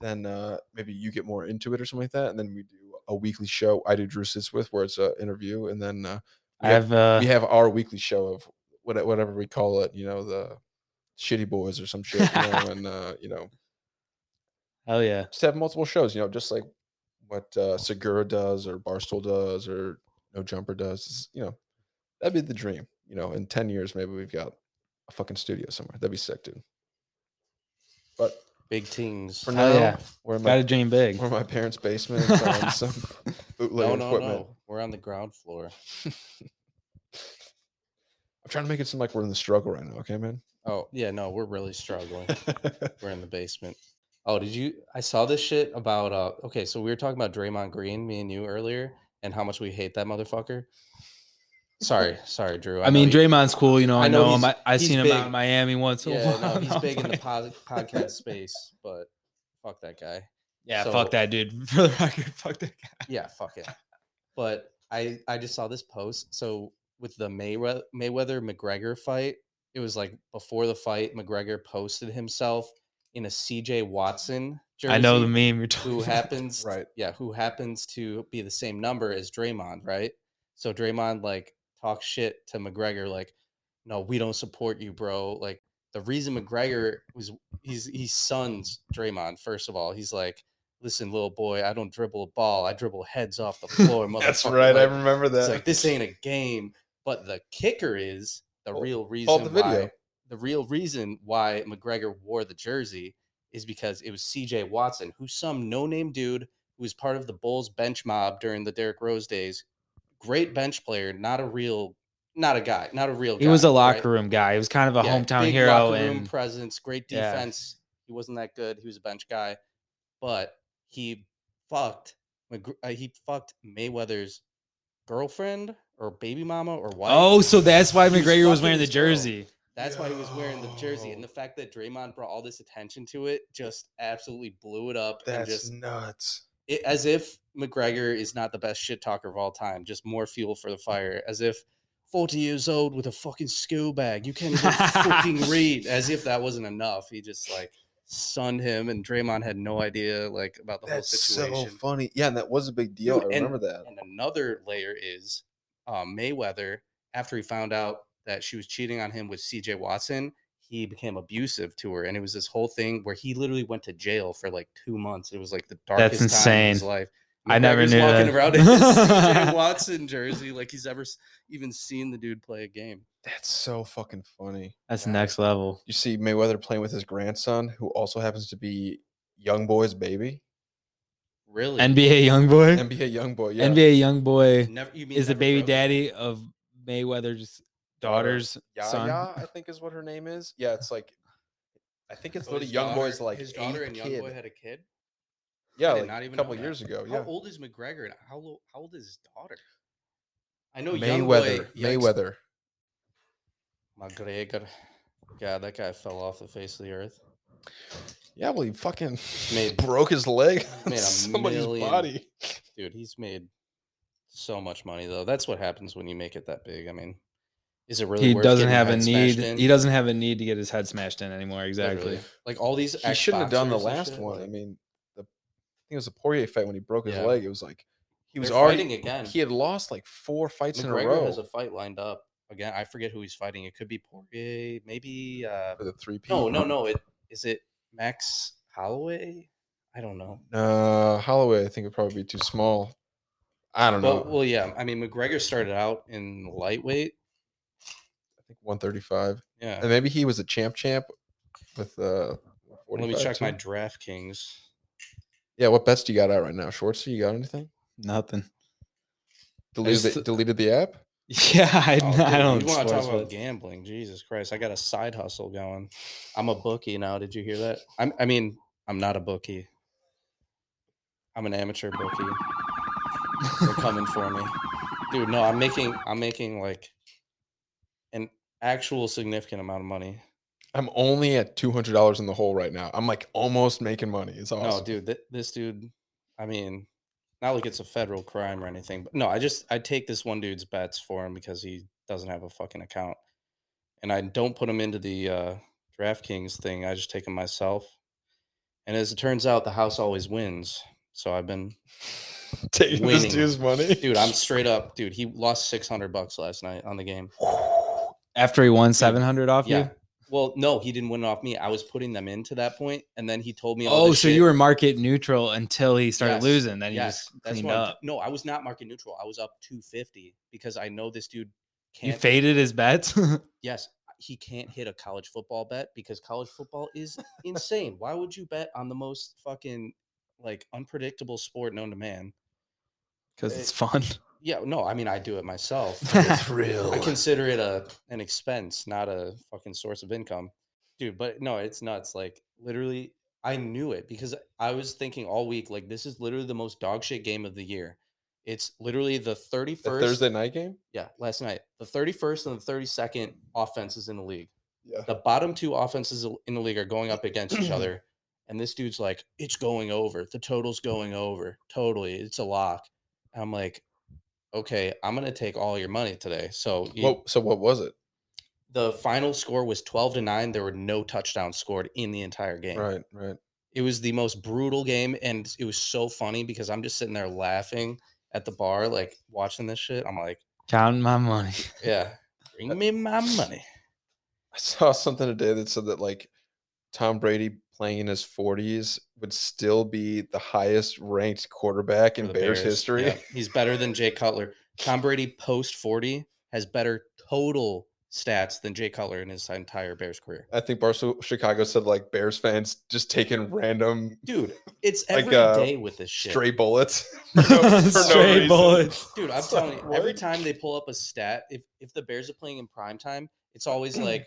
Speaker 1: then uh, maybe you get more into it or something like that, and then we do a weekly show. I do Drew sits with, where it's an interview, and then uh,
Speaker 4: i have uh
Speaker 1: we have our weekly show of what, whatever we call it. You know, the shitty boys or some shit, you know, and uh, you know,
Speaker 4: hell yeah
Speaker 1: just have multiple shows, you know, just like what uh, Segura does or Barstool does or No Jumper does. It's, you know, that'd be the dream. You know, in 10 years, maybe we've got a fucking studio somewhere. That'd be sick, dude. But
Speaker 3: Big teams.
Speaker 1: for
Speaker 4: Hell
Speaker 1: now,
Speaker 4: yeah.
Speaker 1: we're, in
Speaker 4: gotta
Speaker 1: my,
Speaker 4: dream big
Speaker 1: we're in my parents' basement and found some bootleg
Speaker 3: No, no,
Speaker 1: equipment.
Speaker 3: no. We're on the ground floor.
Speaker 1: I'm trying to make it seem like we're in the struggle right now, okay, man?
Speaker 3: Oh, yeah, no, we're really struggling. we're in the basement. Oh, did you? I saw this shit about. Uh, okay, so we were talking about Draymond Green, me and you earlier, and how much we hate that motherfucker. Sorry, sorry, Drew.
Speaker 4: I, mean,
Speaker 3: know you-
Speaker 4: Draymond's cool. You know, I,
Speaker 3: I know
Speaker 4: know, him.
Speaker 3: he's-
Speaker 4: I, I
Speaker 3: he's
Speaker 4: seen him out
Speaker 3: big.
Speaker 4: in Miami once. in a
Speaker 3: Yeah, no,
Speaker 4: while.
Speaker 3: he's big in the
Speaker 4: Like-
Speaker 3: pod, podcast space, but fuck that guy.
Speaker 4: Yeah,
Speaker 3: so-
Speaker 4: fuck that dude. For the record, fuck that guy.
Speaker 3: Yeah, fuck it. But I I just saw this post. So with the Mayweather Mayweather McGregor fight, it was like before the fight, McGregor posted himself in a CJ Watson jersey.
Speaker 4: I know the meme you're talking.
Speaker 3: who
Speaker 4: about.
Speaker 3: happens
Speaker 1: Right.
Speaker 3: yeah who happens to be the same number as Draymond right so Draymond like talks shit to McGregor like no we don't support you bro like the reason McGregor was he's he sons Draymond first of all he's like listen little boy I don't dribble a ball I dribble heads off the floor
Speaker 1: That's
Speaker 3: motherfucker."
Speaker 1: right. I
Speaker 3: Like,
Speaker 1: remember that.
Speaker 3: it's like this ain't a game but the kicker is the
Speaker 1: Well,
Speaker 3: real reason
Speaker 1: hold the video.
Speaker 3: why the real reason why McGregor wore the jersey is because it was CJ Watson, who's some no name dude who was part of the Bulls bench mob during the Derrick Rose days. Great bench player, not a real, not a guy, not a real.
Speaker 4: He was
Speaker 3: guy,
Speaker 4: a
Speaker 3: right?
Speaker 4: locker room guy. He was kind of a
Speaker 3: Yeah,
Speaker 4: hometown
Speaker 3: big
Speaker 4: hero
Speaker 3: locker room
Speaker 4: and
Speaker 3: presence, great
Speaker 4: Yeah.
Speaker 3: defense. He wasn't that good. He was a bench guy, but he fucked. McGr- uh, he fucked Mayweather's girlfriend or baby mama or wife.
Speaker 4: Oh, so that's why
Speaker 3: He was
Speaker 4: McGregor was
Speaker 3: fucking
Speaker 4: wearing the
Speaker 3: his girl.
Speaker 4: jersey.
Speaker 3: That's why he was wearing the jersey, and
Speaker 1: Yo.
Speaker 3: the fact that Draymond brought all this attention to it just absolutely blew it up.
Speaker 1: That's
Speaker 3: and just
Speaker 1: nuts.
Speaker 3: it, as if McGregor is not the best shit talker of all time, just more fuel for the fire. As if 40 years old with a fucking school bag, you can't even fucking read. As if that wasn't enough. He just like sunned him, and Draymond had no idea like about the
Speaker 1: That's
Speaker 3: whole
Speaker 1: so
Speaker 3: situation.
Speaker 1: funny. Yeah, and that was a big deal.
Speaker 3: Dude,
Speaker 1: I
Speaker 3: and-
Speaker 1: remember that.
Speaker 3: And another layer is um, Mayweather, after he found out that she was cheating on him with CJ Watson, he became abusive to her. And it was this whole thing where he literally went to jail for like two months. It was like the darkest time in his
Speaker 4: insane.
Speaker 3: life.
Speaker 4: I never
Speaker 3: McGregor's
Speaker 4: knew
Speaker 3: walking
Speaker 4: that.
Speaker 3: around in his CJ Watson jersey like he's ever s- even seen the dude play a game.
Speaker 1: That's so fucking funny.
Speaker 4: That's next level.
Speaker 1: You see Mayweather playing with his grandson, who also happens to be Young Boy's baby.
Speaker 3: Really?
Speaker 4: NBA young boy.
Speaker 1: NBA Young Boy. Yeah.
Speaker 4: NBA young boy
Speaker 3: Never, you mean
Speaker 4: is the
Speaker 3: never
Speaker 4: baby
Speaker 3: broke it.
Speaker 4: daddy of Mayweather's daughter's son.
Speaker 1: Yaya, I think is what her name is. Yeah, it's like I think it's
Speaker 3: Oh,
Speaker 1: literally
Speaker 3: his
Speaker 1: Young
Speaker 3: daughter-
Speaker 1: Boy's like
Speaker 3: his daughter
Speaker 1: eighth
Speaker 3: and
Speaker 1: kid.
Speaker 3: young boy had a kid.
Speaker 1: yeah,
Speaker 3: did
Speaker 1: like
Speaker 3: not
Speaker 1: a
Speaker 3: even know
Speaker 1: couple
Speaker 3: that.
Speaker 1: years ago.
Speaker 3: How
Speaker 1: Yeah,
Speaker 3: old is McGregor? And how lo- how old is his daughter? I know young
Speaker 1: Mayweather.
Speaker 3: boy- yikes.
Speaker 1: Mayweather.
Speaker 3: McGregor. God, that guy fell off the face of the earth.
Speaker 1: Yeah, well, he fucking
Speaker 3: Made-
Speaker 1: broke his leg.
Speaker 3: He's
Speaker 1: on
Speaker 3: made a
Speaker 1: somebody's
Speaker 3: million-
Speaker 1: body.
Speaker 3: Dude, he's made so much money though. That's what happens when you make it that big. I mean, is it really?
Speaker 4: he
Speaker 3: worth
Speaker 4: doesn't
Speaker 3: getting
Speaker 4: have a
Speaker 3: your head
Speaker 4: need.
Speaker 3: smashed in?
Speaker 4: He doesn't have a need to get his head smashed in anymore. Exactly.
Speaker 3: Literally. Like all these.
Speaker 1: He shouldn't have done the
Speaker 3: ex-boxers and
Speaker 1: last
Speaker 3: shit,
Speaker 1: one. I
Speaker 3: like,
Speaker 1: mean, the, I think it was a Poirier fight when he broke his
Speaker 3: Yeah.
Speaker 1: leg. It was like he was
Speaker 3: they're
Speaker 1: already
Speaker 3: fighting again.
Speaker 1: he had lost like four fights in a
Speaker 3: McGregor
Speaker 1: row
Speaker 3: has a fight lined up again. I forget who he's fighting. It could be Poirier, maybe. Uh,
Speaker 1: for the three P.
Speaker 3: no, no, no. It is it Max Holloway. I don't know.
Speaker 1: Uh, Holloway, I think would probably be too small. I don't know.
Speaker 3: Well, well, yeah. I mean, McGregor started out in lightweight.
Speaker 1: I think one thirty five.
Speaker 3: Yeah.
Speaker 1: And maybe he was a champ champ with uh
Speaker 3: Let me
Speaker 1: 45
Speaker 3: check my
Speaker 1: too.
Speaker 3: DraftKings.
Speaker 1: Yeah, what bets do you got out right now? Schwartz, you got anything?
Speaker 4: Nothing.
Speaker 1: Deleted
Speaker 4: just
Speaker 1: the,
Speaker 4: th-
Speaker 1: deleted the app?
Speaker 4: Yeah, I,
Speaker 3: Oh,
Speaker 4: I
Speaker 3: dude,
Speaker 4: don't.
Speaker 3: You want to talk
Speaker 4: sports,
Speaker 3: about
Speaker 4: but-
Speaker 3: gambling? Jesus Christ! I got a side hustle going. I'm a bookie now. Did you hear that? I'm, I mean, I'm not a bookie. I'm an amateur bookie. They're coming for me, dude. No, I'm making. I'm making like an actual significant amount of money.
Speaker 1: I'm only at two hundred dollars in the hole right now. I'm like almost making money. It's awesome.
Speaker 3: No, dude, th- this dude. I mean, not like it's a federal crime or anything, but no, I just I take this one dude's bets for him because he doesn't have a fucking account, and I don't put him into the uh, DraftKings thing. I just take him myself, and as it turns out, the house always wins. So I've been,
Speaker 1: Taking
Speaker 3: winning.
Speaker 1: this dude's money.
Speaker 3: dude. I'm straight up, dude. He lost six hundred bucks last night on the game.
Speaker 4: After he won seven hundred off
Speaker 3: Yeah.
Speaker 4: you.
Speaker 3: Well, no, he didn't win it off me. I was putting them in to that point, and then he told me. All
Speaker 4: Oh,
Speaker 3: this
Speaker 4: so
Speaker 3: shit.
Speaker 4: you were market neutral until he started
Speaker 3: Yes,
Speaker 4: losing. Then he just
Speaker 3: that's
Speaker 4: cleaned
Speaker 3: what I'm t-
Speaker 4: up.
Speaker 3: no, I was not market neutral. I was up 250 because I know this dude
Speaker 4: You
Speaker 3: can't.
Speaker 4: faded his bets.
Speaker 3: yes, he can't hit a college football bet because college football is insane. Why would you bet on the most fucking like unpredictable sport known to man?
Speaker 4: Because it's fun.
Speaker 3: Yeah, no, I mean I do it myself.
Speaker 1: real.
Speaker 3: I consider it a an expense, not a fucking source of income, dude. But no, it's nuts. Like literally, I knew it because I was thinking all week. Like this is literally the most dog shit game of the year. It's literally the thirty
Speaker 1: The
Speaker 3: first.
Speaker 1: Thursday night game?
Speaker 3: Yeah, last night the thirty first and the thirty second offenses in the league.
Speaker 1: Yeah.
Speaker 3: The bottom two offenses in the league are going up against each other, and this dude's like, "It's going over. The total's going over. Totally, it's a lock." And I'm like. Okay, I'm gonna take all your money today. So you,
Speaker 1: Well, so what was it?
Speaker 3: the final score was 12 to 9 there were no touchdowns scored in the entire game
Speaker 1: Right, right.
Speaker 3: it was the most brutal game and it was so funny because i'm just sitting there laughing at the bar like watching this shit i'm like
Speaker 4: Counting my money.
Speaker 3: yeah bring me my money
Speaker 1: I saw something today that said that like Tom Brady playing in his 40s would still be the highest ranked quarterback
Speaker 3: for
Speaker 1: in
Speaker 3: the
Speaker 1: Bears, history.
Speaker 3: Yeah, he's better than jay cutler tom brady post 40 has better total stats than Jay Cutler in his entire Bears career.
Speaker 1: I think Barstool Chicago said like Bears fans just taking random
Speaker 3: Dude, it's
Speaker 1: Like,
Speaker 3: every day
Speaker 1: uh,
Speaker 3: with this shit.
Speaker 1: stray bullets. for no- for no
Speaker 4: Stray
Speaker 1: reason.
Speaker 4: bullets.
Speaker 3: Dude, I'm
Speaker 1: It's
Speaker 3: telling
Speaker 1: like,
Speaker 3: you, every
Speaker 1: what?
Speaker 3: time they pull up a stat, if if the Bears are playing in prime time, it's always like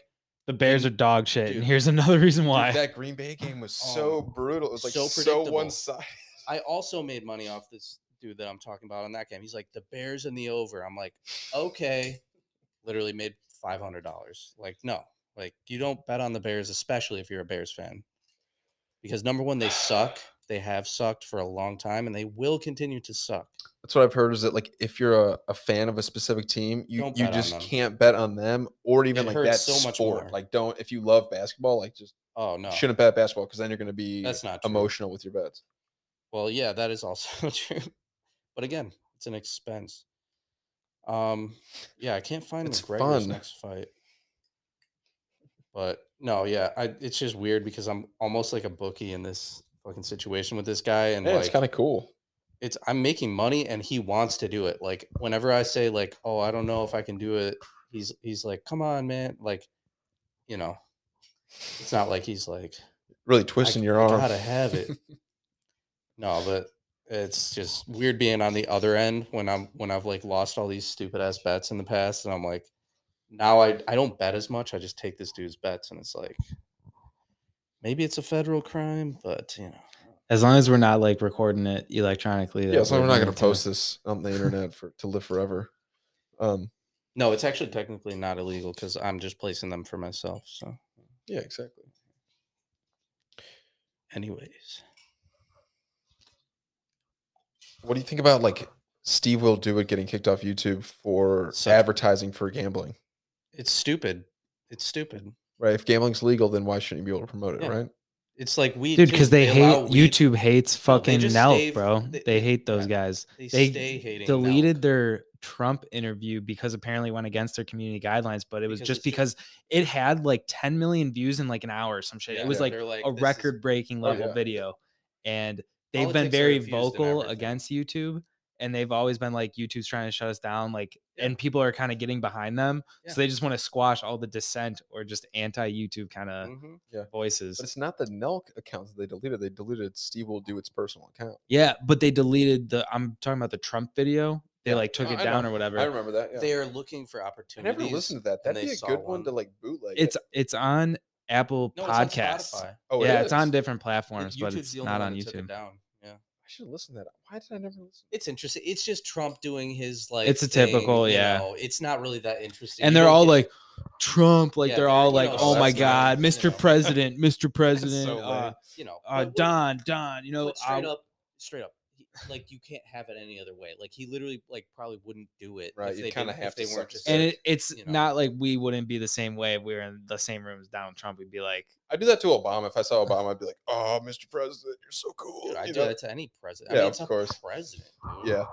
Speaker 4: The Bears are dog shit,
Speaker 3: Dude.
Speaker 4: and here's another reason
Speaker 1: Dude,
Speaker 4: why.
Speaker 1: that Green Bay game was so
Speaker 3: Oh,
Speaker 1: brutal. It was like
Speaker 3: so
Speaker 1: so,
Speaker 3: predictable.
Speaker 1: one sided.
Speaker 3: I also made money off this dude that I'm talking about on that game. He's like the Bears and the over. I'm like, okay. Literally made five hundred dollars. Like, no, like you don't bet on the Bears, especially if you're a Bears fan, because number one, they suck. They have sucked for a long time, and they will continue to suck.
Speaker 1: That's what I've heard is that like if you're a, a fan of a specific team, you
Speaker 3: Don't
Speaker 1: you
Speaker 3: bet on
Speaker 1: just
Speaker 3: them.
Speaker 1: can't bet on them or even
Speaker 3: It
Speaker 1: like
Speaker 3: hurts
Speaker 1: that
Speaker 3: so much
Speaker 1: sport.
Speaker 3: more.
Speaker 1: Like don't if you love basketball, like just
Speaker 3: Oh no,
Speaker 1: shouldn't bet basketball because then you're gonna be
Speaker 3: that's not true.
Speaker 1: emotional with your bets.
Speaker 3: Well, yeah, that is also true. But again, it's an expense. Um, yeah, I can't find
Speaker 1: It's
Speaker 3: McGregor's
Speaker 1: fun.
Speaker 3: next fight. But no, yeah, I, it's just weird because I'm almost like a bookie in this fucking situation with this guy, and
Speaker 1: Yeah,
Speaker 3: like
Speaker 1: it's kind of cool.
Speaker 3: it's I'm making money and he wants to do it. Like whenever I say like, "Oh, I don't know if I can do it." He's he's like, "Come on, man." Like, you know, it's not like he's like
Speaker 1: Really twisting
Speaker 3: I,
Speaker 1: your
Speaker 3: I
Speaker 1: arm.
Speaker 3: Gotta have it. no, but it's just weird being on the other end when I'm when I've like lost all these stupid ass bets in the past, and I'm like, now I I don't bet as much. I just take this dude's bets, and it's like, maybe it's a federal crime, but you know,
Speaker 4: As long as we're not like recording it electronically.
Speaker 1: Yeah,
Speaker 4: that
Speaker 1: so we're
Speaker 4: would
Speaker 1: not
Speaker 4: be
Speaker 1: gonna
Speaker 4: entertaining.
Speaker 1: post this on the internet for to live forever. Um,
Speaker 3: no, it's actually technically not illegal because I'm just placing them for myself. So,
Speaker 1: yeah, exactly.
Speaker 3: anyways,
Speaker 1: What do you think about like Steve Will Do It getting kicked off YouTube for
Speaker 3: So-
Speaker 1: advertising for gambling?
Speaker 3: it's stupid. It's stupid.
Speaker 1: Right? If gambling's legal, then why shouldn't you be able to promote it?
Speaker 3: Yeah.
Speaker 1: Right?
Speaker 3: It's like weed,
Speaker 4: Dude,
Speaker 3: too.
Speaker 4: because they,
Speaker 3: allow
Speaker 4: hate
Speaker 3: weed.
Speaker 4: YouTube hates
Speaker 3: No, they
Speaker 4: fucking
Speaker 3: just
Speaker 4: Nelk,
Speaker 3: stay-
Speaker 4: bro. They,
Speaker 3: they-
Speaker 4: hate those
Speaker 3: yeah.
Speaker 4: guys.
Speaker 3: They,
Speaker 4: They
Speaker 3: stay hating. now.
Speaker 4: Deleted their Trump interview because apparently went against their community guidelines, but it was
Speaker 3: Because
Speaker 4: just
Speaker 3: it's
Speaker 4: because it had like 10 million views in like an hour or some shit.
Speaker 3: Yeah,
Speaker 4: it was
Speaker 1: yeah.
Speaker 4: like
Speaker 3: they're like,
Speaker 4: a
Speaker 3: "This is-
Speaker 4: record breaking
Speaker 1: Oh,
Speaker 4: level
Speaker 1: yeah.
Speaker 4: video. And they've been
Speaker 3: Politics are
Speaker 4: very
Speaker 3: infused in
Speaker 4: vocal
Speaker 3: everything.
Speaker 4: against YouTube. And they've always been like, YouTube's trying to shut us down. Like,
Speaker 3: Yeah.
Speaker 4: and people are kind of getting behind them.
Speaker 3: Yeah.
Speaker 4: So they just want to squash all the dissent or just anti YouTube kind of
Speaker 3: Mhm.
Speaker 4: voices.
Speaker 1: But it's not the Nelk account that they deleted. They deleted Steve Will Do It's personal account.
Speaker 4: Yeah, but they deleted the. I'm talking about the Trump video. They
Speaker 1: Yeah.
Speaker 4: like took
Speaker 1: No,
Speaker 4: it
Speaker 1: I
Speaker 4: down
Speaker 1: know.
Speaker 4: or whatever.
Speaker 1: I remember that.
Speaker 3: They
Speaker 1: Yeah.
Speaker 3: are looking for
Speaker 1: I
Speaker 3: opportunities.
Speaker 1: never listened to that. That'd
Speaker 3: and they
Speaker 1: be a
Speaker 3: saw
Speaker 1: good one to
Speaker 3: one.
Speaker 1: like bootleg.
Speaker 4: it's
Speaker 1: it.
Speaker 4: it's on Apple
Speaker 3: No, it's on
Speaker 4: Podcasts.
Speaker 3: Spotify.
Speaker 1: oh, it
Speaker 4: yeah, it's on
Speaker 1: is?
Speaker 4: different
Speaker 3: It-
Speaker 4: platforms, but
Speaker 3: YouTube's
Speaker 4: it's
Speaker 3: the only
Speaker 4: not
Speaker 3: one
Speaker 4: on
Speaker 3: that took it
Speaker 4: YouTube.
Speaker 3: down. Yeah,
Speaker 1: I should listen to that. Why did I never listen?
Speaker 3: it's interesting. It's just Trump doing his like.
Speaker 4: It's a
Speaker 3: thing,
Speaker 4: typical,
Speaker 3: you
Speaker 4: yeah.
Speaker 3: know, It's not really that interesting.
Speaker 4: And
Speaker 3: You
Speaker 4: they're
Speaker 3: don't
Speaker 4: all
Speaker 3: get-
Speaker 4: like Trump, like
Speaker 3: Yeah,
Speaker 4: they're
Speaker 3: they're,
Speaker 4: all
Speaker 3: you
Speaker 4: like,
Speaker 3: know,
Speaker 4: oh my
Speaker 1: that's not-
Speaker 4: God,
Speaker 3: you
Speaker 4: Mr.
Speaker 3: know.
Speaker 4: President, Mr. President,
Speaker 1: so
Speaker 4: uh,
Speaker 1: lame.
Speaker 3: you know,
Speaker 4: uh,
Speaker 3: but what-
Speaker 4: Don, Don, you know, um,
Speaker 3: but straight
Speaker 4: I'll-
Speaker 3: up, straight up, he- like you can't have it any other way. Like he literally, like probably wouldn't do it.
Speaker 1: Right,
Speaker 3: If
Speaker 1: you
Speaker 3: they
Speaker 1: kinda
Speaker 3: didn't-
Speaker 1: have
Speaker 3: if they
Speaker 1: to
Speaker 3: weren't
Speaker 1: suck
Speaker 3: just.
Speaker 1: it
Speaker 4: and
Speaker 1: up.
Speaker 4: it, it's
Speaker 3: you know.
Speaker 4: not like we wouldn't be the same way if we were in the same room as Donald Trump. We'd be like,
Speaker 1: I do that to Obama. If I saw Obama, I'd be like, "Oh, Mr. President, you're so cool."
Speaker 3: Dude, I
Speaker 1: you
Speaker 3: do
Speaker 1: know?
Speaker 3: that to any president.
Speaker 1: Yeah,
Speaker 3: I mean,
Speaker 1: of
Speaker 3: it's a
Speaker 1: course.
Speaker 3: President. dude.
Speaker 1: Yeah,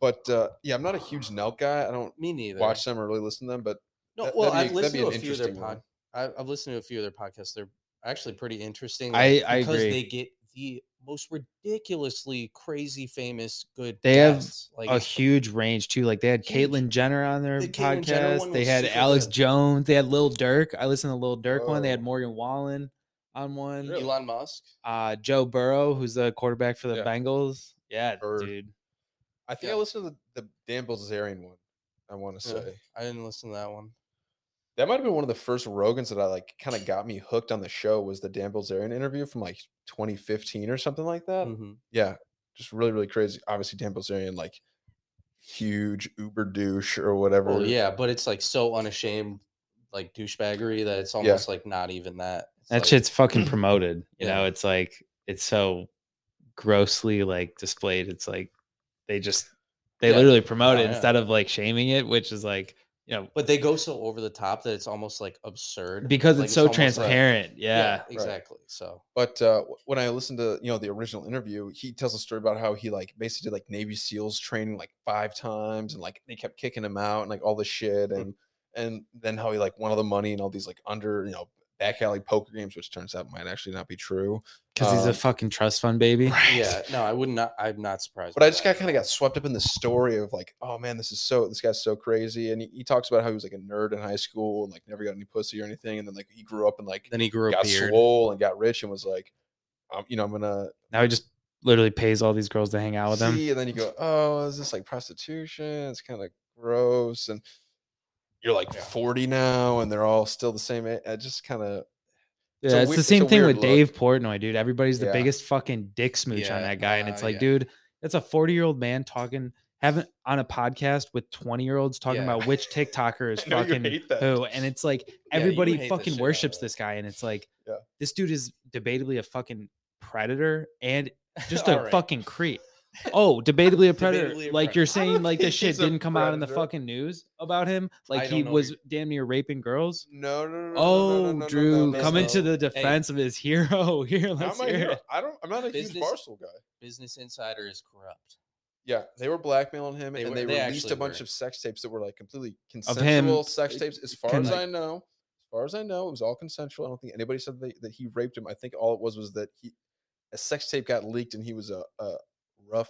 Speaker 1: but uh, yeah, I'm not a huge Nelk guy. I don't
Speaker 3: Me neither.
Speaker 1: watch them or really listen to them, but
Speaker 3: No,
Speaker 1: that-
Speaker 3: well,
Speaker 1: that'd
Speaker 3: I've
Speaker 1: be- that'd
Speaker 3: listened
Speaker 1: be
Speaker 3: to a
Speaker 1: an
Speaker 3: few of their
Speaker 1: interesting one.
Speaker 3: pod. I- I've listened to a few of their podcasts. They're actually pretty interesting.
Speaker 4: I-
Speaker 3: like,
Speaker 4: I
Speaker 3: because
Speaker 4: agree.
Speaker 3: they get the most ridiculously crazy famous good.
Speaker 4: They have
Speaker 3: guests. like
Speaker 4: a
Speaker 3: it's-
Speaker 4: huge range too. Like they had
Speaker 3: Huge.
Speaker 4: Caitlyn Jenner on their
Speaker 3: The Caitlyn Jenner
Speaker 4: podcast.
Speaker 3: one
Speaker 4: They
Speaker 3: was
Speaker 4: had
Speaker 3: super
Speaker 4: Alex
Speaker 3: good.
Speaker 4: Jones. They had Lil Durk. I listened to Lil Durk one. They had
Speaker 1: Oh.
Speaker 4: Morgan Wallen on one.
Speaker 1: Really?
Speaker 3: Elon Musk.
Speaker 4: Uh, Joe Burrow, who's the quarterback for the
Speaker 1: Yeah.
Speaker 4: Bengals. Yeah,
Speaker 1: Bird.
Speaker 4: dude.
Speaker 1: I think I
Speaker 3: Yeah.
Speaker 1: listened to the, the Dan Bilzerian one. I want to
Speaker 3: Yeah.
Speaker 1: say
Speaker 3: I didn't listen to that one.
Speaker 1: that might have been one of the first Rogans that I like. Kind of got me hooked on the show was the Dan Bilzerian interview from like 2015 or something like that.
Speaker 3: Mhm.
Speaker 1: Yeah, just really really crazy. Obviously, Dan Bilzerian like huge Uber douche or whatever.
Speaker 3: Well, yeah, but it's like so unashamed, like douchebaggery that it's almost like not even that. It's
Speaker 4: That
Speaker 3: like,
Speaker 4: shit's fucking promoted. You
Speaker 3: Yeah.
Speaker 4: know, it's like it's so grossly like displayed. It's like they just they
Speaker 3: Yeah.
Speaker 4: literally promote
Speaker 3: Oh,
Speaker 4: it
Speaker 3: yeah.
Speaker 4: instead of like shaming it, which is like you know
Speaker 3: But they go so over the top that it's almost like absurd
Speaker 4: because
Speaker 3: Like,
Speaker 4: it's so
Speaker 3: almost, like-
Speaker 4: transparent. yeah.
Speaker 3: exactly. So
Speaker 1: But uh, w- when I listened to you know the original interview, he tells a story about how he like basically did like Navy SEALs training like five times, and like they kept kicking him out and like all this shit, and and then how he like won all the money and all these like under you know back alley poker games, which turns out might actually not be true.
Speaker 4: because he's
Speaker 1: Um,
Speaker 4: a fucking trust fund baby.
Speaker 3: Yeah, no, I would not. I'm not surprised.
Speaker 1: But I just got kind of got swept up in the story of like, oh man, this is so this guy's so crazy, and he, he talks about how he was like a nerd in high school and like never got any pussy or anything, and then like he grew up and like
Speaker 3: Then he grew a
Speaker 1: got
Speaker 3: beard.
Speaker 1: swole and got rich and was like, um, you know, I'm gonna
Speaker 4: Now he just literally pays all these girls to hang out with him.
Speaker 1: see, and then you go, oh, is this like prostitution? It's kind of gross, and you're like 40 now, and they're all still the same. a- I just kind of
Speaker 4: Yeah,
Speaker 1: It's a
Speaker 4: it's,
Speaker 1: wei-
Speaker 4: the
Speaker 1: it's
Speaker 4: same
Speaker 1: a
Speaker 4: thing
Speaker 1: weird
Speaker 4: with
Speaker 1: look.
Speaker 4: Dave Portnoy, dude. Everybody's the
Speaker 1: Yeah.
Speaker 4: biggest fucking dick smooch
Speaker 3: Yeah,
Speaker 4: on that guy, and
Speaker 3: uh,
Speaker 4: it's like,
Speaker 3: yeah.
Speaker 4: dude, that's a forty-year-old man talking, having on a podcast with twenty-year-olds talking
Speaker 3: Yeah.
Speaker 4: about which TikToker is
Speaker 1: I know you
Speaker 4: fucking
Speaker 1: hate that.
Speaker 4: who, and it's like
Speaker 3: Yeah, you
Speaker 4: everybody
Speaker 3: hate the shit
Speaker 4: fucking
Speaker 3: out of
Speaker 4: worships
Speaker 3: that.
Speaker 4: this guy, and it's like,
Speaker 1: Yeah.
Speaker 4: this dude is debatably a fucking predator and just a
Speaker 3: Alright.
Speaker 4: fucking creep. Oh, debatably a predator.
Speaker 3: Debatably a
Speaker 4: like you're
Speaker 3: predator.
Speaker 1: I don't
Speaker 4: saying, like this
Speaker 1: think
Speaker 4: shit
Speaker 1: he's a
Speaker 4: didn't come out in the
Speaker 1: predator.
Speaker 4: fucking news about him. Like
Speaker 3: don't
Speaker 4: he
Speaker 3: know what
Speaker 4: was
Speaker 3: you're-
Speaker 4: damn near raping girls.
Speaker 1: no, no, no, no, no, no,
Speaker 4: Oh,
Speaker 1: no, no,
Speaker 4: Drew,
Speaker 1: no,
Speaker 4: coming to
Speaker 1: no.
Speaker 4: the defense of his hero. Here,
Speaker 1: Not
Speaker 4: let's
Speaker 1: my
Speaker 4: hear
Speaker 1: hero.
Speaker 4: it.
Speaker 1: I don't. I'm not a huge
Speaker 6: Business-
Speaker 1: Barstool guy.
Speaker 6: Business Insider is corrupt.
Speaker 1: Yeah, they were blackmailing him,
Speaker 6: They
Speaker 1: and
Speaker 6: were-
Speaker 1: they,
Speaker 6: they
Speaker 1: released a
Speaker 6: actually
Speaker 1: bunch
Speaker 6: were.
Speaker 1: of sex tapes that were like completely
Speaker 4: him,
Speaker 1: consensual sex
Speaker 4: uh,
Speaker 1: tapes. As far
Speaker 4: can,
Speaker 1: as
Speaker 4: like-
Speaker 1: I know, as far as I know, it was all consensual. I don't think anybody said that, that he raped him. I think all it was was that he a sex tape got leaked, and he was a, a rough.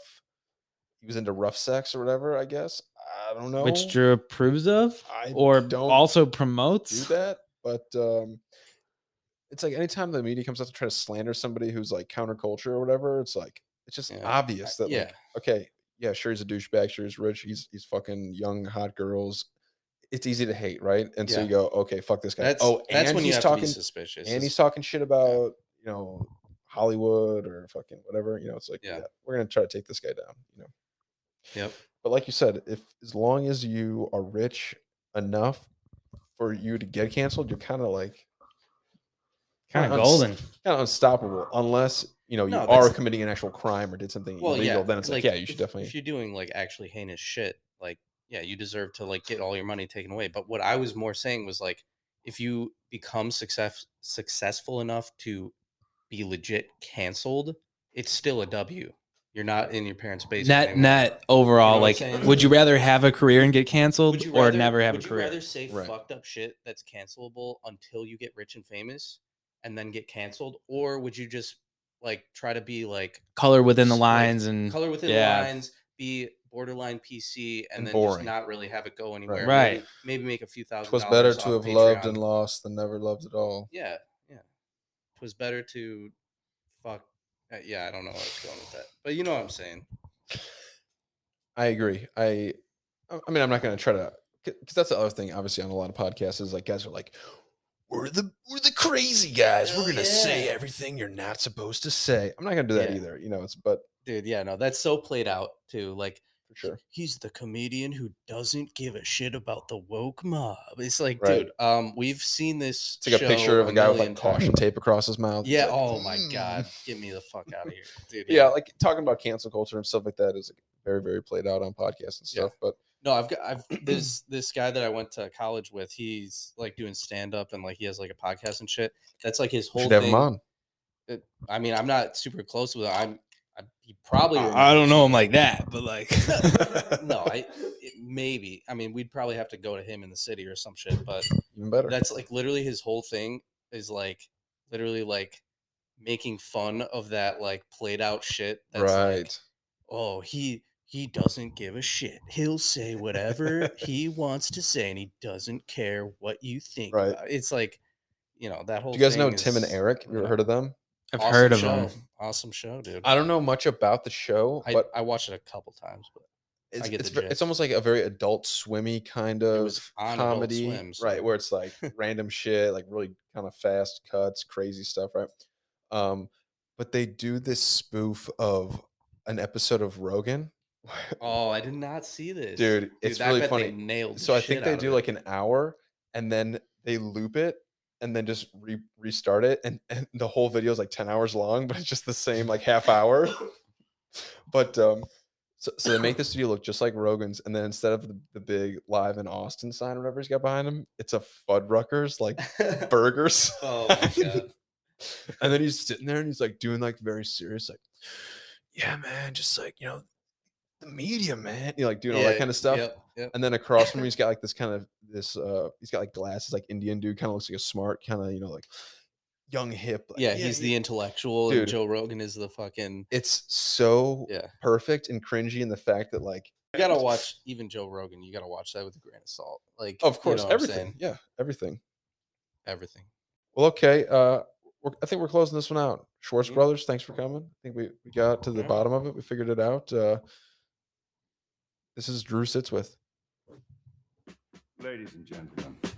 Speaker 1: He was into rough sex or whatever. I guess I don't know.
Speaker 4: Which Drew approves of
Speaker 1: I
Speaker 4: or
Speaker 1: don't
Speaker 4: also
Speaker 1: do
Speaker 4: promotes.
Speaker 1: that, but um, it's like anytime the media comes out to try to slander somebody who's like counterculture or whatever, it's like it's just
Speaker 3: Yeah.
Speaker 1: obvious that
Speaker 3: yeah,
Speaker 1: like okay, yeah, sure he's a douchebag, sure he's rich, he's he's fucking young hot girls. It's easy to hate, right? And so
Speaker 3: Yeah.
Speaker 1: you go, okay, fuck this guy.
Speaker 3: that's
Speaker 1: oh,
Speaker 3: that's
Speaker 1: and
Speaker 3: when you
Speaker 1: he's
Speaker 3: have
Speaker 1: talking,
Speaker 3: to be suspicious.
Speaker 1: and
Speaker 3: is-
Speaker 1: he's talking shit about you know Hollywood or fucking whatever. You know, it's like yeah,
Speaker 3: Yeah.
Speaker 1: we're gonna try to take this guy down. You know,
Speaker 3: Yep.
Speaker 1: but like you said, if as long as you are rich enough for you to get canceled, you're kind of like
Speaker 4: Kind
Speaker 1: Kinda
Speaker 4: of
Speaker 1: uns-
Speaker 4: golden.
Speaker 1: kind of unstoppable, unless you know you
Speaker 3: No,
Speaker 1: are
Speaker 3: that's-
Speaker 1: committing an actual crime or did something
Speaker 3: Well,
Speaker 1: illegal.
Speaker 3: yeah.
Speaker 1: Then it's like, yeah, you should
Speaker 3: if,
Speaker 1: definitely.
Speaker 3: If you're doing like actually heinous shit, like yeah, you deserve to like get all your money taken away. But what I was more saying was like, if you become success successful enough to be legit canceled, it's still a W. You're not in your parents' basement.
Speaker 4: Net
Speaker 3: anymore.
Speaker 4: net overall,
Speaker 3: what I'm
Speaker 4: like,
Speaker 3: saying?
Speaker 4: would you rather have a career and get canceled,
Speaker 3: Would you
Speaker 4: or
Speaker 3: rather-
Speaker 4: never have a
Speaker 3: would
Speaker 4: career?
Speaker 3: you rather say
Speaker 1: Right.
Speaker 3: fucked up shit that's cancelable until you get rich and famous, and then get canceled, or would you just like try to be like
Speaker 4: Color within the
Speaker 3: Like,
Speaker 4: lines and
Speaker 3: color within
Speaker 4: Yeah.
Speaker 3: the lines, be borderline PC, and,
Speaker 1: And
Speaker 3: then
Speaker 1: boring.
Speaker 3: just not really have it go anywhere.
Speaker 4: Right.
Speaker 3: Maybe, maybe make a few thousand.
Speaker 1: Twas
Speaker 3: dollars
Speaker 1: better
Speaker 3: off
Speaker 1: to have loved
Speaker 3: Patreon.
Speaker 1: and lost than never loved at all.
Speaker 3: Yeah, yeah. Twas better to fuck. uh, yeah, I don't know where I was going with that, but you know what I'm saying.
Speaker 1: I agree. I, I I mean, I'm not going to try to, because that's the other thing. Obviously, on a lot of podcasts, is like guys are like, "We're the we're the crazy guys. we're
Speaker 3: Hell
Speaker 1: going to say
Speaker 3: yeah."
Speaker 1: everything you're not supposed to say." I'm not going to do that
Speaker 3: Yeah.
Speaker 1: either. You know, it's but
Speaker 3: Dude, yeah, no, that's so played out too. Like,
Speaker 1: for sure.
Speaker 3: he's the comedian who doesn't give a shit about the woke mob. It's like,
Speaker 1: Right.
Speaker 3: dude, um, we've seen this.
Speaker 1: It's like a
Speaker 3: show
Speaker 1: picture of a guy with like
Speaker 3: million times.
Speaker 1: caution tape across his mouth. It's
Speaker 3: Yeah.
Speaker 1: like,
Speaker 3: oh my
Speaker 1: "Mm."
Speaker 3: god, get me the fuck out of here, dude.
Speaker 1: Yeah, like talking about cancel culture and stuff like that is like, very very played out on podcasts and
Speaker 3: Yeah.
Speaker 1: stuff. But
Speaker 3: No, I've got I've this this guy that I went to college with. He's like doing stand up and like he has like a podcast and shit. That's like his
Speaker 1: we
Speaker 3: whole
Speaker 1: should have
Speaker 3: thing.
Speaker 1: him on.
Speaker 3: I mean, I'm not super close with him. I'm I, he probably.
Speaker 4: I I don't know him like that, but like,
Speaker 3: remembers- No, I it, maybe. I mean, we'd probably have to go to him in the city or some shit. But
Speaker 1: Even better.
Speaker 3: that's like literally his whole thing is like literally like making fun of that like played out shit. That's
Speaker 1: right.
Speaker 3: Like, oh he he doesn't give a shit he'll say whatever he wants to say and he doesn't care what you think
Speaker 1: Right.
Speaker 3: about it. it's like you know that whole
Speaker 1: do you guys know
Speaker 3: thing
Speaker 1: Tim and
Speaker 3: is
Speaker 1: Eric? Have you ever heard of them?
Speaker 4: I've
Speaker 3: awesome
Speaker 4: heard of
Speaker 3: show.
Speaker 4: him.
Speaker 3: awesome show dude
Speaker 1: I don't know much about the show,
Speaker 3: I,
Speaker 1: but
Speaker 3: I watched it a couple times but
Speaker 1: it's,
Speaker 3: get
Speaker 1: it's,
Speaker 3: the
Speaker 1: ver- it's
Speaker 3: gist.
Speaker 1: almost like a very adult swimmy kind
Speaker 3: was
Speaker 1: of
Speaker 3: on Adult
Speaker 1: comedy,
Speaker 3: Swim,
Speaker 1: right?
Speaker 3: so-
Speaker 1: Where it's like random shit, like really kind of fast cuts, crazy stuff, right? Um, but they do this spoof of an episode of Rogan,
Speaker 3: oh i did not see this
Speaker 1: dude. It's
Speaker 3: I
Speaker 1: really
Speaker 3: bet
Speaker 1: funny.
Speaker 3: they nailed the
Speaker 1: so I
Speaker 3: shit
Speaker 1: think
Speaker 3: out
Speaker 1: they
Speaker 3: of
Speaker 1: do
Speaker 3: it.
Speaker 1: like an hour and then they loop it and then just re- restart it and, and the whole video is like 10 hours long but it's just the same like half hour but um so, so they make the studio look just like Rogan's and then instead of the, the big live in Austin sign or whatever he's got behind him it's a Fuddruckers like burgers
Speaker 3: oh my god
Speaker 1: and then he's sitting there and he's like doing like very serious, like, yeah, man, just like, you know, the media, man. You know, like doing all that
Speaker 3: Yeah,
Speaker 1: kind of stuff.
Speaker 3: yep, yep.
Speaker 1: And then across from him, he's got like this kind of this uh he's got like glasses, like Indian dude, kind of looks like a smart, kind of you know like young hip. like,
Speaker 3: yeah, he's the intellectual,
Speaker 1: Dude.
Speaker 3: and Joe Rogan is the fucking.
Speaker 1: It's so
Speaker 3: Yeah,
Speaker 1: perfect and cringy in the fact that like
Speaker 3: you gotta watch even Joe Rogan. You gotta watch that with a grain of salt. Like,
Speaker 1: Of
Speaker 3: you
Speaker 1: course,
Speaker 3: know what I'm
Speaker 1: everything.
Speaker 3: saying?
Speaker 1: Yeah, everything.
Speaker 3: everything.
Speaker 1: Well, okay. Uh, we're, I think we're closing this one out. Schwartz
Speaker 3: Mhm.
Speaker 1: Brothers, thanks for coming. I think we, we got to the
Speaker 3: Yeah.
Speaker 1: bottom of it. We figured it out. Uh, this is Drew sits with.
Speaker 5: Ladies and gentlemen,